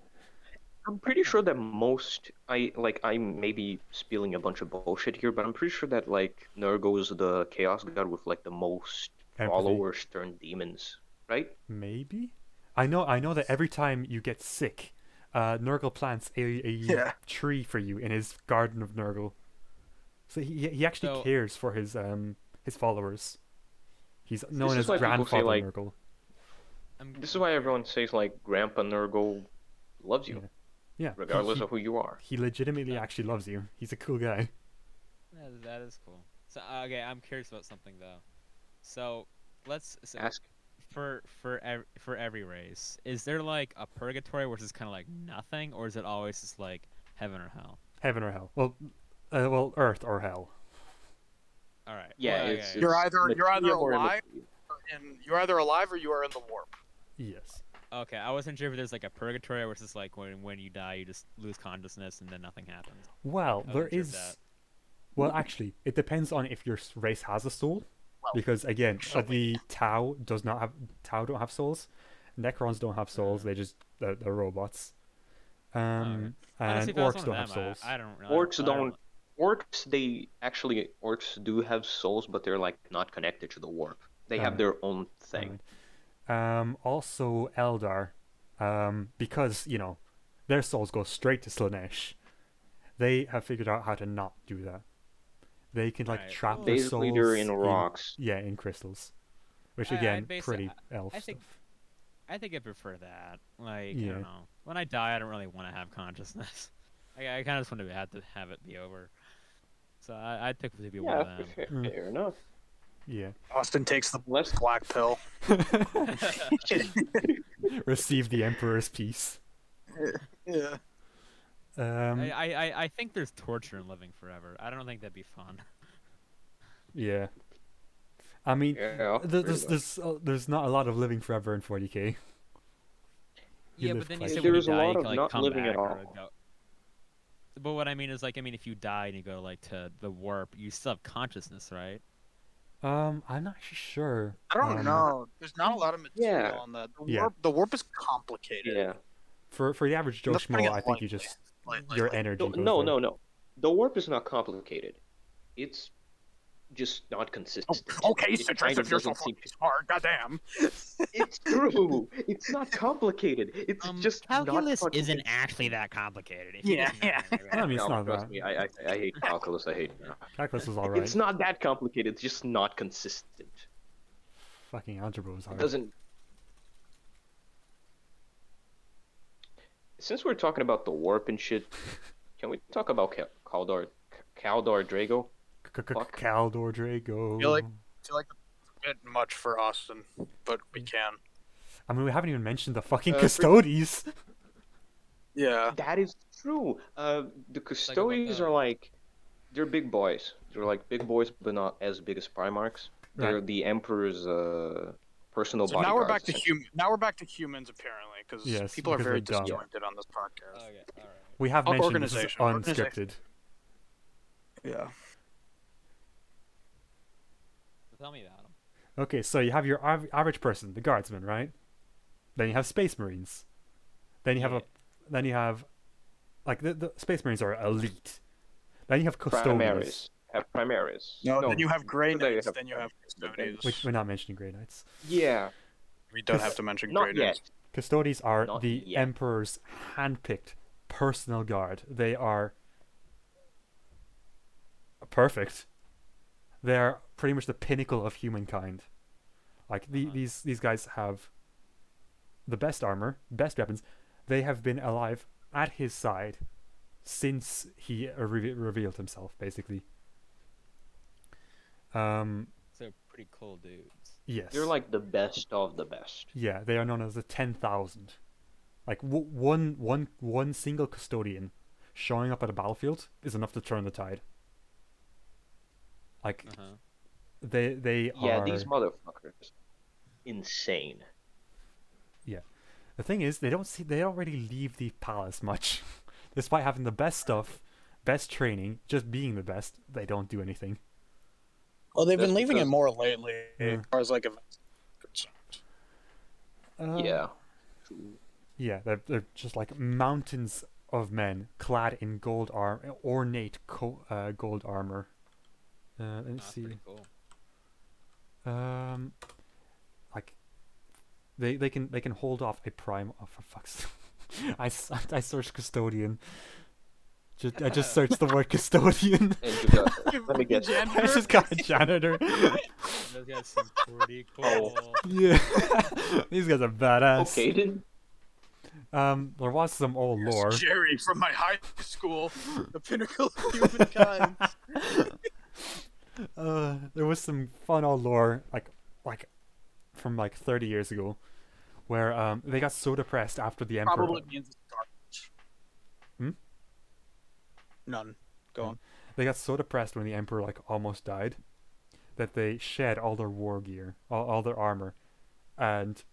S2: I'm pretty sure that most I like I'm maybe spilling a bunch of bullshit here, but I'm pretty sure that like Nurgle is the chaos god with like the most
S3: Empathy.
S2: followers turned demons, right?
S3: Maybe. I know. I know that every time you get sick, uh, Nurgle plants a, a
S5: Yeah.
S3: tree for you in his garden of Nurgle. So he he actually
S4: So-
S3: cares for his um his followers. He's known
S2: is
S3: as
S2: why people say,
S3: grandfather
S2: like,
S3: Nurgle.
S4: I'm
S2: This is why everyone says like Grandpa Nurgle loves you,
S3: Yeah. Yeah. he-
S2: regardless
S3: he,
S2: of who you are.
S3: he legitimately actually loves you. He's a cool guy.
S4: That, that is cool. So uh, okay, I'm curious about something though. So let's so
S2: Ask
S4: for for ev- for every race, is there like a purgatory where it's kind of like nothing, or is it always just like heaven or hell?
S3: Heaven or hell? Well, uh, well, Earth or hell.
S4: All right.
S2: Yeah,
S4: well,
S2: it's,
S4: okay.
S5: You're
S2: it's
S5: either- you're either
S2: material or
S5: alive-
S2: immaterial.
S5: And you're either alive or you are in the warp.
S3: Yes.
S4: okay. I wasn't sure if there's like a purgatory where it's just like when when you die, you just lose consciousness and then nothing happens.
S3: Well,
S4: I
S3: Oh, there
S4: wouldn't serve
S3: is.
S4: that.
S3: Well, actually, it depends on if your s- race has a soul, because again, uh, the Tau does not have Tau don't have souls, Necrons don't have souls. They just they're, they're robots. Um,
S4: Honestly,
S3: and
S4: if I was
S3: orcs
S4: one
S3: don't
S4: of
S3: have
S4: them, I-
S3: souls.
S4: I, don't know.
S2: Orcs don't. Orcs, they actually orcs do have souls, but they're like not connected to the warp. They have
S3: Alright.
S2: their own thing.
S3: Um, also Eldar, um, because you know, their souls go straight to Slanesh. They have figured out how to not do that. They can like
S4: Right.
S3: trap their
S2: Basically,
S3: souls
S2: they're in rocks.
S3: yeah, in crystals, which
S4: I- I
S3: again,
S4: basi-
S3: pretty
S4: I-
S3: elf
S4: I think-
S3: stuff.
S4: I think I prefer that. Like I
S3: Yeah.
S4: don't know. When I die, I don't really want to have consciousness. I, I kind of just want to have to have it be over. So I, I'd pick to be one
S2: yeah,
S4: of them.
S2: fair,
S3: Mm.
S2: fair enough.
S3: Yeah.
S5: Austin takes the
S2: Unless
S5: black pill.
S3: receive the emperor's peace.
S5: Yeah.
S3: Um,
S4: I, I, I- I think there's torture in living forever. I don't think that'd be fun.
S3: yeah. I mean,
S2: yeah,
S3: th-
S2: pretty
S3: there's
S2: much.
S3: there's uh, there's not a lot of living forever in 40k. You
S4: yeah,
S3: live
S4: but then you
S3: quite a
S4: say when you
S2: There's a
S4: die,
S2: lot
S4: you
S2: of
S4: can, like
S2: not
S4: come
S2: living at
S4: back or
S2: all.
S4: go. But what I mean is, like, I mean, if you die and you go like to the warp, you still have consciousness, right?
S3: Um, I'm not actually sure.
S5: I don't
S3: um,
S5: know. There's not a lot of material
S2: Yeah.
S5: on that. The warp,
S3: Yeah.
S5: the warp is complicated.
S2: yeah.
S3: For for the average Joe
S5: Let's bring
S3: Schmo,
S5: it
S3: I think
S5: lightly,
S3: you just
S5: lightly,
S3: your
S5: lightly.
S3: energy.
S2: No,
S3: goes
S2: no,
S3: there.
S2: no, no. The warp is not complicated. It's just not consistent.
S1: Oh,
S5: oh, Okay,
S2: It
S5: Citrus,
S2: kind
S5: if
S2: of
S5: you're so
S2: doesn't seem
S5: fucking
S2: to-
S5: smart, goddamn.
S2: It's true. It's not complicated. It's
S4: Um,
S2: just not
S4: calculus
S2: fucking-
S4: isn't actually that complicated. If
S5: Yeah,
S4: you didn't know
S5: yeah.
S4: that
S3: I
S4: already.
S3: mean, it's
S2: No,
S3: not
S2: trust
S3: bad.
S2: me, I, I I hate calculus. I hate.
S3: Calculus was alright.
S2: It's not that complicated. It's just not consistent.
S3: Fucking algebra was
S2: It
S3: hard.
S2: doesn't. Since we're talking about the warp and shit, can we talk about Cal- Caldor, Caldor Drago? fuck.
S3: Caldor Drago.
S5: You're like- I feel like a bit much for Austin, but we
S2: Mm.
S5: can.
S3: I mean, we haven't even mentioned the fucking
S2: Uh, pre-
S3: custodies.
S5: Yeah.
S2: That is true. Uh, the custodies
S4: that.
S2: are like, they're big boys. They're like big boys, but not as big as Primarchs. They're
S3: Right.
S2: the Emperor's uh, personal
S5: So
S2: bodyguards.
S5: now we're back to
S2: essentially.
S5: hum- Now we're back to humans, apparently, because
S3: Yes,
S5: people are
S3: because
S5: very
S3: they're dumb.
S5: disjointed on this podcast.
S4: Okay, all right.
S3: We have
S5: Fuck
S3: mentioned this is
S5: organization, organization.
S3: unscripted.
S5: yeah.
S4: Tell me about 'em.
S3: Okay, so you have your av- average person, the guardsman, right? Then you have space marines. Then you have a, then you have, like the, the space marines are elite. Then you have custodians.
S2: primaries. Have primaries.
S5: No, then you have Grey
S2: Then you
S5: Knights,
S2: have-
S5: then you have Custodians.
S3: Which we're not mentioning Grey Knights.
S2: Yeah,
S5: we don't have to mention Grey
S2: not yet.
S5: Knights.
S3: Custodies are
S2: Not
S3: the
S2: yet.
S3: Emperor's handpicked personal guard. They are perfect. They are pretty much the pinnacle of humankind. Like the, these these guys have the best armor, best weapons. They have been alive at his side since he uh, re- revealed himself, basically. Um.
S4: So pretty cool dudes.
S3: Yes.
S2: They're like the best of the best.
S3: Yeah, they are known as the ten thousand. Like w- one, one, one single custodian showing up at a battlefield is enough to turn the tide. Like
S4: Uh huh.
S3: they, they
S2: Yeah,
S3: are.
S2: these motherfuckers, insane.
S3: the thing is, they don't see. They don't really leave the palace much, despite having the best stuff, best training, just being the best. They don't do anything.
S5: Well, they've
S2: been That's leaving it because-
S5: more lately,
S3: Yeah.
S5: as far as like events.
S3: Uh,
S2: yeah,
S3: Yeah, they're, they're just like mountains of men clad in gold arm, ornate co- uh, gold armor. Uh, let me
S4: That's
S3: see.
S4: Ah, pretty cool.
S3: Um, like they they can they can hold off a prime. Oh, for fuck's! I s- I searched custodian. Just, I just searched the word custodian.
S2: and you got, let me guess.
S3: I just got a janitor.
S4: Those guys seem pretty
S2: Oh.
S4: cool.
S3: yeah, these guys are badass.
S2: Okay, then.
S3: Um, there was some old lore.
S5: Jerry from my high school, the pinnacle of humankind.
S3: uh, there was some fun old lore, like like from like 30 years ago, where um they got so depressed after the emperor.
S5: Probably means it's garbage.
S3: Hmm?
S5: None. Go on.
S3: They got so depressed when the emperor like almost died that they shed all their war gear, all, all their armor, and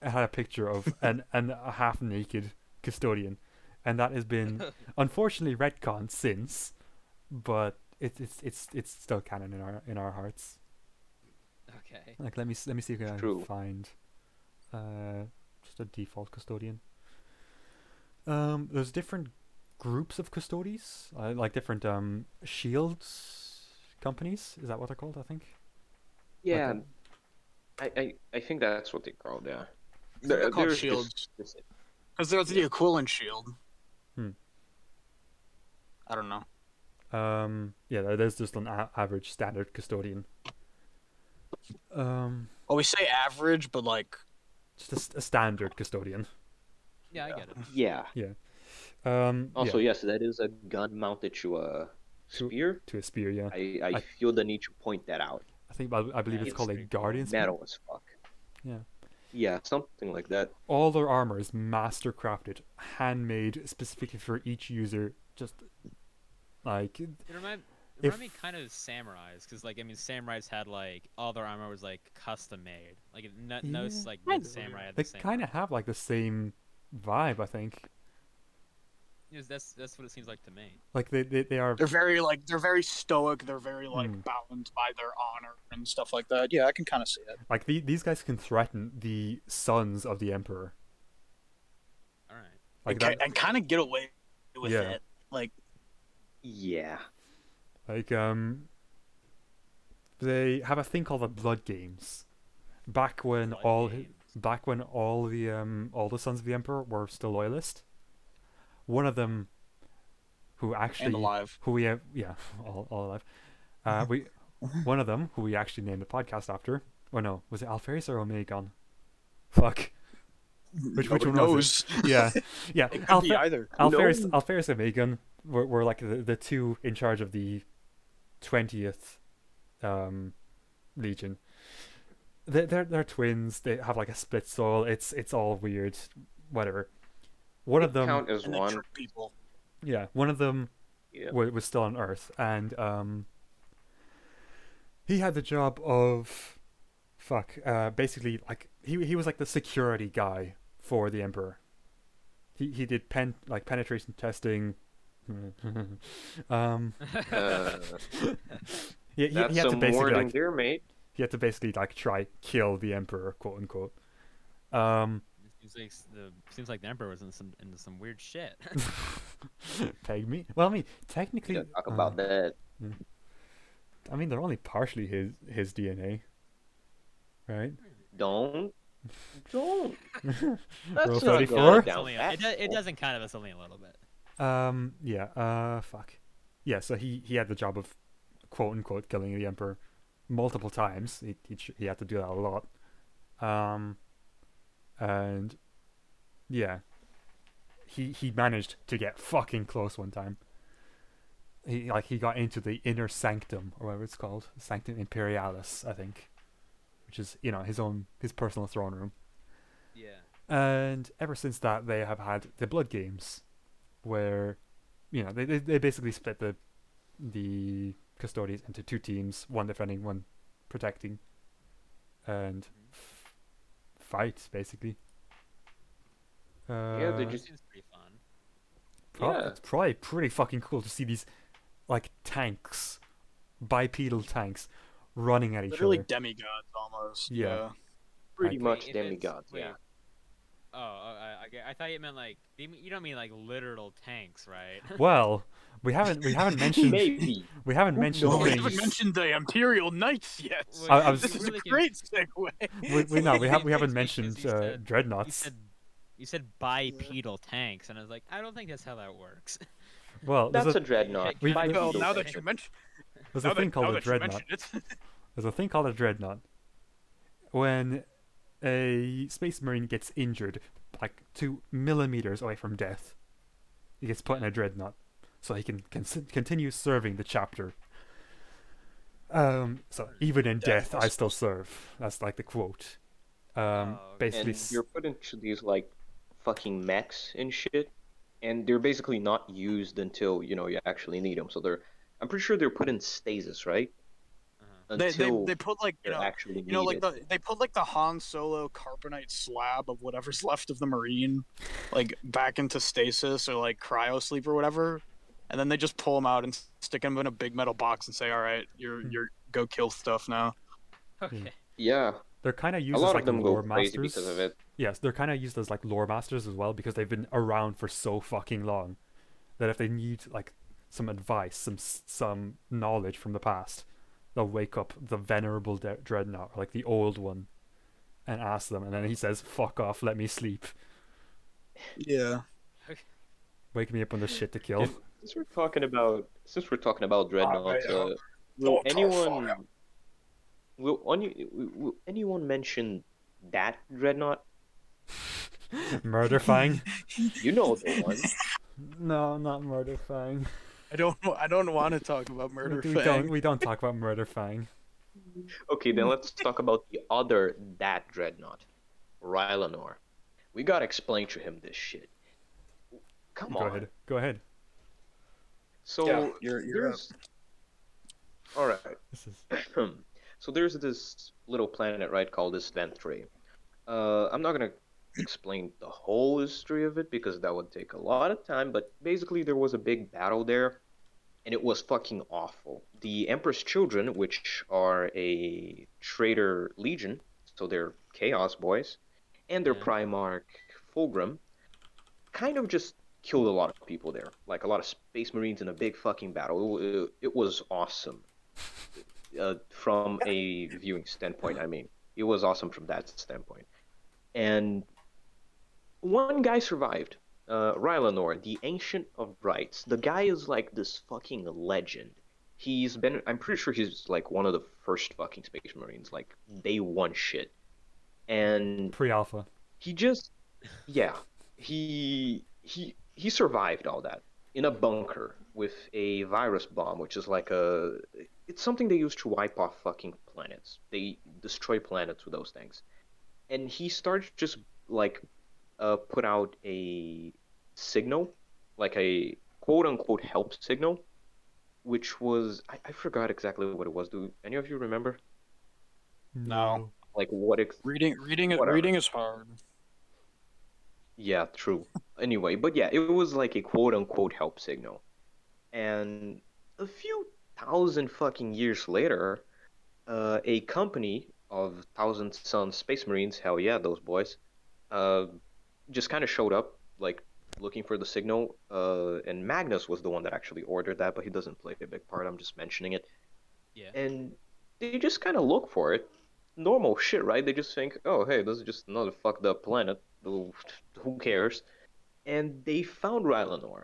S3: it had a picture of an, an a half naked custodian, and that has been unfortunately retconned since, but it's it's it's it's still canon in our in our hearts.
S4: Okay.
S3: Like let me s- let me see if I can
S2: True.
S3: find uh just a default custodian. Um there's different groups of custodies, uh, like different um shields companies, is that what they're called, I think?
S2: Yeah, I, I, I think that's what they call it, yeah.
S5: they're
S2: Uh, There-
S5: called
S2: there's
S5: shields.
S2: this- this-
S5: Because there's the Aquilin shield.
S3: Hmm.
S5: I don't know.
S3: Um yeah, there- there's just an a- average standard custodian. Um
S5: Well, we say average, but like
S3: just a, s- a standard custodian.
S4: Yeah, I get it.
S2: yeah.
S3: Um
S2: Also,
S3: yeah,
S2: yes, that is a gun mounted to a
S3: To-
S2: spear.
S3: to a spear, yeah. I,
S2: I, I,
S3: I-
S2: feel the need to point that out.
S3: think I, I believe
S4: Yeah,
S3: it's
S4: it's
S3: called a
S4: pretty
S3: guardian spear.
S2: Metal as fuck.
S3: Yeah.
S2: Yeah, something like that.
S3: all their armor is master crafted, handmade specifically for each user. Just like
S4: It remind, it
S3: If-
S4: remind me kind of of samurais, because like I mean, samurais had like all their armor was like custom made. Like no, no
S3: Yeah.
S4: like
S3: Kind
S4: good samurai had
S3: they
S4: the same.
S3: kind of have like the same vibe, I think.
S4: Yes, that's that's what it seems like to me.
S3: Like they they, they are
S5: they're very like they're very stoic. They're very like
S3: Hmm.
S5: bound by their honor and stuff like that. Yeah, I can kind of see it.
S3: like the, these guys can threaten the sons of the emperor.
S4: All right.
S3: Like
S5: and,
S3: that,
S5: kind of get away with
S3: Yeah.
S5: it. Like
S2: Yeah.
S3: like um, they have a thing called the Blood Games. Back when
S4: Blood
S3: all
S4: Games.
S3: back when all the um all the sons of the emperor were still loyalist, one of them, who actually
S5: and alive.
S3: who we have, yeah, all, all alive. Uh, we one of them who we actually named the podcast after. Or no, was it Alpharius or Omegon? Fuck. Which, which
S5: Nobody
S3: one was
S5: knows?
S3: it? Yeah, yeah.
S5: It could
S3: Alpha-
S5: be either.
S3: Alferis,
S2: No.
S3: Alferis and Megan were, were like the, the two in charge of the 20th um, Legion. They're, they're, they're twins. They have like a split soul. It's it's all weird. Whatever. One of them,
S2: count as
S5: And they
S2: one.
S5: trick people.
S3: yeah, one of them
S2: Yeah.
S3: wa- was still on Earth, and um, he had the job of, fuck, uh, basically like he he was like the security guy for the Emperor. He he did pen like penetration testing. um,
S2: Uh,
S3: he, he, he had
S2: that's
S3: to
S2: some
S3: basically
S2: wording
S3: like,
S2: there, mate.
S3: he had to basically like try kill the Emperor, quote unquote. Um,
S4: It seems like s- the seems like the emperor was in some into some weird shit.
S3: peg me. Well, I mean, technically,
S2: Yeah, talk
S3: uh,
S2: about that.
S3: I mean, they're only partially his his DNA, right?
S2: Don't. Don't.
S3: Roll
S2: That's not
S3: 34?
S2: going
S4: It's
S2: down.
S4: only a-
S2: that
S4: it, do, it
S2: hole.
S4: doesn't kind of us only a little bit.
S3: Um. Yeah. Uh. Fuck. Yeah. So he he had the job of quote unquote killing the emperor multiple times. He he, ch- he had to do that a lot. Um. And yeah, he he managed to get fucking close one time. He like he got into the inner sanctum or whatever it's called, Sanctum Imperialis, I think, which is you know his own his personal throne room.
S4: Yeah.
S3: And ever since that, they have had the blood games, where, you know, they they, they basically split the the custodians into two teams, one defending, one protecting, and f- fight basically. Uh,
S2: Yeah, they
S4: Which
S2: just-
S4: seems pretty fun.
S3: pro-
S2: yeah.
S3: It's probably pretty fucking cool to see these, like tanks, bipedal tanks, running at each
S5: Literally
S3: other.
S5: demigods almost.
S3: Yeah.
S2: Pretty
S3: Wait,
S2: much
S4: if it's-
S2: demigod. Yeah.
S4: wait. Oh, oh, I, I get- I thought you meant like you mean- you don't mean like literal tanks, right?
S3: Well, we haven't we haven't mentioned
S2: Maybe.
S3: we haven't
S2: Who
S3: mentioned
S2: knows?
S5: We
S3: things.
S5: haven't mentioned the Imperial Knights yet.
S4: Well,
S3: I- I
S4: you-
S3: was-
S4: you
S5: This is
S4: really
S5: a
S4: conf-
S5: great segue.
S3: we, we no, we,
S4: It
S3: have, we haven't
S4: makes me
S3: mentioned
S4: confused
S3: uh,
S4: that you
S3: dreadnoughts.
S4: You said you said bipedal tanks, and I was like, I don't think that's how that works.
S3: well, there's
S2: That's
S3: a,
S2: a dreadnought.
S3: We've-
S2: Five
S5: Well,
S2: people.
S5: now that you mention,
S3: there's
S5: now
S3: a thing
S5: that, now
S3: called a
S5: that you
S3: dreadnought.
S5: mentioned it,
S3: There's a thing called a dreadnought. When a space marine gets injured, like two millimeters away from death, he gets put in a dreadnought, so he can cons- continue serving the chapter. Um, so even in
S5: Death
S3: death, I still serve. That's like the quote. Um,
S4: Oh, okay.
S3: basically,
S2: and
S3: s-
S2: you're put into these like fucking mechs and shit, and they're basically not used until you know you actually need them. So they're, I'm pretty sure they're put in stasis, right?
S4: Uh-huh.
S5: they,
S2: Until
S5: they, they put like you
S2: are
S5: know,
S2: actually needed.
S5: you know like the, they put like the Han Solo carbonite slab of whatever's left of the Marine, like back into stasis or like cryo sleep or whatever, and then they just pull them out and stick them in a big metal box and say, "All right, you're
S3: Hmm.
S5: you're go kill stuff now."
S4: Okay.
S2: yeah,
S3: they're kind of
S2: a
S3: used as
S2: lot
S3: like
S2: of them go
S3: lore
S2: crazy
S3: masters.
S2: because of it.
S3: Yes, they're kind of used as like lore masters as well because they've been around for so fucking long that if they need like some advice, some s- some knowledge from the past, they'll wake up the venerable de- dreadnought, or, like the old one, and ask them, and then he says, "Fuck off, let me sleep.
S5: Yeah.
S3: Wake me up when there's shit to kill."
S2: Since we're talking about since we're talking about dreadnoughts,
S5: Ah, yeah.
S2: uh, will
S5: Don't talk
S2: anyone
S5: fire.
S2: will, any, will anyone mention that dreadnought?
S3: Murderfang?
S2: You know the one.
S3: no, not Murderfang.
S5: I don't I don't want to talk about murder.
S3: We don't. We don't talk about Murderfang.
S2: Okay, then let's talk about the other that dreadnought, Rylanor. We gotta explain to him this shit. Come
S3: Go
S2: on.
S3: ahead. Go ahead.
S2: So
S5: Yeah, you're- you're up.
S2: there's. All right.
S3: This is
S2: so there's this little planet, right, called this Ventry. Uh, I'm not gonna explain the whole history of it because that would take a lot of time. But basically, there was a big battle there, and it was fucking awful. The Emperor's Children, which are a traitor legion, so they're Chaos Boys, and their
S4: Yeah.
S2: Primarch Fulgrim, kind of just killed a lot of people there, like a lot of Space Marines in a big fucking battle. It, wa- it was awesome uh, from a viewing standpoint. I mean, it was awesome from that standpoint. And one guy survived, uh, Rylanor, the Ancient of Rites. The guy is like this fucking legend. He's been, I'm pretty sure he's like one of the first fucking Space Marines, like day one shit. And
S3: Pre-alpha.
S2: he just yeah he he he survived all that in a bunker with a virus bomb which is like a it's something they use to wipe off fucking planets they destroy planets with those things and he started just like uh, put out a signal like a quote unquote help signal which was I, I forgot exactly what it was do any of you remember
S5: No.
S2: like what ex-
S5: Reading, reading, it,
S2: Whatever.
S5: reading is hard.
S2: Yeah, true. Anyway, but yeah, it was like a quote unquote help signal. And a few thousand fucking years later, uh, a company of Thousand Sun Space Marines, hell yeah, those boys, uh, just kind of showed up, like looking for the signal. Uh, and Magnus was the one that actually ordered that, but he doesn't play a big part. I'm just mentioning it.
S4: Yeah.
S2: And they just kind of look for it. Normal shit, right? They just think, oh, hey, this is just another fucked up planet. Who who cares? And they found Rylanor.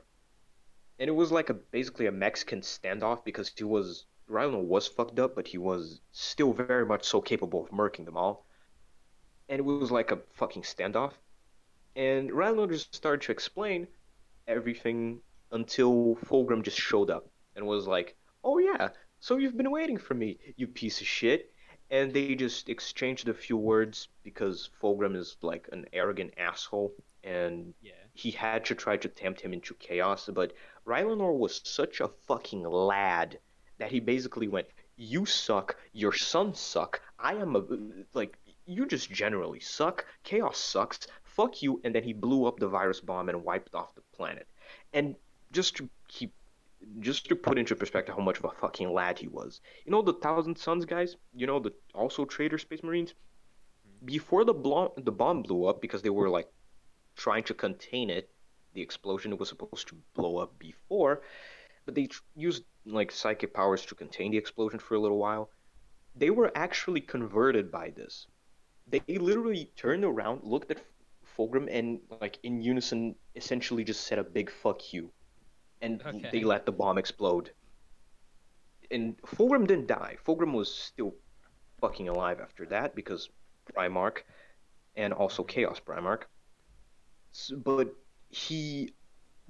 S2: And it was like a basically a Mexican standoff because he was Rylanor was fucked up, but he was still very much so capable of murking them all. And it was like a fucking standoff. And Rylanor just started to explain everything until Fulgrim just showed up and was like, "Oh yeah, so you've been waiting for me, you piece of shit. And they just exchanged a few words because Fulgrim is like an arrogant asshole and
S4: Yeah.
S2: he had to try to tempt him into chaos, but Rylanor was such a fucking lad that he basically went, "You suck. Your sons suck. I am a like you just generally suck. Chaos sucks. Fuck you." And then he blew up the virus bomb and wiped off the planet. And just to keep, just to put into perspective how much of a fucking lad he was. You know the Thousand Sons guys. You know the also traitor Space Marines. Before the blo- the bomb blew up, because they were like trying to contain it. The explosion was supposed to blow up before, but they tr- used like psychic powers to contain the explosion for a little while. They were actually converted by this. They literally turned around, looked at Fulgrim, and like in unison, essentially just said a big "fuck you," and l-
S4: Okay.
S2: they let the bomb explode. And Fulgrim didn't die. Fulgrim was still fucking alive after that because Primarch, and also Chaos Primarch. S- But he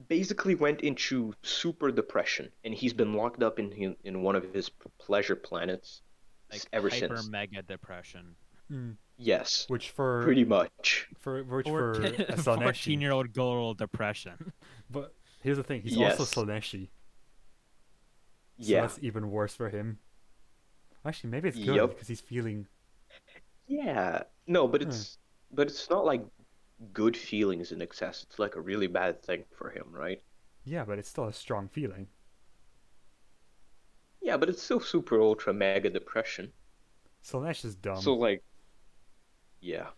S2: basically went into super depression, and he's been locked up in hi- in one of his p- pleasure planets
S4: Like
S2: s- ever
S4: hyper
S2: since.
S4: mega depression.
S3: Mm.
S2: Yes,
S3: Which for
S2: pretty much.
S3: for which for
S4: Fourteen
S3: a
S4: 14
S3: Slaneshi.
S4: year old girl depression.
S3: But here's the thing: he's
S2: Yes.
S3: also Slaneshi, so
S2: Yeah,
S3: that's even worse for him. Actually, maybe it's good
S2: Yep.
S3: because he's feeling
S2: yeah. No, but
S3: Hmm.
S2: it's but it's not like good feelings in excess. It's like a really bad thing for him, right?
S3: yeah, but it's still a strong feeling.
S2: Yeah, but it's still super ultra mega depression.
S3: Slanesh is dumb.
S2: So like, yeah,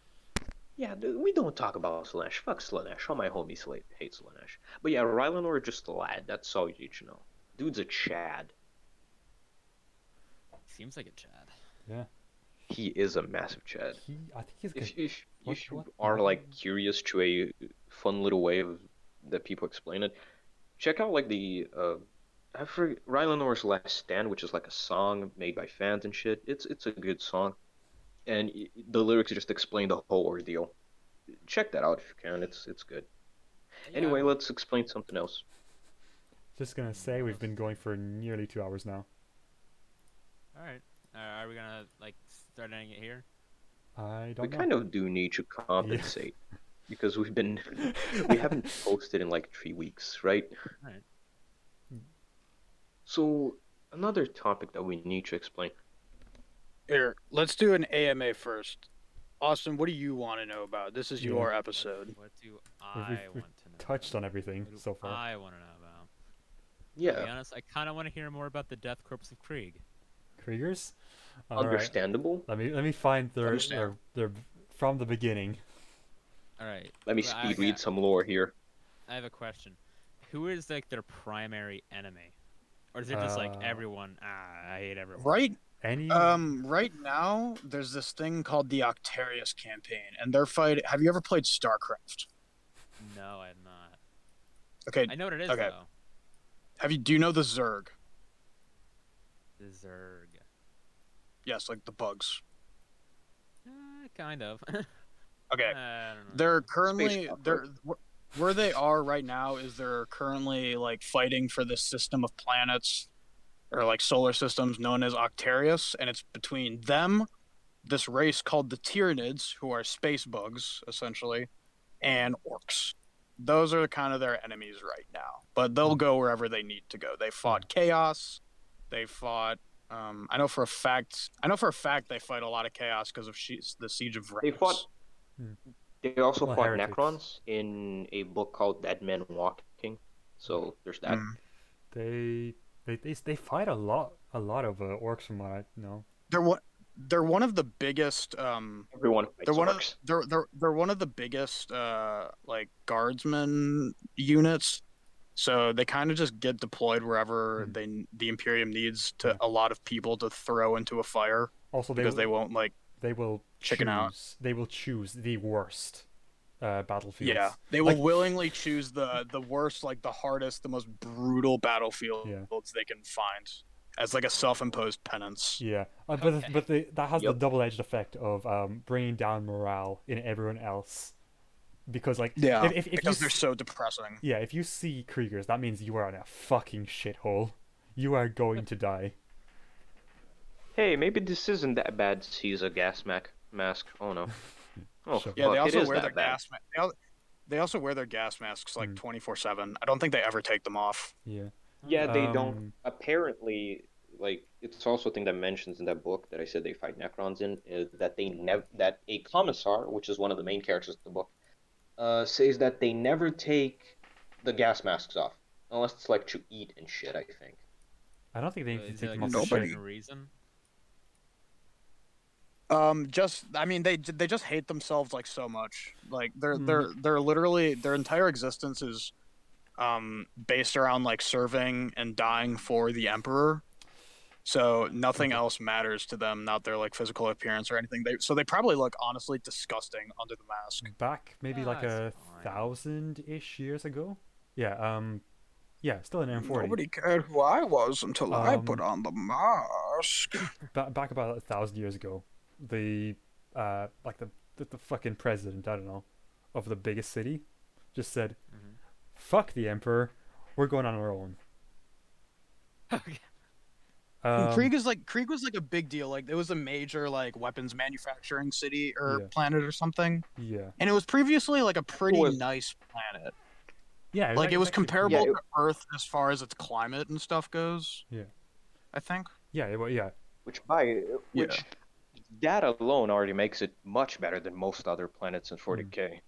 S2: Um, yeah. th- We don't talk about Slanesh. Fuck Slanesh. All my homies la- hate Slanesh. But yeah, Rylanor just a lad. That's all you need to know. Dude's a Chad.
S4: Seems like a Chad.
S2: He is a massive Chad.
S3: he, I think he's
S2: If
S3: good.
S2: if
S3: What-
S2: if you
S3: what-
S2: are like curious to a fun little way of that people explain it, check out like the uh, I forget Rylanor's Last Stand, which is like a song made by fans and shit. It's it's a good song, and y- the lyrics just explain the whole ordeal. Check that out if you can. It's it's good.
S4: Yeah,
S2: Anyway, let's explain something else.
S3: Just gonna say we've been going for nearly two hours now.
S4: All right. Uh, are we gonna like start ending it here?
S3: I
S2: We
S3: don't know.
S2: kind of do need to compensate because we've been we haven't posted in like three weeks, right?
S4: Right.
S2: So another topic that we need to explain.
S5: Here, let's do an AMA first. Austin, what do you want to know about? This is
S3: Yeah.
S5: your episode.
S4: What do
S3: We've-
S4: I
S3: we've- we've
S4: want to know?
S3: touched on everything
S4: What do
S3: so far.
S4: I want to know about. To be
S2: Yeah,
S4: honest, I kind of want to hear more about the death corpse of Krieg.
S3: Kriegers. All right.
S2: understandable.
S3: Let me let me find their their,
S5: Understand.
S3: their from the beginning.
S4: All right.
S2: Let me
S4: Well,
S2: speed
S4: okay.
S2: read some lore here.
S4: I have a question. Who is like their primary enemy? Or is it just like
S3: Uh,
S4: everyone? Ah, I hate everyone.
S5: Right
S3: Any?
S1: Um, right now there's this thing called the Octarius campaign, and they're fight. Have you ever played StarCraft?
S4: No, I am not.
S1: Okay,
S4: I know what it is
S1: okay.
S4: though.
S1: have you? Do you know the Zerg?
S4: The Zerg.
S1: Yes, like the bugs.
S4: Uh, kind of.
S1: Okay,
S4: I don't know.
S1: they're currently
S2: Space
S1: they're wh- where they are right now is they're currently like fighting for this system of planets or like solar systems known as Octarius, and it's between them, this race called the Tyranids, who are space bugs essentially, and orcs. Those are kind of their enemies right now, but they'll go wherever they need to go. They fought chaos. They fought. Um, I know for a fact. I know for a fact they fight a lot of chaos because of she's the siege of.
S2: They
S1: Rhaenys.
S2: fought They also
S3: Hmm. Well,
S2: fought
S3: heretics.
S2: Necrons in a book called Dead Men Walking.
S3: Hmm.
S2: So there's that.
S1: Mm.
S3: They they they they fight a lot a lot of uh, orcs from what I know.
S1: they're one they're one of the biggest um
S2: Everyone fights
S1: they're one of
S2: orcs.
S1: they're they're they're one of the biggest uh like guardsmen units so they kind of just get deployed wherever
S3: Hmm.
S1: they the imperium needs to
S3: Yeah.
S1: a lot of people to throw into a fire
S3: Also, they
S1: because they
S3: will,
S1: won't like
S3: they, will
S1: chicken out.
S3: choose they will choose the worst uh, battlefields.
S1: yeah they will
S3: Like-
S1: willingly choose the the worst like the hardest the most brutal battlefields
S3: Yeah.
S1: they can find as like a self-imposed penance
S3: Yeah, uh, but
S4: Okay.
S3: but the, that has the
S2: Yep.
S3: double-edged effect of um, bringing down morale in everyone else, because like
S1: Yeah,
S3: if, if, if
S1: because
S3: you
S1: they're
S3: s-
S1: so depressing
S3: yeah if you see Kriegers, that means you are in a fucking shithole. You are going to die.
S2: Hey, maybe this isn't that bad. Caesar gas mac- mask. Oh no. Oh,
S3: Sure.
S1: Yeah,
S2: fuck,
S1: they
S2: it
S1: also
S2: is
S1: wear their
S2: that bad. Hmm.
S1: gas. Ma- they, al- they also wear their gas masks like
S3: Mm.
S1: twenty four seven. I don't think they ever take them off.
S3: Yeah.
S2: Yeah, they don't.
S3: Um,
S2: Apparently, like it's also a thing that mentions in that book that I said they fight Necrons in is that they never that a commissar, which is one of the main characters of the book, uh, says that they never take the gas masks off unless it's like to eat and shit. I think.
S3: I don't think they
S4: Uh,
S3: need to
S4: is
S3: take
S4: there,
S3: them
S4: like,
S3: off the
S4: a
S3: ship.
S1: Nobody.
S4: certain reason?
S1: Um, just I mean they they just hate themselves like so much. Like they're
S2: Hmm.
S3: Mm.
S1: they're they're literally their entire existence is um based around like serving and dying for the emperor. So
S2: Hmm.
S1: nothing else matters to them, not their like physical appearance or anything. They so they probably look honestly disgusting under the mask.
S3: Back maybe like
S4: That's
S3: a
S4: fine.
S3: thousand ish years ago. Yeah. Um. Yeah. Still an M40.
S1: cared who I was until
S3: Um,
S1: on the mask.
S3: ba- back about a thousand years ago, the uh, like the, the the fucking president, I don't know, of the biggest city, just said,
S1: Mm-hmm.
S4: Mhm.
S3: "Fuck the emperor, we're going on our own."
S4: Okay.
S3: Um,
S1: Krieg is like Krieg was like a big deal. Like it was a major like weapons manufacturing city or
S3: Yeah.
S1: planet or something,
S3: yeah,
S1: and it was previously like a pretty
S2: was-
S1: nice planet.
S3: yeah,
S1: Like
S3: ac-
S1: it was
S3: actually pretty-
S1: comparable
S2: Yeah, it-
S1: to Earth as far as its climate and stuff goes.
S3: Yeah.
S1: I think.
S3: Yeah, it, wa- yeah,
S2: Which by which that alone already makes it much better than most other planets in
S3: Hmm.
S2: 40k.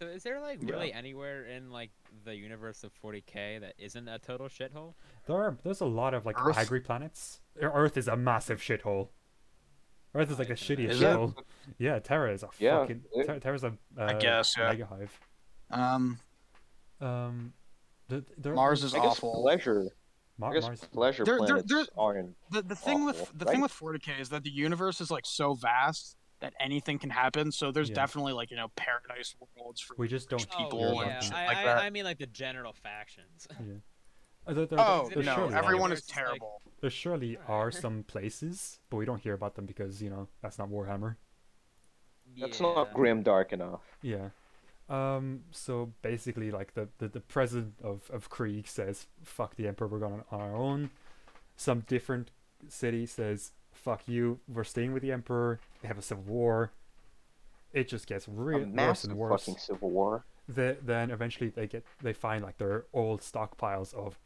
S4: So is there like
S2: Yeah.
S4: really anywhere in like the universe of 40k that isn't a total shithole?
S3: there are there's a lot of like
S1: Earth-
S3: agri planets. E-, Earth is a massive shithole. Earth is
S4: I
S3: like the
S4: can
S3: shittiest
S1: imagine. Is it?
S3: shithole. Yeah, Terra is a
S2: Yeah,
S3: fucking
S2: it-
S3: Ter- Terra's a uh,
S1: guess, yeah.
S3: mega hive.
S1: Um,
S3: Um, th- there,
S1: Mars is
S2: I guess
S1: awful.
S2: pleasure.
S3: Mar-
S2: I guess
S3: Mars.
S2: pleasure
S1: They're- they're-
S2: planets
S1: they're-
S2: aren't.
S1: the the thing
S2: awful,
S1: with the thing
S2: right?
S1: with 40k is that the universe is like so vast that anything can happen. So there's
S3: Yeah.
S1: definitely like you know paradise worlds for.
S3: We just don't.
S1: Oh, people
S4: oh,
S3: and
S4: yeah.
S1: shit
S4: I,
S1: like
S4: I,
S1: that.
S4: I mean like the general factions.
S3: Uh, there- there-
S1: Oh
S3: there's
S1: no!
S3: surely are.
S1: Everyone is
S4: It's like-
S1: terrible.
S3: There surely
S4: Alright.
S3: are some places, but we don't hear about them because you know that's not Warhammer.
S2: That's
S4: yeah.
S2: not grim dark enough.
S3: Yeah. Um. So basically, like the the, the president of of Krieg says, "Fuck the Emperor, we're going on our own." Some different city says, "Fuck you, we're staying with the Emperor." They have a civil war. It just gets
S2: A
S3: re- worse
S2: massive
S3: and worse.
S2: fucking civil war.
S3: The, then eventually they get they find like their old stockpiles of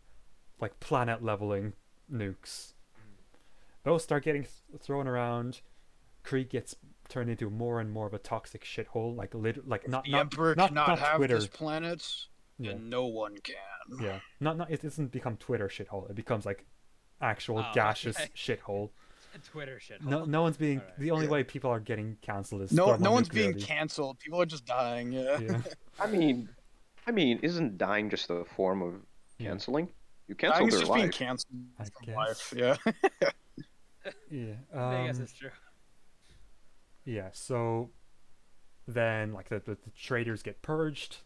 S3: like planet leveling nukes. Those start getting th- thrown around. Krieg gets turned into more and more of a toxic shithole. Like lit- like not
S1: The
S3: not
S1: Emperor
S3: not,
S1: cannot
S3: not
S1: have
S3: Twitter.
S1: this planet,
S3: Yeah.
S1: and no one can.
S3: Yeah, not not it doesn't become Twitter shithole. It becomes like actual
S4: Oh,
S3: gaseous
S4: okay.
S3: shithole.
S4: Twitter shithole.
S3: No no one's being
S4: Alright.
S3: the only way people are getting canceled is
S1: No,
S3: thermonuclearity.
S1: no one's being canceled. People are just dying. Yeah.
S3: Yeah.
S2: I mean, I mean, isn't dying just a form of
S3: Yeah.
S2: canceling? You
S1: Dying
S2: cancel
S1: is
S2: their
S1: just being
S2: life.
S1: canceled
S3: I
S1: from
S3: guess.
S1: life. Yeah.
S3: Yeah.
S4: I guess
S3: um,
S4: that's true.
S3: Yeah, so then like the, the, the traitors get purged.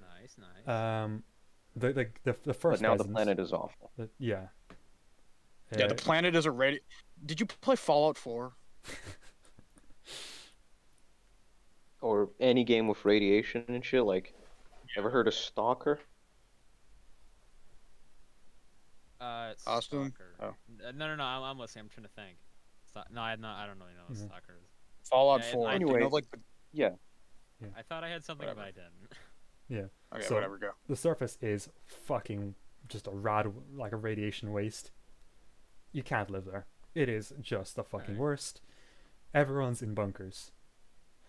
S4: Nice, nice.
S3: Um the the the, the
S2: But
S3: first
S2: now the
S3: peasants-
S2: planet is awful.
S3: the- yeah.
S5: Yeah, the
S3: Uh,
S5: planet is a radio. Did you play Fallout 4?
S2: Or any game with radiation and shit. Like, ever heard of Stalker?
S4: uh,
S5: Austin?
S4: Stalker.
S5: Oh.
S4: Uh, No, no, no. I'm, I'm listening. I'm trying to think. Sta- no, I not. I don't really know what
S3: Mhm.
S4: stalker is.
S5: Fallout
S4: Yeah, it-
S5: 4.
S2: Anyway.
S5: You know, like the-
S4: I thought I had something,
S5: Whatever.
S4: but I didn't.
S5: okay,
S3: So-
S5: whatever. Go.
S3: the surface is fucking just a rad like a radiation waste. You can't live there. It is just the fucking
S4: Right.
S3: worst. Everyone's in bunkers.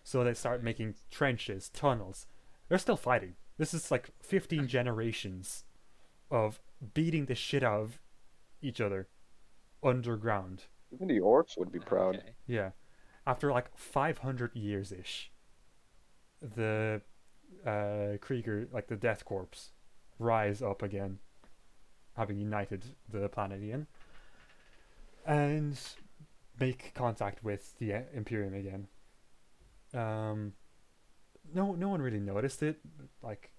S3: So they start making trenches, tunnels. They're still fighting. This is like 15 generations of beating the shit out of each other underground.
S2: Even the orcs would be proud.
S4: Okay.
S3: Yeah. After like 500 years ish, the uh, Krieger, like the Death Corpse, rise up again, having united the planet again, and make contact with the uh, Imperium again. Um, no, no one really noticed it, like,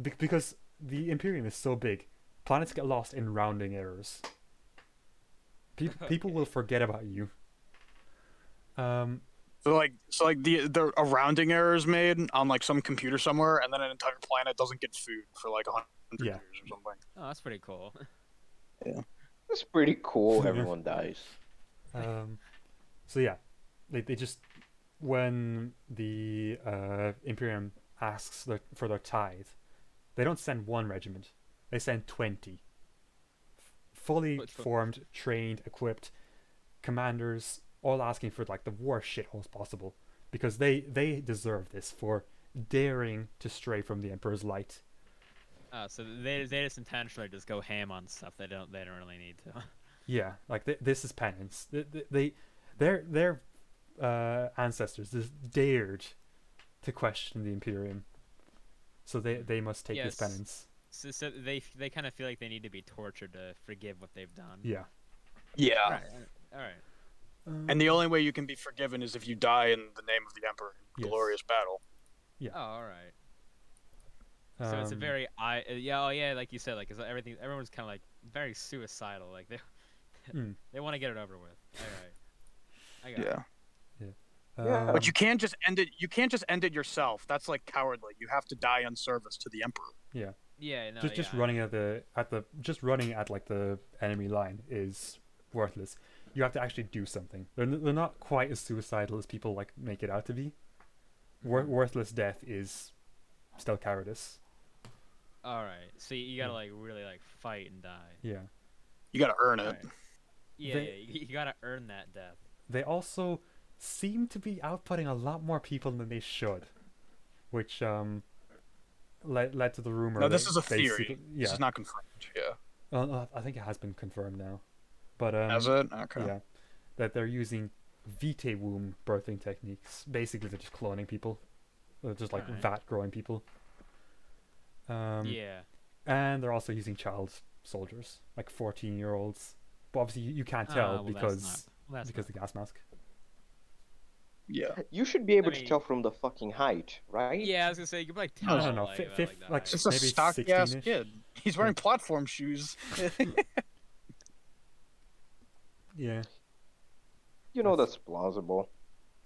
S3: be- because the Imperium is so big, planets get lost in rounding errors. Pe- People will forget about you. Um,
S5: So like, so like the the a rounding error is made on like some computer somewhere, and then an entire planet doesn't get food for like a hundred
S3: Yeah.
S5: years or something.
S4: Oh, that's pretty cool.
S2: That's pretty cool.
S3: Yeah.
S2: Everyone dies.
S3: Um, so yeah, they they just when the uh, Imperium asks their, for their tithe, they don't send one regiment; they send twenty, F- fully
S4: Which one?
S3: formed, trained, equipped commanders, all asking for like the worst shitholes possible, because they they deserve this for daring to stray from the Emperor's light.
S4: Oh, so they they just intentionally just go ham on stuff they don't they don't really need to.
S3: Yeah, like th- this is penance. Th- th- They, their their uh, ancestors just dared to question the Imperium, so they they must take
S4: Yes.
S3: this penance.
S4: So, so they they kind of feel like they need to be tortured to forgive what they've done.
S3: Yeah.
S5: Yeah.
S4: All right. All right.
S1: Um,
S5: And the only way you can be forgiven is if you die in the name of the Emperor in
S3: Yes.
S5: glorious battle.
S4: Oh, all right. So it's a
S3: Um,
S4: very I uh, yeah oh yeah like you said like it's like everything everyone's kind of like very suicidal like they
S3: Mm.
S4: they want to get it over with. All right. I got it.
S2: Yeah.
S3: um,
S5: But you can't just end it. You can't just end it yourself. That's like cowardly. You have to die in service to the Emperor.
S4: Yeah. No,
S3: just just
S4: yeah, I-
S3: running at the at the just running at like the enemy line is worthless. You have to actually do something. They're n- they're not quite as suicidal as people like make it out to be. Wor-
S4: Mm-hmm.
S3: worthless death is still cowardice.
S4: All right. So you, you gotta like really like fight and die.
S3: Yeah.
S5: You got to earn it.
S4: Alright. Yeah,
S3: They-
S4: yeah, you, you gotta earn that death.
S3: they also seem to be outputting a lot more people than they should, which um led led to the rumor.
S5: No, this
S3: that
S5: is a
S3: they
S5: theory.
S3: secret-
S5: This
S3: Yeah,
S5: is not confirmed. Yeah.
S3: Well, uh, I think it has been confirmed now, but um,
S5: Has it? Okay.
S3: yeah, that they're using vitae womb birthing techniques. Basically, they're just cloning people, they're just like
S4: Right.
S3: vat growing people. Um,
S4: yeah.
S3: and they're also using child soldiers, like fourteen-year-olds. But obviously, you, you can't
S4: Ah,
S3: tell
S4: well, that's not-
S3: because
S4: well, that's
S3: because
S4: not-
S3: the gas mask.
S5: Yeah.
S2: You should be able to
S4: mean-
S2: tell from the fucking height, right?
S4: yeah, I was gonna say you could like
S5: No,
S4: tell.
S3: no, no,
S4: Like,
S3: fi-
S4: about,
S3: fi-
S4: like, the
S3: like,
S4: height.
S5: It's a
S3: Maybe
S5: stocky ass
S3: 16-ish.
S5: kid. He's wearing platform shoes.
S3: Yeah.
S2: You know
S3: That's-
S2: that's plausible.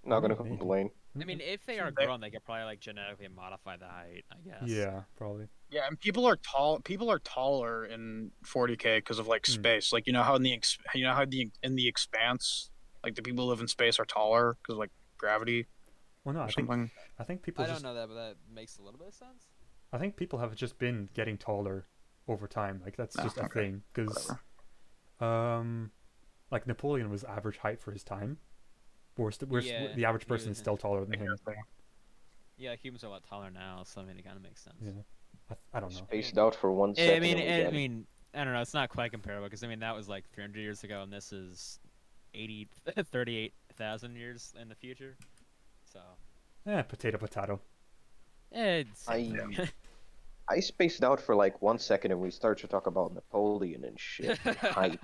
S2: Not gonna
S3: Maybe.
S2: complain.
S4: I mean, if they
S5: So
S4: are
S5: they-
S4: grown, they could probably like genetically modify the height. I guess.
S3: Yeah, probably.
S5: Yeah, and people are tall. People are taller in 40k because of like
S3: Hmm.
S5: space. Like you know how in the ex- you know how the in the expanse, like the people who live in space are taller because like gravity
S3: Well, no, Oh, I
S5: or
S3: think
S5: something.
S3: I think people just
S4: know that, but that makes a little bit of sense.
S3: I think people have just been getting taller over time. Like that's
S5: Ah,
S3: just a
S5: okay,
S3: thing because, um, like Napoleon was average height for his time. We're, st- we're st-
S4: Yeah,
S3: the average
S4: he
S3: person
S4: was-
S3: is still taller than him.
S4: Yeah, humans are a lot taller now, so I mean, it kind of makes sense.
S3: Yeah. I, I don't know.
S2: Spaced out for one
S4: Eh, I
S2: second.
S4: mean,
S2: and we
S4: eh, I
S2: get it.
S4: mean, I don't know. It's not quite comparable because I mean that was like 300 years ago, and this is 80, 38,000 years in the future. So
S3: Eh, potato, potato.
S4: eh, it's
S2: I-
S4: something.
S2: I spaced out for like one second and we start to talk about Napoleon and shit. and height.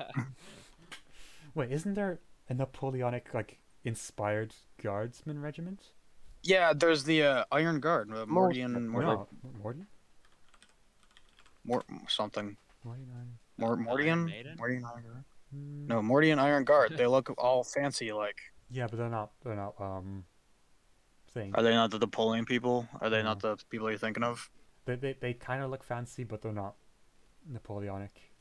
S3: Wait, isn't there a Napoleonic like inspired guardsman regiment?
S1: Yeah, there's the uh, Iron Guard, uh,
S3: Mor-
S1: Mordian,
S3: Mor-
S1: Mordi,
S3: no, Mordian?
S1: Mor- something.
S3: Mordian Iron-
S1: Mor- Mordian,
S4: Maiden?
S1: Mordian Iron Guard.
S3: Hmm,
S1: No, Mordian Iron Guard. They look all fancy. Like,
S3: Yeah, but they're not. They're not. Um, thing.
S1: are they not the Napoleon people? Are they not the people you're thinking of?
S3: They they, they kind of look fancy, but they're not Napoleonic.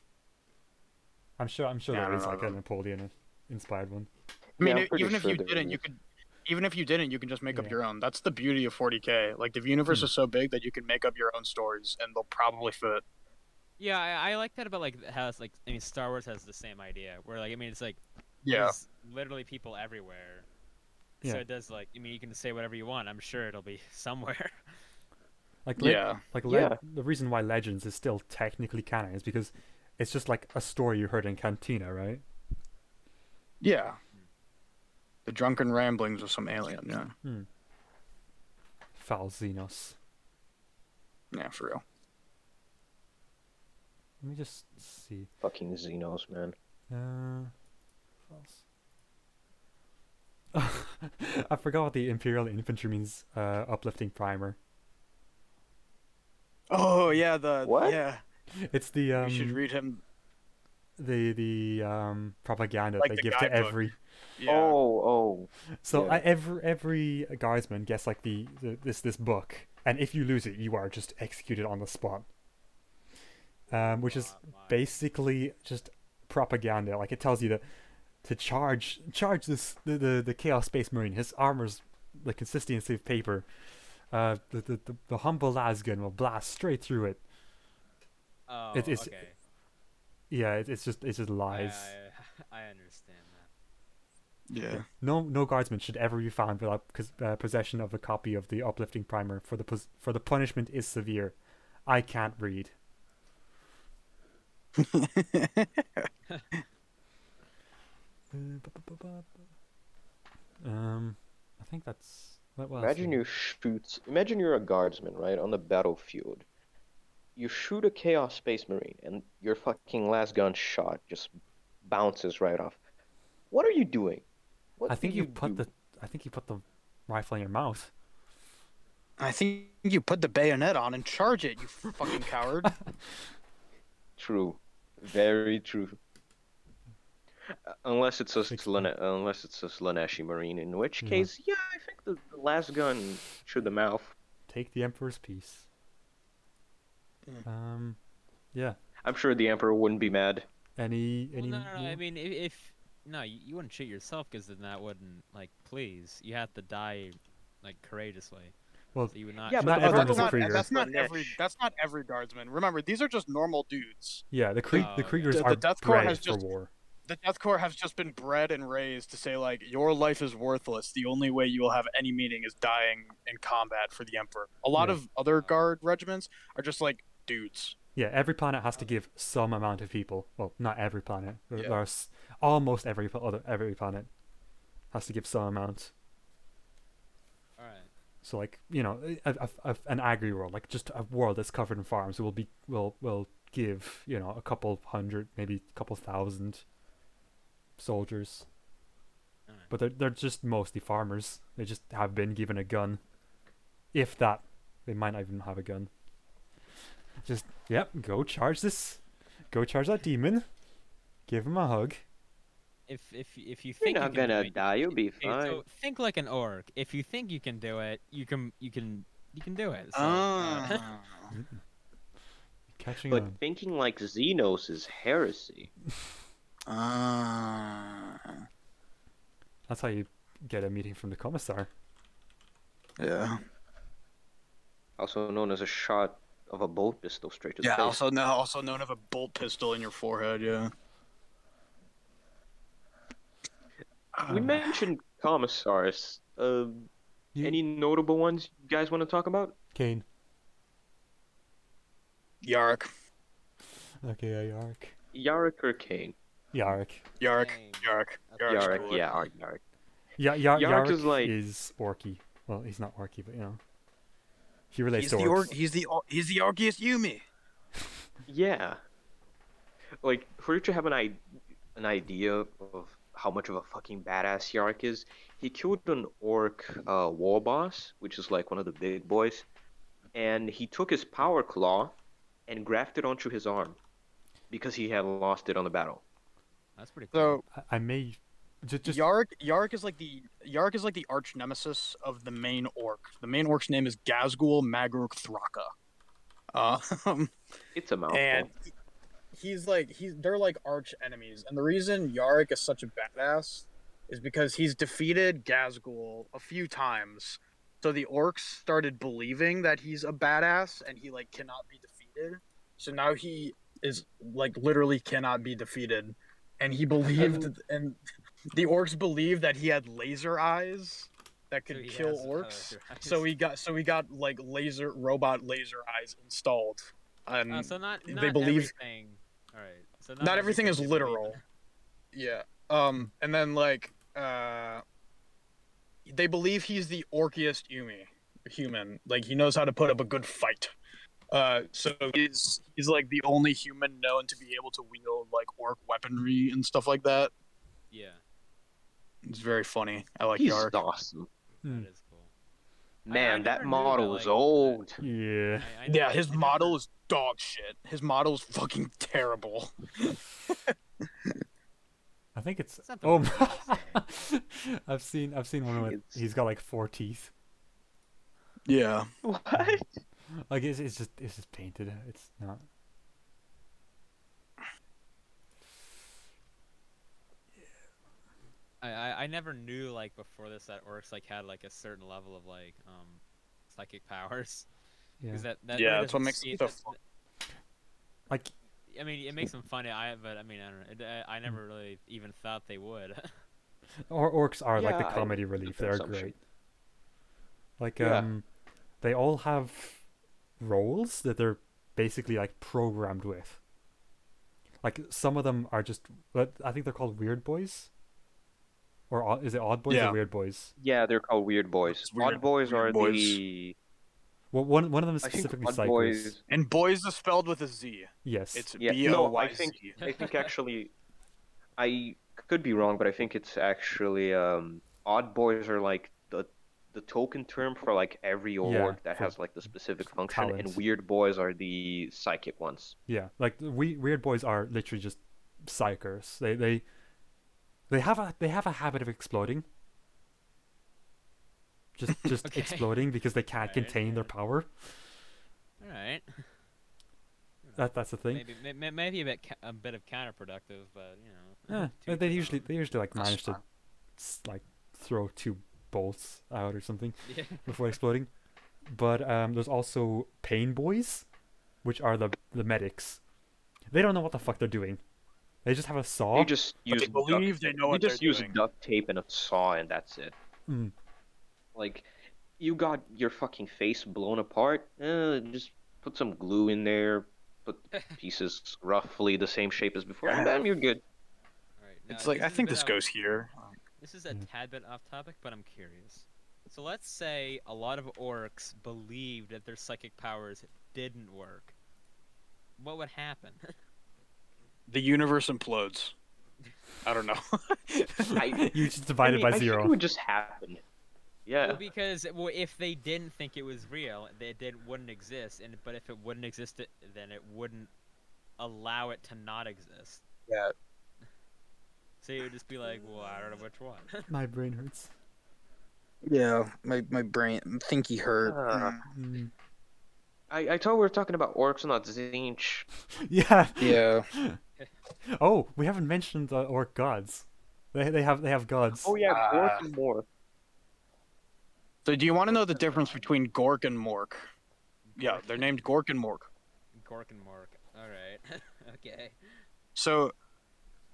S3: I'm sure. I'm sure
S1: Yeah, I
S3: there
S1: don't
S3: is
S1: know
S3: like a
S1: about-
S3: Napoleon inspired one.
S1: I mean,
S2: Yeah, I'm
S1: e-
S2: pretty
S1: even
S2: sure
S1: if you
S2: there
S1: didn't,
S2: is.
S1: you could. Even if you didn't, you can just make up
S3: Yeah.
S1: your own. That's the beauty of 40k. Like the universe is so big that you can make up your own stories, and they'll probably fit.
S4: Yeah, I, I like that about like how it's like I mean Star Wars has the same idea where like I mean it's like
S1: Yeah,
S4: there's literally people everywhere.
S3: Yeah.
S4: So it does like I mean you can say whatever you want. I'm sure it'll be somewhere.
S3: Like le-
S1: yeah,
S3: like le-
S2: Yeah.
S3: the reason why Legends is still technically canon is because it's just like a story you heard in Cantina, right?
S1: yeah. The drunken ramblings of some alien. Yeah,
S3: Foul Xenos.
S1: yeah, for real.
S3: Let me just see.
S2: Fucking Xenos, man.
S3: Uh, false. I forgot what the Imperial Infantry means. Uh, uplifting primer.
S1: Oh yeah, the
S2: What?
S1: yeah.
S3: It's the um
S1: you should read him.
S3: the the um propaganda
S1: Like
S3: they
S1: the
S3: give to
S1: guidebook.
S3: every.
S1: Yeah.
S2: Oh, oh.
S3: So
S2: Yeah.
S3: I, every every guardsman gets like the, the this this book, and if you lose it, you are just executed on the spot. Um, which is
S4: Wow, wow.
S3: basically just propaganda. Like it tells you to to charge charge this the the, the chaos space marine. His armor's the consistency of paper. Uh, the, the, the, the humble lasgun will blast straight through it.
S4: Oh,
S3: It is-
S4: okay.
S3: Yeah, it, it's just it's just
S4: I,
S3: lies.
S4: I, I understand that.
S1: Yeah.
S3: No no guardsman should ever be found without pos- uh, possession of a copy of the uplifting primer. For the pos- for the punishment is severe. I can't read. Uh, bu- bu- bu- bu- bu- Um, I think that's that was.
S2: Imagine you shoot. Imagine you're a guardsman, right, on the battlefield. You shoot a Chaos Space Marine, and your fucking last gun shot just bounces right off. What are you doing? What
S3: I
S2: do
S3: think you put
S2: do?
S3: the I think you put the rifle in your mouth.
S1: I think you put the bayonet on and charge it, you fucking coward.
S2: True, very true. Uh, Unless it's a
S3: Six- Mm-hmm.
S2: Slane- unless it's a Slaneshi Marine, in which
S3: Yeah.
S2: case, yeah, I think the, the last gun through the mouth.
S3: Take the emperor's piece.
S1: Mm.
S3: Um, yeah.
S2: I'm sure the Emperor wouldn't be mad.
S3: Any
S4: Well,
S3: any?
S4: no, no, no. I
S3: more?
S4: mean, if, if no, you, you wouldn't shoot yourself because then that wouldn't like please. You have to die like courageously.
S3: Well,
S4: So you would not.
S2: yeah,
S4: shoot
S2: but
S3: not
S2: the-
S3: everyone
S2: but
S3: is a
S1: not,
S3: Krieger.
S1: that's not
S2: Slanesh.
S1: every. That's not every guardsman. Remember, these are just normal dudes.
S3: yeah, the Krie-
S4: Oh,
S3: the
S4: yeah.
S3: Kriegers
S1: The- the
S3: are
S1: Death Corps
S3: bred
S1: has
S3: for
S1: just-
S3: war.
S1: The Death Corps has just been bred and raised to say like, your life is worthless. The only way you will have any meaning is dying in combat for the Emperor. A lot
S3: Yeah.
S1: of other guard regiments are just like dudes.
S3: Yeah, every planet has to give some amount of people. Well, not every planet. There,
S1: Yeah.
S3: there are s- almost every pl- other every planet has to give some amount.
S4: All right.
S3: So like you know, a, a- a- an agri world, like just a world that's covered in farms, will be will will give you know a couple hundred, maybe a couple thousand soldiers.
S4: Alright.
S3: But they're they're just mostly farmers. They just have been given a gun, if that. They might not even have a gun. Just yep, go charge this, go charge that demon, give him a hug.
S4: If if if you
S2: You're
S4: think
S2: not
S4: you can do
S2: gonna
S4: it,
S2: die. You'll be
S4: Okay,
S2: fine.
S4: so think like an orc. If you think you can do it, you can you can you can do it. So, uh,
S1: Ah.
S3: Catching
S2: But
S3: on.
S2: thinking like Xenos is heresy.
S1: Ah.
S3: That's how you get a meeting from the commissar.
S1: yeah.
S2: also known as a shot of a bolt pistol straight to the
S1: Yeah.
S2: face.
S1: Also, no, also known of a bolt pistol in your forehead. Yeah. Uh,
S2: we mentioned commissars. Uh,
S3: You-
S2: Any notable ones you guys want to talk about?
S3: Kane.
S1: Yark.
S3: Okay, yeah, Yark.
S2: Yarick or Kane?
S3: Yark.
S1: Yark.
S4: Dang.
S1: Yark. Yark's
S2: Yarick,
S1: cooler.
S2: yeah, or Yarick.
S3: Yeah, Yar-
S2: Yark
S3: Yark
S2: is
S3: is
S2: like-
S3: orky. Well, he's not orky, but you know, he relates
S1: He's
S3: to
S1: the,
S3: orcs.
S1: or- he's the or- he's the Arceus Yumi.
S2: Yeah. Like, for you to have an, I- an idea of how much of a fucking badass Yark is. He killed an orc uh, war boss, which is like one of the big boys, and he took his power claw and grafted onto his arm because he had lost it on the battle.
S4: That's pretty cool.
S1: So
S3: I, I may just just
S1: Yark Yark is like the Yark is like the arch nemesis of the main orc. The main orc's name is Gazgul Magurk Thraka. Uh, Um,
S2: It's a mouthful.
S1: and he- he's like he's they're like arch enemies, and the reason Yark is such a badass is because he's defeated Gazgul a few times. So the orcs started believing that he's a badass and he like cannot be defeated. So now he is like literally cannot be defeated, and he believed and the orcs believed that he had laser eyes that could kill orcs. So we got so we got like laser robot laser eyes installed. And
S4: Uh, so not,
S1: Mm. they
S4: not
S1: believe-
S4: everything. All right. So not,
S1: not, everything is
S4: they believe in.
S1: literal. Yeah. Um and then like uh they believe he's the orkiest Yumi human. Like he knows how to put up a good fight. Uh so he's he's like the only human known to be able to wield like orc weaponry and stuff like that.
S4: Yeah,
S1: It's very funny. I like
S2: He's
S1: Yark.
S2: awesome.
S3: Hmm.
S4: that is cool. I- I
S2: Man, that
S4: never knew
S2: model
S4: that,
S2: is
S4: like, that-
S2: old.
S3: yeah.
S4: I- I
S1: Yeah,
S4: never-
S1: his
S4: I never-
S1: model is dog shit. His model is fucking terrible.
S3: I think it's
S4: It's not the
S3: oh.
S4: worst
S3: my- I've seen I've seen one with
S2: It's-
S3: he's got like four teeth.
S1: Yeah.
S2: What?
S3: Like it's it's just it's just painted. It's not.
S4: I, I I never knew like before this that orcs like had like a certain level of like um psychic powers.
S3: Yeah.
S4: 'Cause that, that
S1: Yeah,
S4: really
S1: that's what
S4: doesn't
S1: makes
S4: seem-
S1: it so
S4: that's-
S1: fun.
S3: Like
S4: I mean, it makes them funny. I but I mean, I don't know. It- uh, I, I
S3: Mm.
S4: never really even thought they would.
S3: or orcs are like
S2: Yeah, I
S3: the comedy
S2: would
S3: relief.
S2: that
S3: They're
S2: assumption.
S3: great. Like
S2: Yeah.
S3: um, they all have roles that they're basically like programmed with. Like some of them are just. but I think they're called weird boys. Or odd- is it odd boys
S1: Yeah.
S3: or weird boys?
S2: Yeah, they're called Weird Boys.
S1: It's weird-
S2: Odd Boys
S1: Weird
S2: are
S1: Boys.
S2: the.
S3: Well, one one of them is
S2: I think
S3: specifically
S2: Odd
S3: psychos.
S2: Boys.
S1: And boys is spelled with a Z.
S3: Yes.
S1: It's
S2: Yeah,
S1: B O
S2: no, I
S1: Y
S2: think-
S1: Z.
S2: I think actually, I could be wrong, but I think it's actually um, Odd Boys are like the the token term for like every org that
S3: for
S2: has like the specific function, and
S3: talents.
S2: Weird Boys are the psychic ones.
S3: Yeah, like the we weird boys are literally just psychers. They they they have a they have a habit of exploding. Just just
S4: Okay.
S3: exploding because they can't
S4: Alright,
S3: contain their
S4: yeah.
S3: power.
S4: All right.
S3: That that's the thing.
S4: Maybe may- may- maybe a bit ca- a bit of counterproductive, but you know.
S3: Yeah, they,
S4: to each
S3: they
S4: his
S3: usually
S4: own.
S3: they usually like
S1: That's
S3: manage to
S1: fine.
S3: s- like throw two bolts out or something
S4: Yeah.
S3: before exploding. But um, there's also pain boys, which are the the medics. They don't know what the fuck they're doing. They just have a saw.
S2: They just
S1: But
S2: use
S1: they believe they know
S2: you
S1: what they're
S2: just use
S1: doing.
S2: duct tape and a saw, and that's it.
S3: Mm.
S2: Like, you got your fucking face blown apart. Eh, just put some glue in there. Put pieces roughly the same shape as before, and bam, you're good.
S4: All right.
S1: It's
S4: now,
S1: like I
S4: is a
S1: think
S4: bit
S1: this
S4: off-
S1: goes here.
S4: This is a
S3: Mm.
S4: tad bit off topic, but I'm curious. So let's say a lot of orcs believed that their psychic powers didn't work. What would happen?
S1: The universe implodes. I don't know.
S2: I,
S3: You just divide it
S2: mean,
S3: by
S2: I think
S3: zero.
S2: it would just happen. Yeah.
S4: Well, because well, if they didn't think it was real, they did wouldn't exist. And but if it wouldn't exist, it- then it wouldn't allow it to not exist.
S1: Yeah.
S4: So you would just be like, well, I don't know which one.
S3: My brain hurts.
S1: Yeah, my my brain thinky hurt.
S2: Ah.
S3: Mm.
S2: I, I thought we were talking about orcs, not Zinch.
S3: Yeah.
S1: Yeah.
S3: Oh, we haven't mentioned the orc gods. They they have they have gods.
S2: Oh yeah,
S1: Ah.
S2: Gork and Mork.
S1: So do you want to know the difference between Gork and Mork? Yeah, they're named Gork and Mork.
S4: Gork and Mork. All right. okay.
S1: So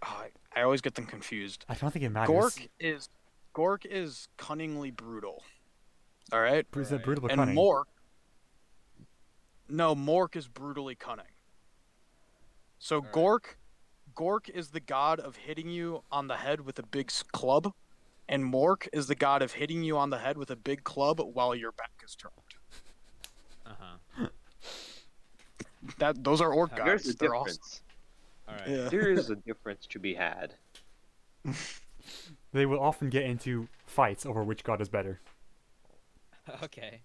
S1: oh, I I always get them confused.
S3: I don't think it matters.
S1: Gork is Gork is cunningly brutal. All right?
S3: Bru- is it
S4: Alright.
S3: brutal but
S1: and
S3: cunning?
S1: Mork. No, Mork is brutally cunning. So
S4: right.
S1: Gork, Gork is the god of hitting you on the head with a big s- club, and Mork is the god of hitting you on the head with a big club while your back is turned.
S4: Uh huh.
S1: That those are orc
S4: Uh,
S1: gods.
S2: There's a
S1: They're all
S2: difference.
S4: All right.
S1: yeah.
S2: There is a difference to be had.
S3: They will often get into fights over which god is better.
S4: okay.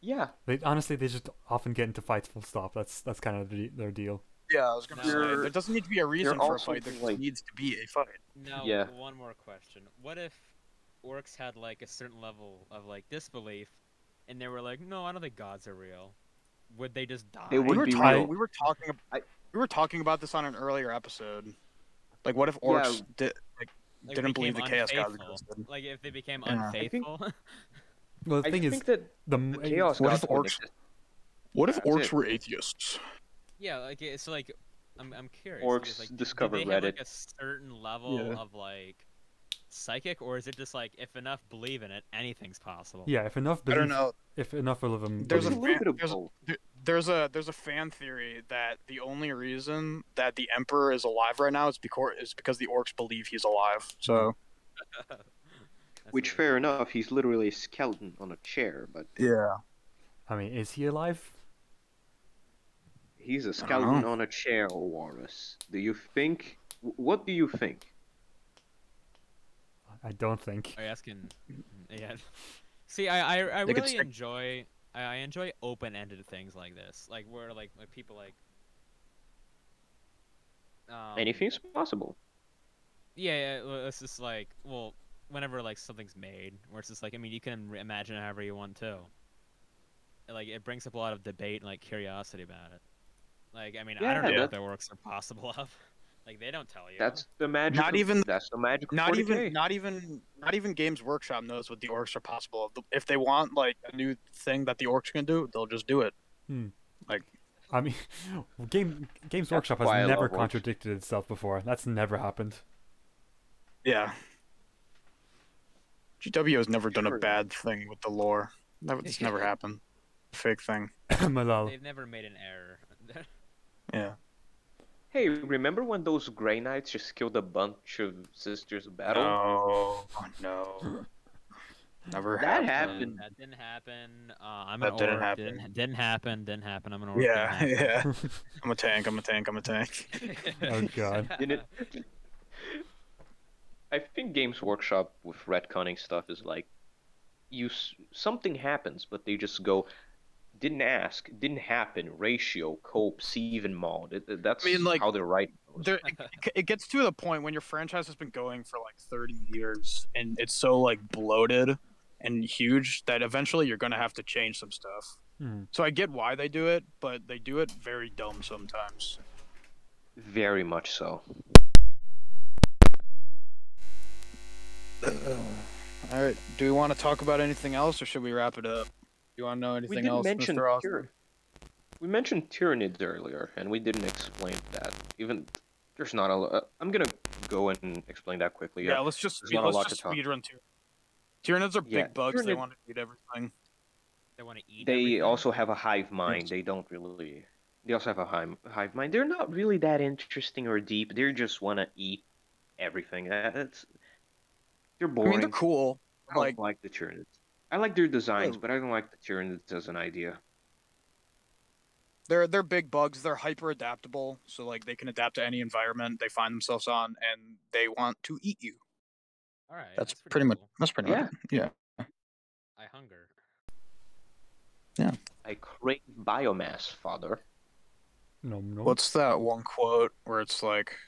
S2: Yeah,
S3: They honestly they just often get into fights full stop. That's that's kind of the, their deal.
S1: Yeah, I was gonna
S4: No.
S1: say
S2: You're-
S1: there doesn't need to be a reason for a
S2: also,
S1: fight. There just
S2: like-
S1: needs to be a fight.
S4: Now,
S2: Yeah.
S4: one more question. What if orcs had like a certain level of like disbelief, and they were like, "No, I don't think gods are real." Would they just die?
S2: They
S1: We
S2: would
S1: were,
S2: be
S1: talking-
S2: real.
S1: we were talking. ab-
S2: I-
S1: we were talking about this on an earlier episode. Like, what if orcs di- like,
S4: Like,
S1: didn't believe the
S4: became
S1: chaos gods
S4: unfaithful?
S1: existed?
S4: Like if they became
S1: Yeah. I
S2: think-
S4: unfaithful.
S3: Well, the
S2: I
S3: thing is,
S2: think that
S3: the,
S2: the
S3: m-
S2: chaos
S1: what
S2: god
S1: if
S2: wouldn't
S1: orcs-
S2: exist,
S1: What if
S2: That's
S1: orcs
S2: it.
S1: were atheists?
S4: yeah, like it's like I'm I'm curious.
S2: Orcs
S4: because, like,
S2: discover
S4: do they have,
S2: Reddit.
S4: like a certain level
S1: Yeah.
S4: of like psychic, or is it just like if enough believe in it, anything's possible?
S3: yeah, if enough
S1: I don't
S3: believe-
S1: know.
S3: if enough of them,
S1: There's a
S2: It's
S3: believe-
S2: a
S1: fa-
S2: little bit of
S1: there's a-
S2: both.
S1: There- There's a there's a fan theory that the only reason that the emperor is alive right now is because is because the orcs believe he's alive. So
S4: That's
S2: Which,
S4: weird.
S2: fair enough, he's literally a skeleton on a chair, but
S1: yeah,
S3: I mean, is he alive?
S2: he's a
S1: dunno.
S2: skeleton on a chair, Warus. Do you think? wh- What do you think?
S3: I don't think.
S4: Are you asking? Yeah. See, I I, I
S1: They could
S4: really
S1: stick-
S4: enjoy I, I enjoy open-ended things like this, like where like, like people like. Um,
S2: Anything's possible.
S4: Yeah, yeah. well, It's just like well, whenever like something's made, where it's just like I mean, you can re- imagine it however you want to. And, Like it brings up a lot of debate and like curiosity about it. Like I mean, I
S2: Yeah,
S4: don't know
S2: that-
S4: what their works are possible of. Like they don't tell you.
S2: That's the magic.
S1: Not
S2: of-
S1: even-
S2: That's the magic. of
S1: not
S2: 40K.
S1: even not even not even Games Workshop knows what the orcs are possible of. If they want like a new thing that the orcs can do, they'll just do it.
S3: I mean, Game Games
S2: That's
S3: Workshop
S2: why I
S3: has
S2: love
S3: never
S2: Orcs.
S3: contradicted itself before. That's never happened.
S1: Yeah. GW has never done a
S2: Sure.
S1: bad thing with the lore. Never, it's never happened. Fake thing.
S3: Malal.
S4: They've never made an error.
S1: Yeah.
S2: Hey, remember when those Grey Knights just killed a bunch of sisters of battle?
S1: No. No. Never
S2: That
S1: happened.
S4: That didn't happen. Uh, I'm
S1: That
S4: an
S1: didn't
S4: orc.
S1: happen.
S4: Didn't, didn't happen. Didn't happen. I'm an orc.
S1: Yeah,
S4: didn't
S1: yeah. I'm a tank. I'm a tank. I'm a tank.
S3: Oh,
S4: happen.
S3: God.
S2: Didn't it- I think Games Workshop with retconning stuff is like, you s- something happens, but they just go, didn't ask, didn't happen, ratio, cope, sieve, and mod. It- it- That's
S1: mean, like,
S2: how they write. those.
S1: There, it, it- it gets to the point when your franchise has been going for like 30 years and it's so like bloated and huge that eventually you're gonna have to change some stuff.
S3: Hmm.
S1: So I get why they do it, but they do it very dumb sometimes.
S2: Very much so.
S1: All right. Do we want to talk about anything else, or should we wrap it up? Do you want to know anything
S2: we did
S1: else,
S2: mention
S1: Mr. Austin?
S2: tyr- we mentioned tyrannids earlier, and we didn't explain that. Even there's not a. lo- uh, I'm gonna go and explain that quickly.
S1: Yeah, let's just
S2: There's
S1: speed,
S2: not a
S1: let's
S2: lot
S1: just
S2: to talk.
S1: speed run Tyr- Tyranids are big
S2: Yeah,
S1: bugs. They
S2: Tyranid-
S1: want to eat everything.
S4: They want to eat.
S2: they
S4: everything?
S2: also have a hive mind. They don't really. They also have a hive hive mind. They're not really that interesting or deep. They just wanna eat everything. Uh, It's they're
S1: I
S2: boring.
S1: mean, they're cool.
S2: I don't
S1: Like,
S2: like the Tyranids. I like their designs,
S1: Oh.
S2: but I don't like the Tyranids as an idea.
S1: they're they're big bugs. They're hyper adaptable, so like they can adapt to any environment they find themselves on, and they want to eat you.
S4: All right.
S1: That's,
S4: pretty,
S1: pretty much.
S4: cool.
S1: That's pretty
S2: Yeah.
S1: much. it. Yeah.
S4: I hunger.
S2: I crave biomass, father.
S3: No, no.
S1: What's that one quote where it's like,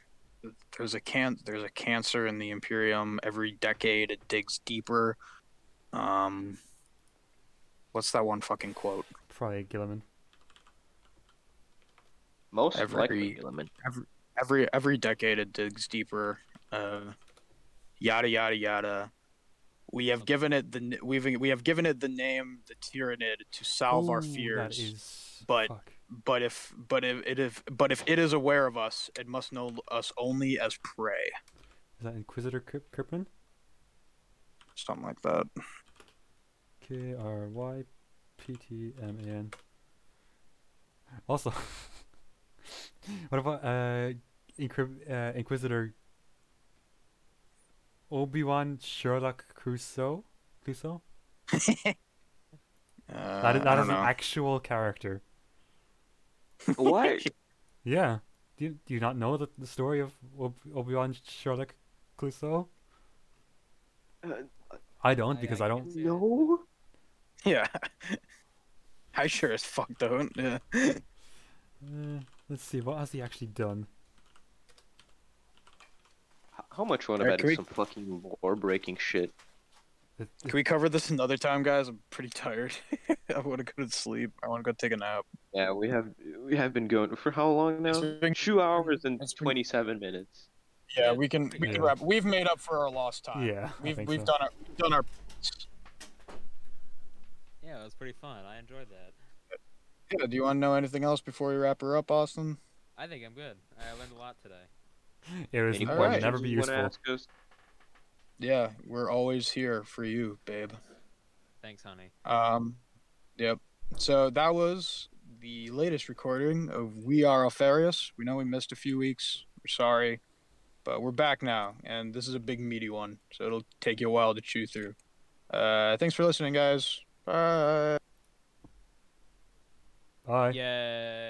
S1: "There's a can there's a cancer in the Imperium. Every decade, it digs deeper." Um, what's that one fucking quote?
S3: Probably Gilliman.
S2: Most
S1: Every-
S2: likely, Gilliman.
S1: Every every decade, it digs deeper. Uh, yada yada yada. We have given it the n- we've we have given it the name the Tyranid to salve our
S3: Ooh, that
S1: fears.
S3: is-
S1: but-
S3: fuck.
S1: But if but if it if but if it is aware of us, it must know us only as prey.
S3: Is that Inquisitor Kip- Kirpman?
S1: Something like that.
S3: K R Y P T M A N. Also, what about uh, Inquib- uh Inquisitor Obi Wan Sherlock Crusoe? Crusoe?
S1: Uh,
S3: That is,
S1: I
S3: that
S1: don't
S3: is an
S1: know.
S3: actual character.
S2: What?
S3: Yeah. Do you, do you not know the, the story of Ob- Obi-Wan Sherlock Clouseau?
S2: Uh,
S3: I don't because I,
S4: can't
S3: don't.
S4: say it.
S2: no.
S1: Yeah. I sure as fuck don't. Yeah.
S3: Uh, let's see. What has he actually done?
S2: H- How much you want to
S1: Alright,
S2: bet
S1: can
S2: it's
S1: we-
S2: some fucking lore-breaking shit?
S3: It-
S1: Can we cover this another time, guys? I'm pretty tired. I want to go to sleep. I want to go take a nap.
S2: Yeah, we have we have been going for how long now?
S1: It's been-
S2: Two hours and
S1: it's been-
S2: twenty-seven minutes.
S1: Yeah, we can. We
S3: Yeah.
S1: can wrap. We've made up for our lost time.
S3: yeah, I
S1: We've
S3: think
S1: we've
S3: so.
S1: done our done our.
S4: Yeah, it was pretty fun. I enjoyed that.
S1: Yeah, do you want to know anything else before we wrap her up, Austin?
S4: I think I'm good. I learned a lot today.
S3: It was,
S2: Any
S3: will
S1: Alright.
S3: never
S2: questions
S3: be
S2: you wanna
S3: useful.
S2: ask us?
S1: Yeah, we're always here for you, babe.
S4: Thanks, honey.
S1: Um, yep. So that was the latest recording of We Are Alfarius. We know we missed a few weeks. We're sorry, but we're back now, and this is a big meaty one, so it'll take you a while to chew through. Uh, thanks for listening, guys. Bye.
S3: Bye.
S4: Yay.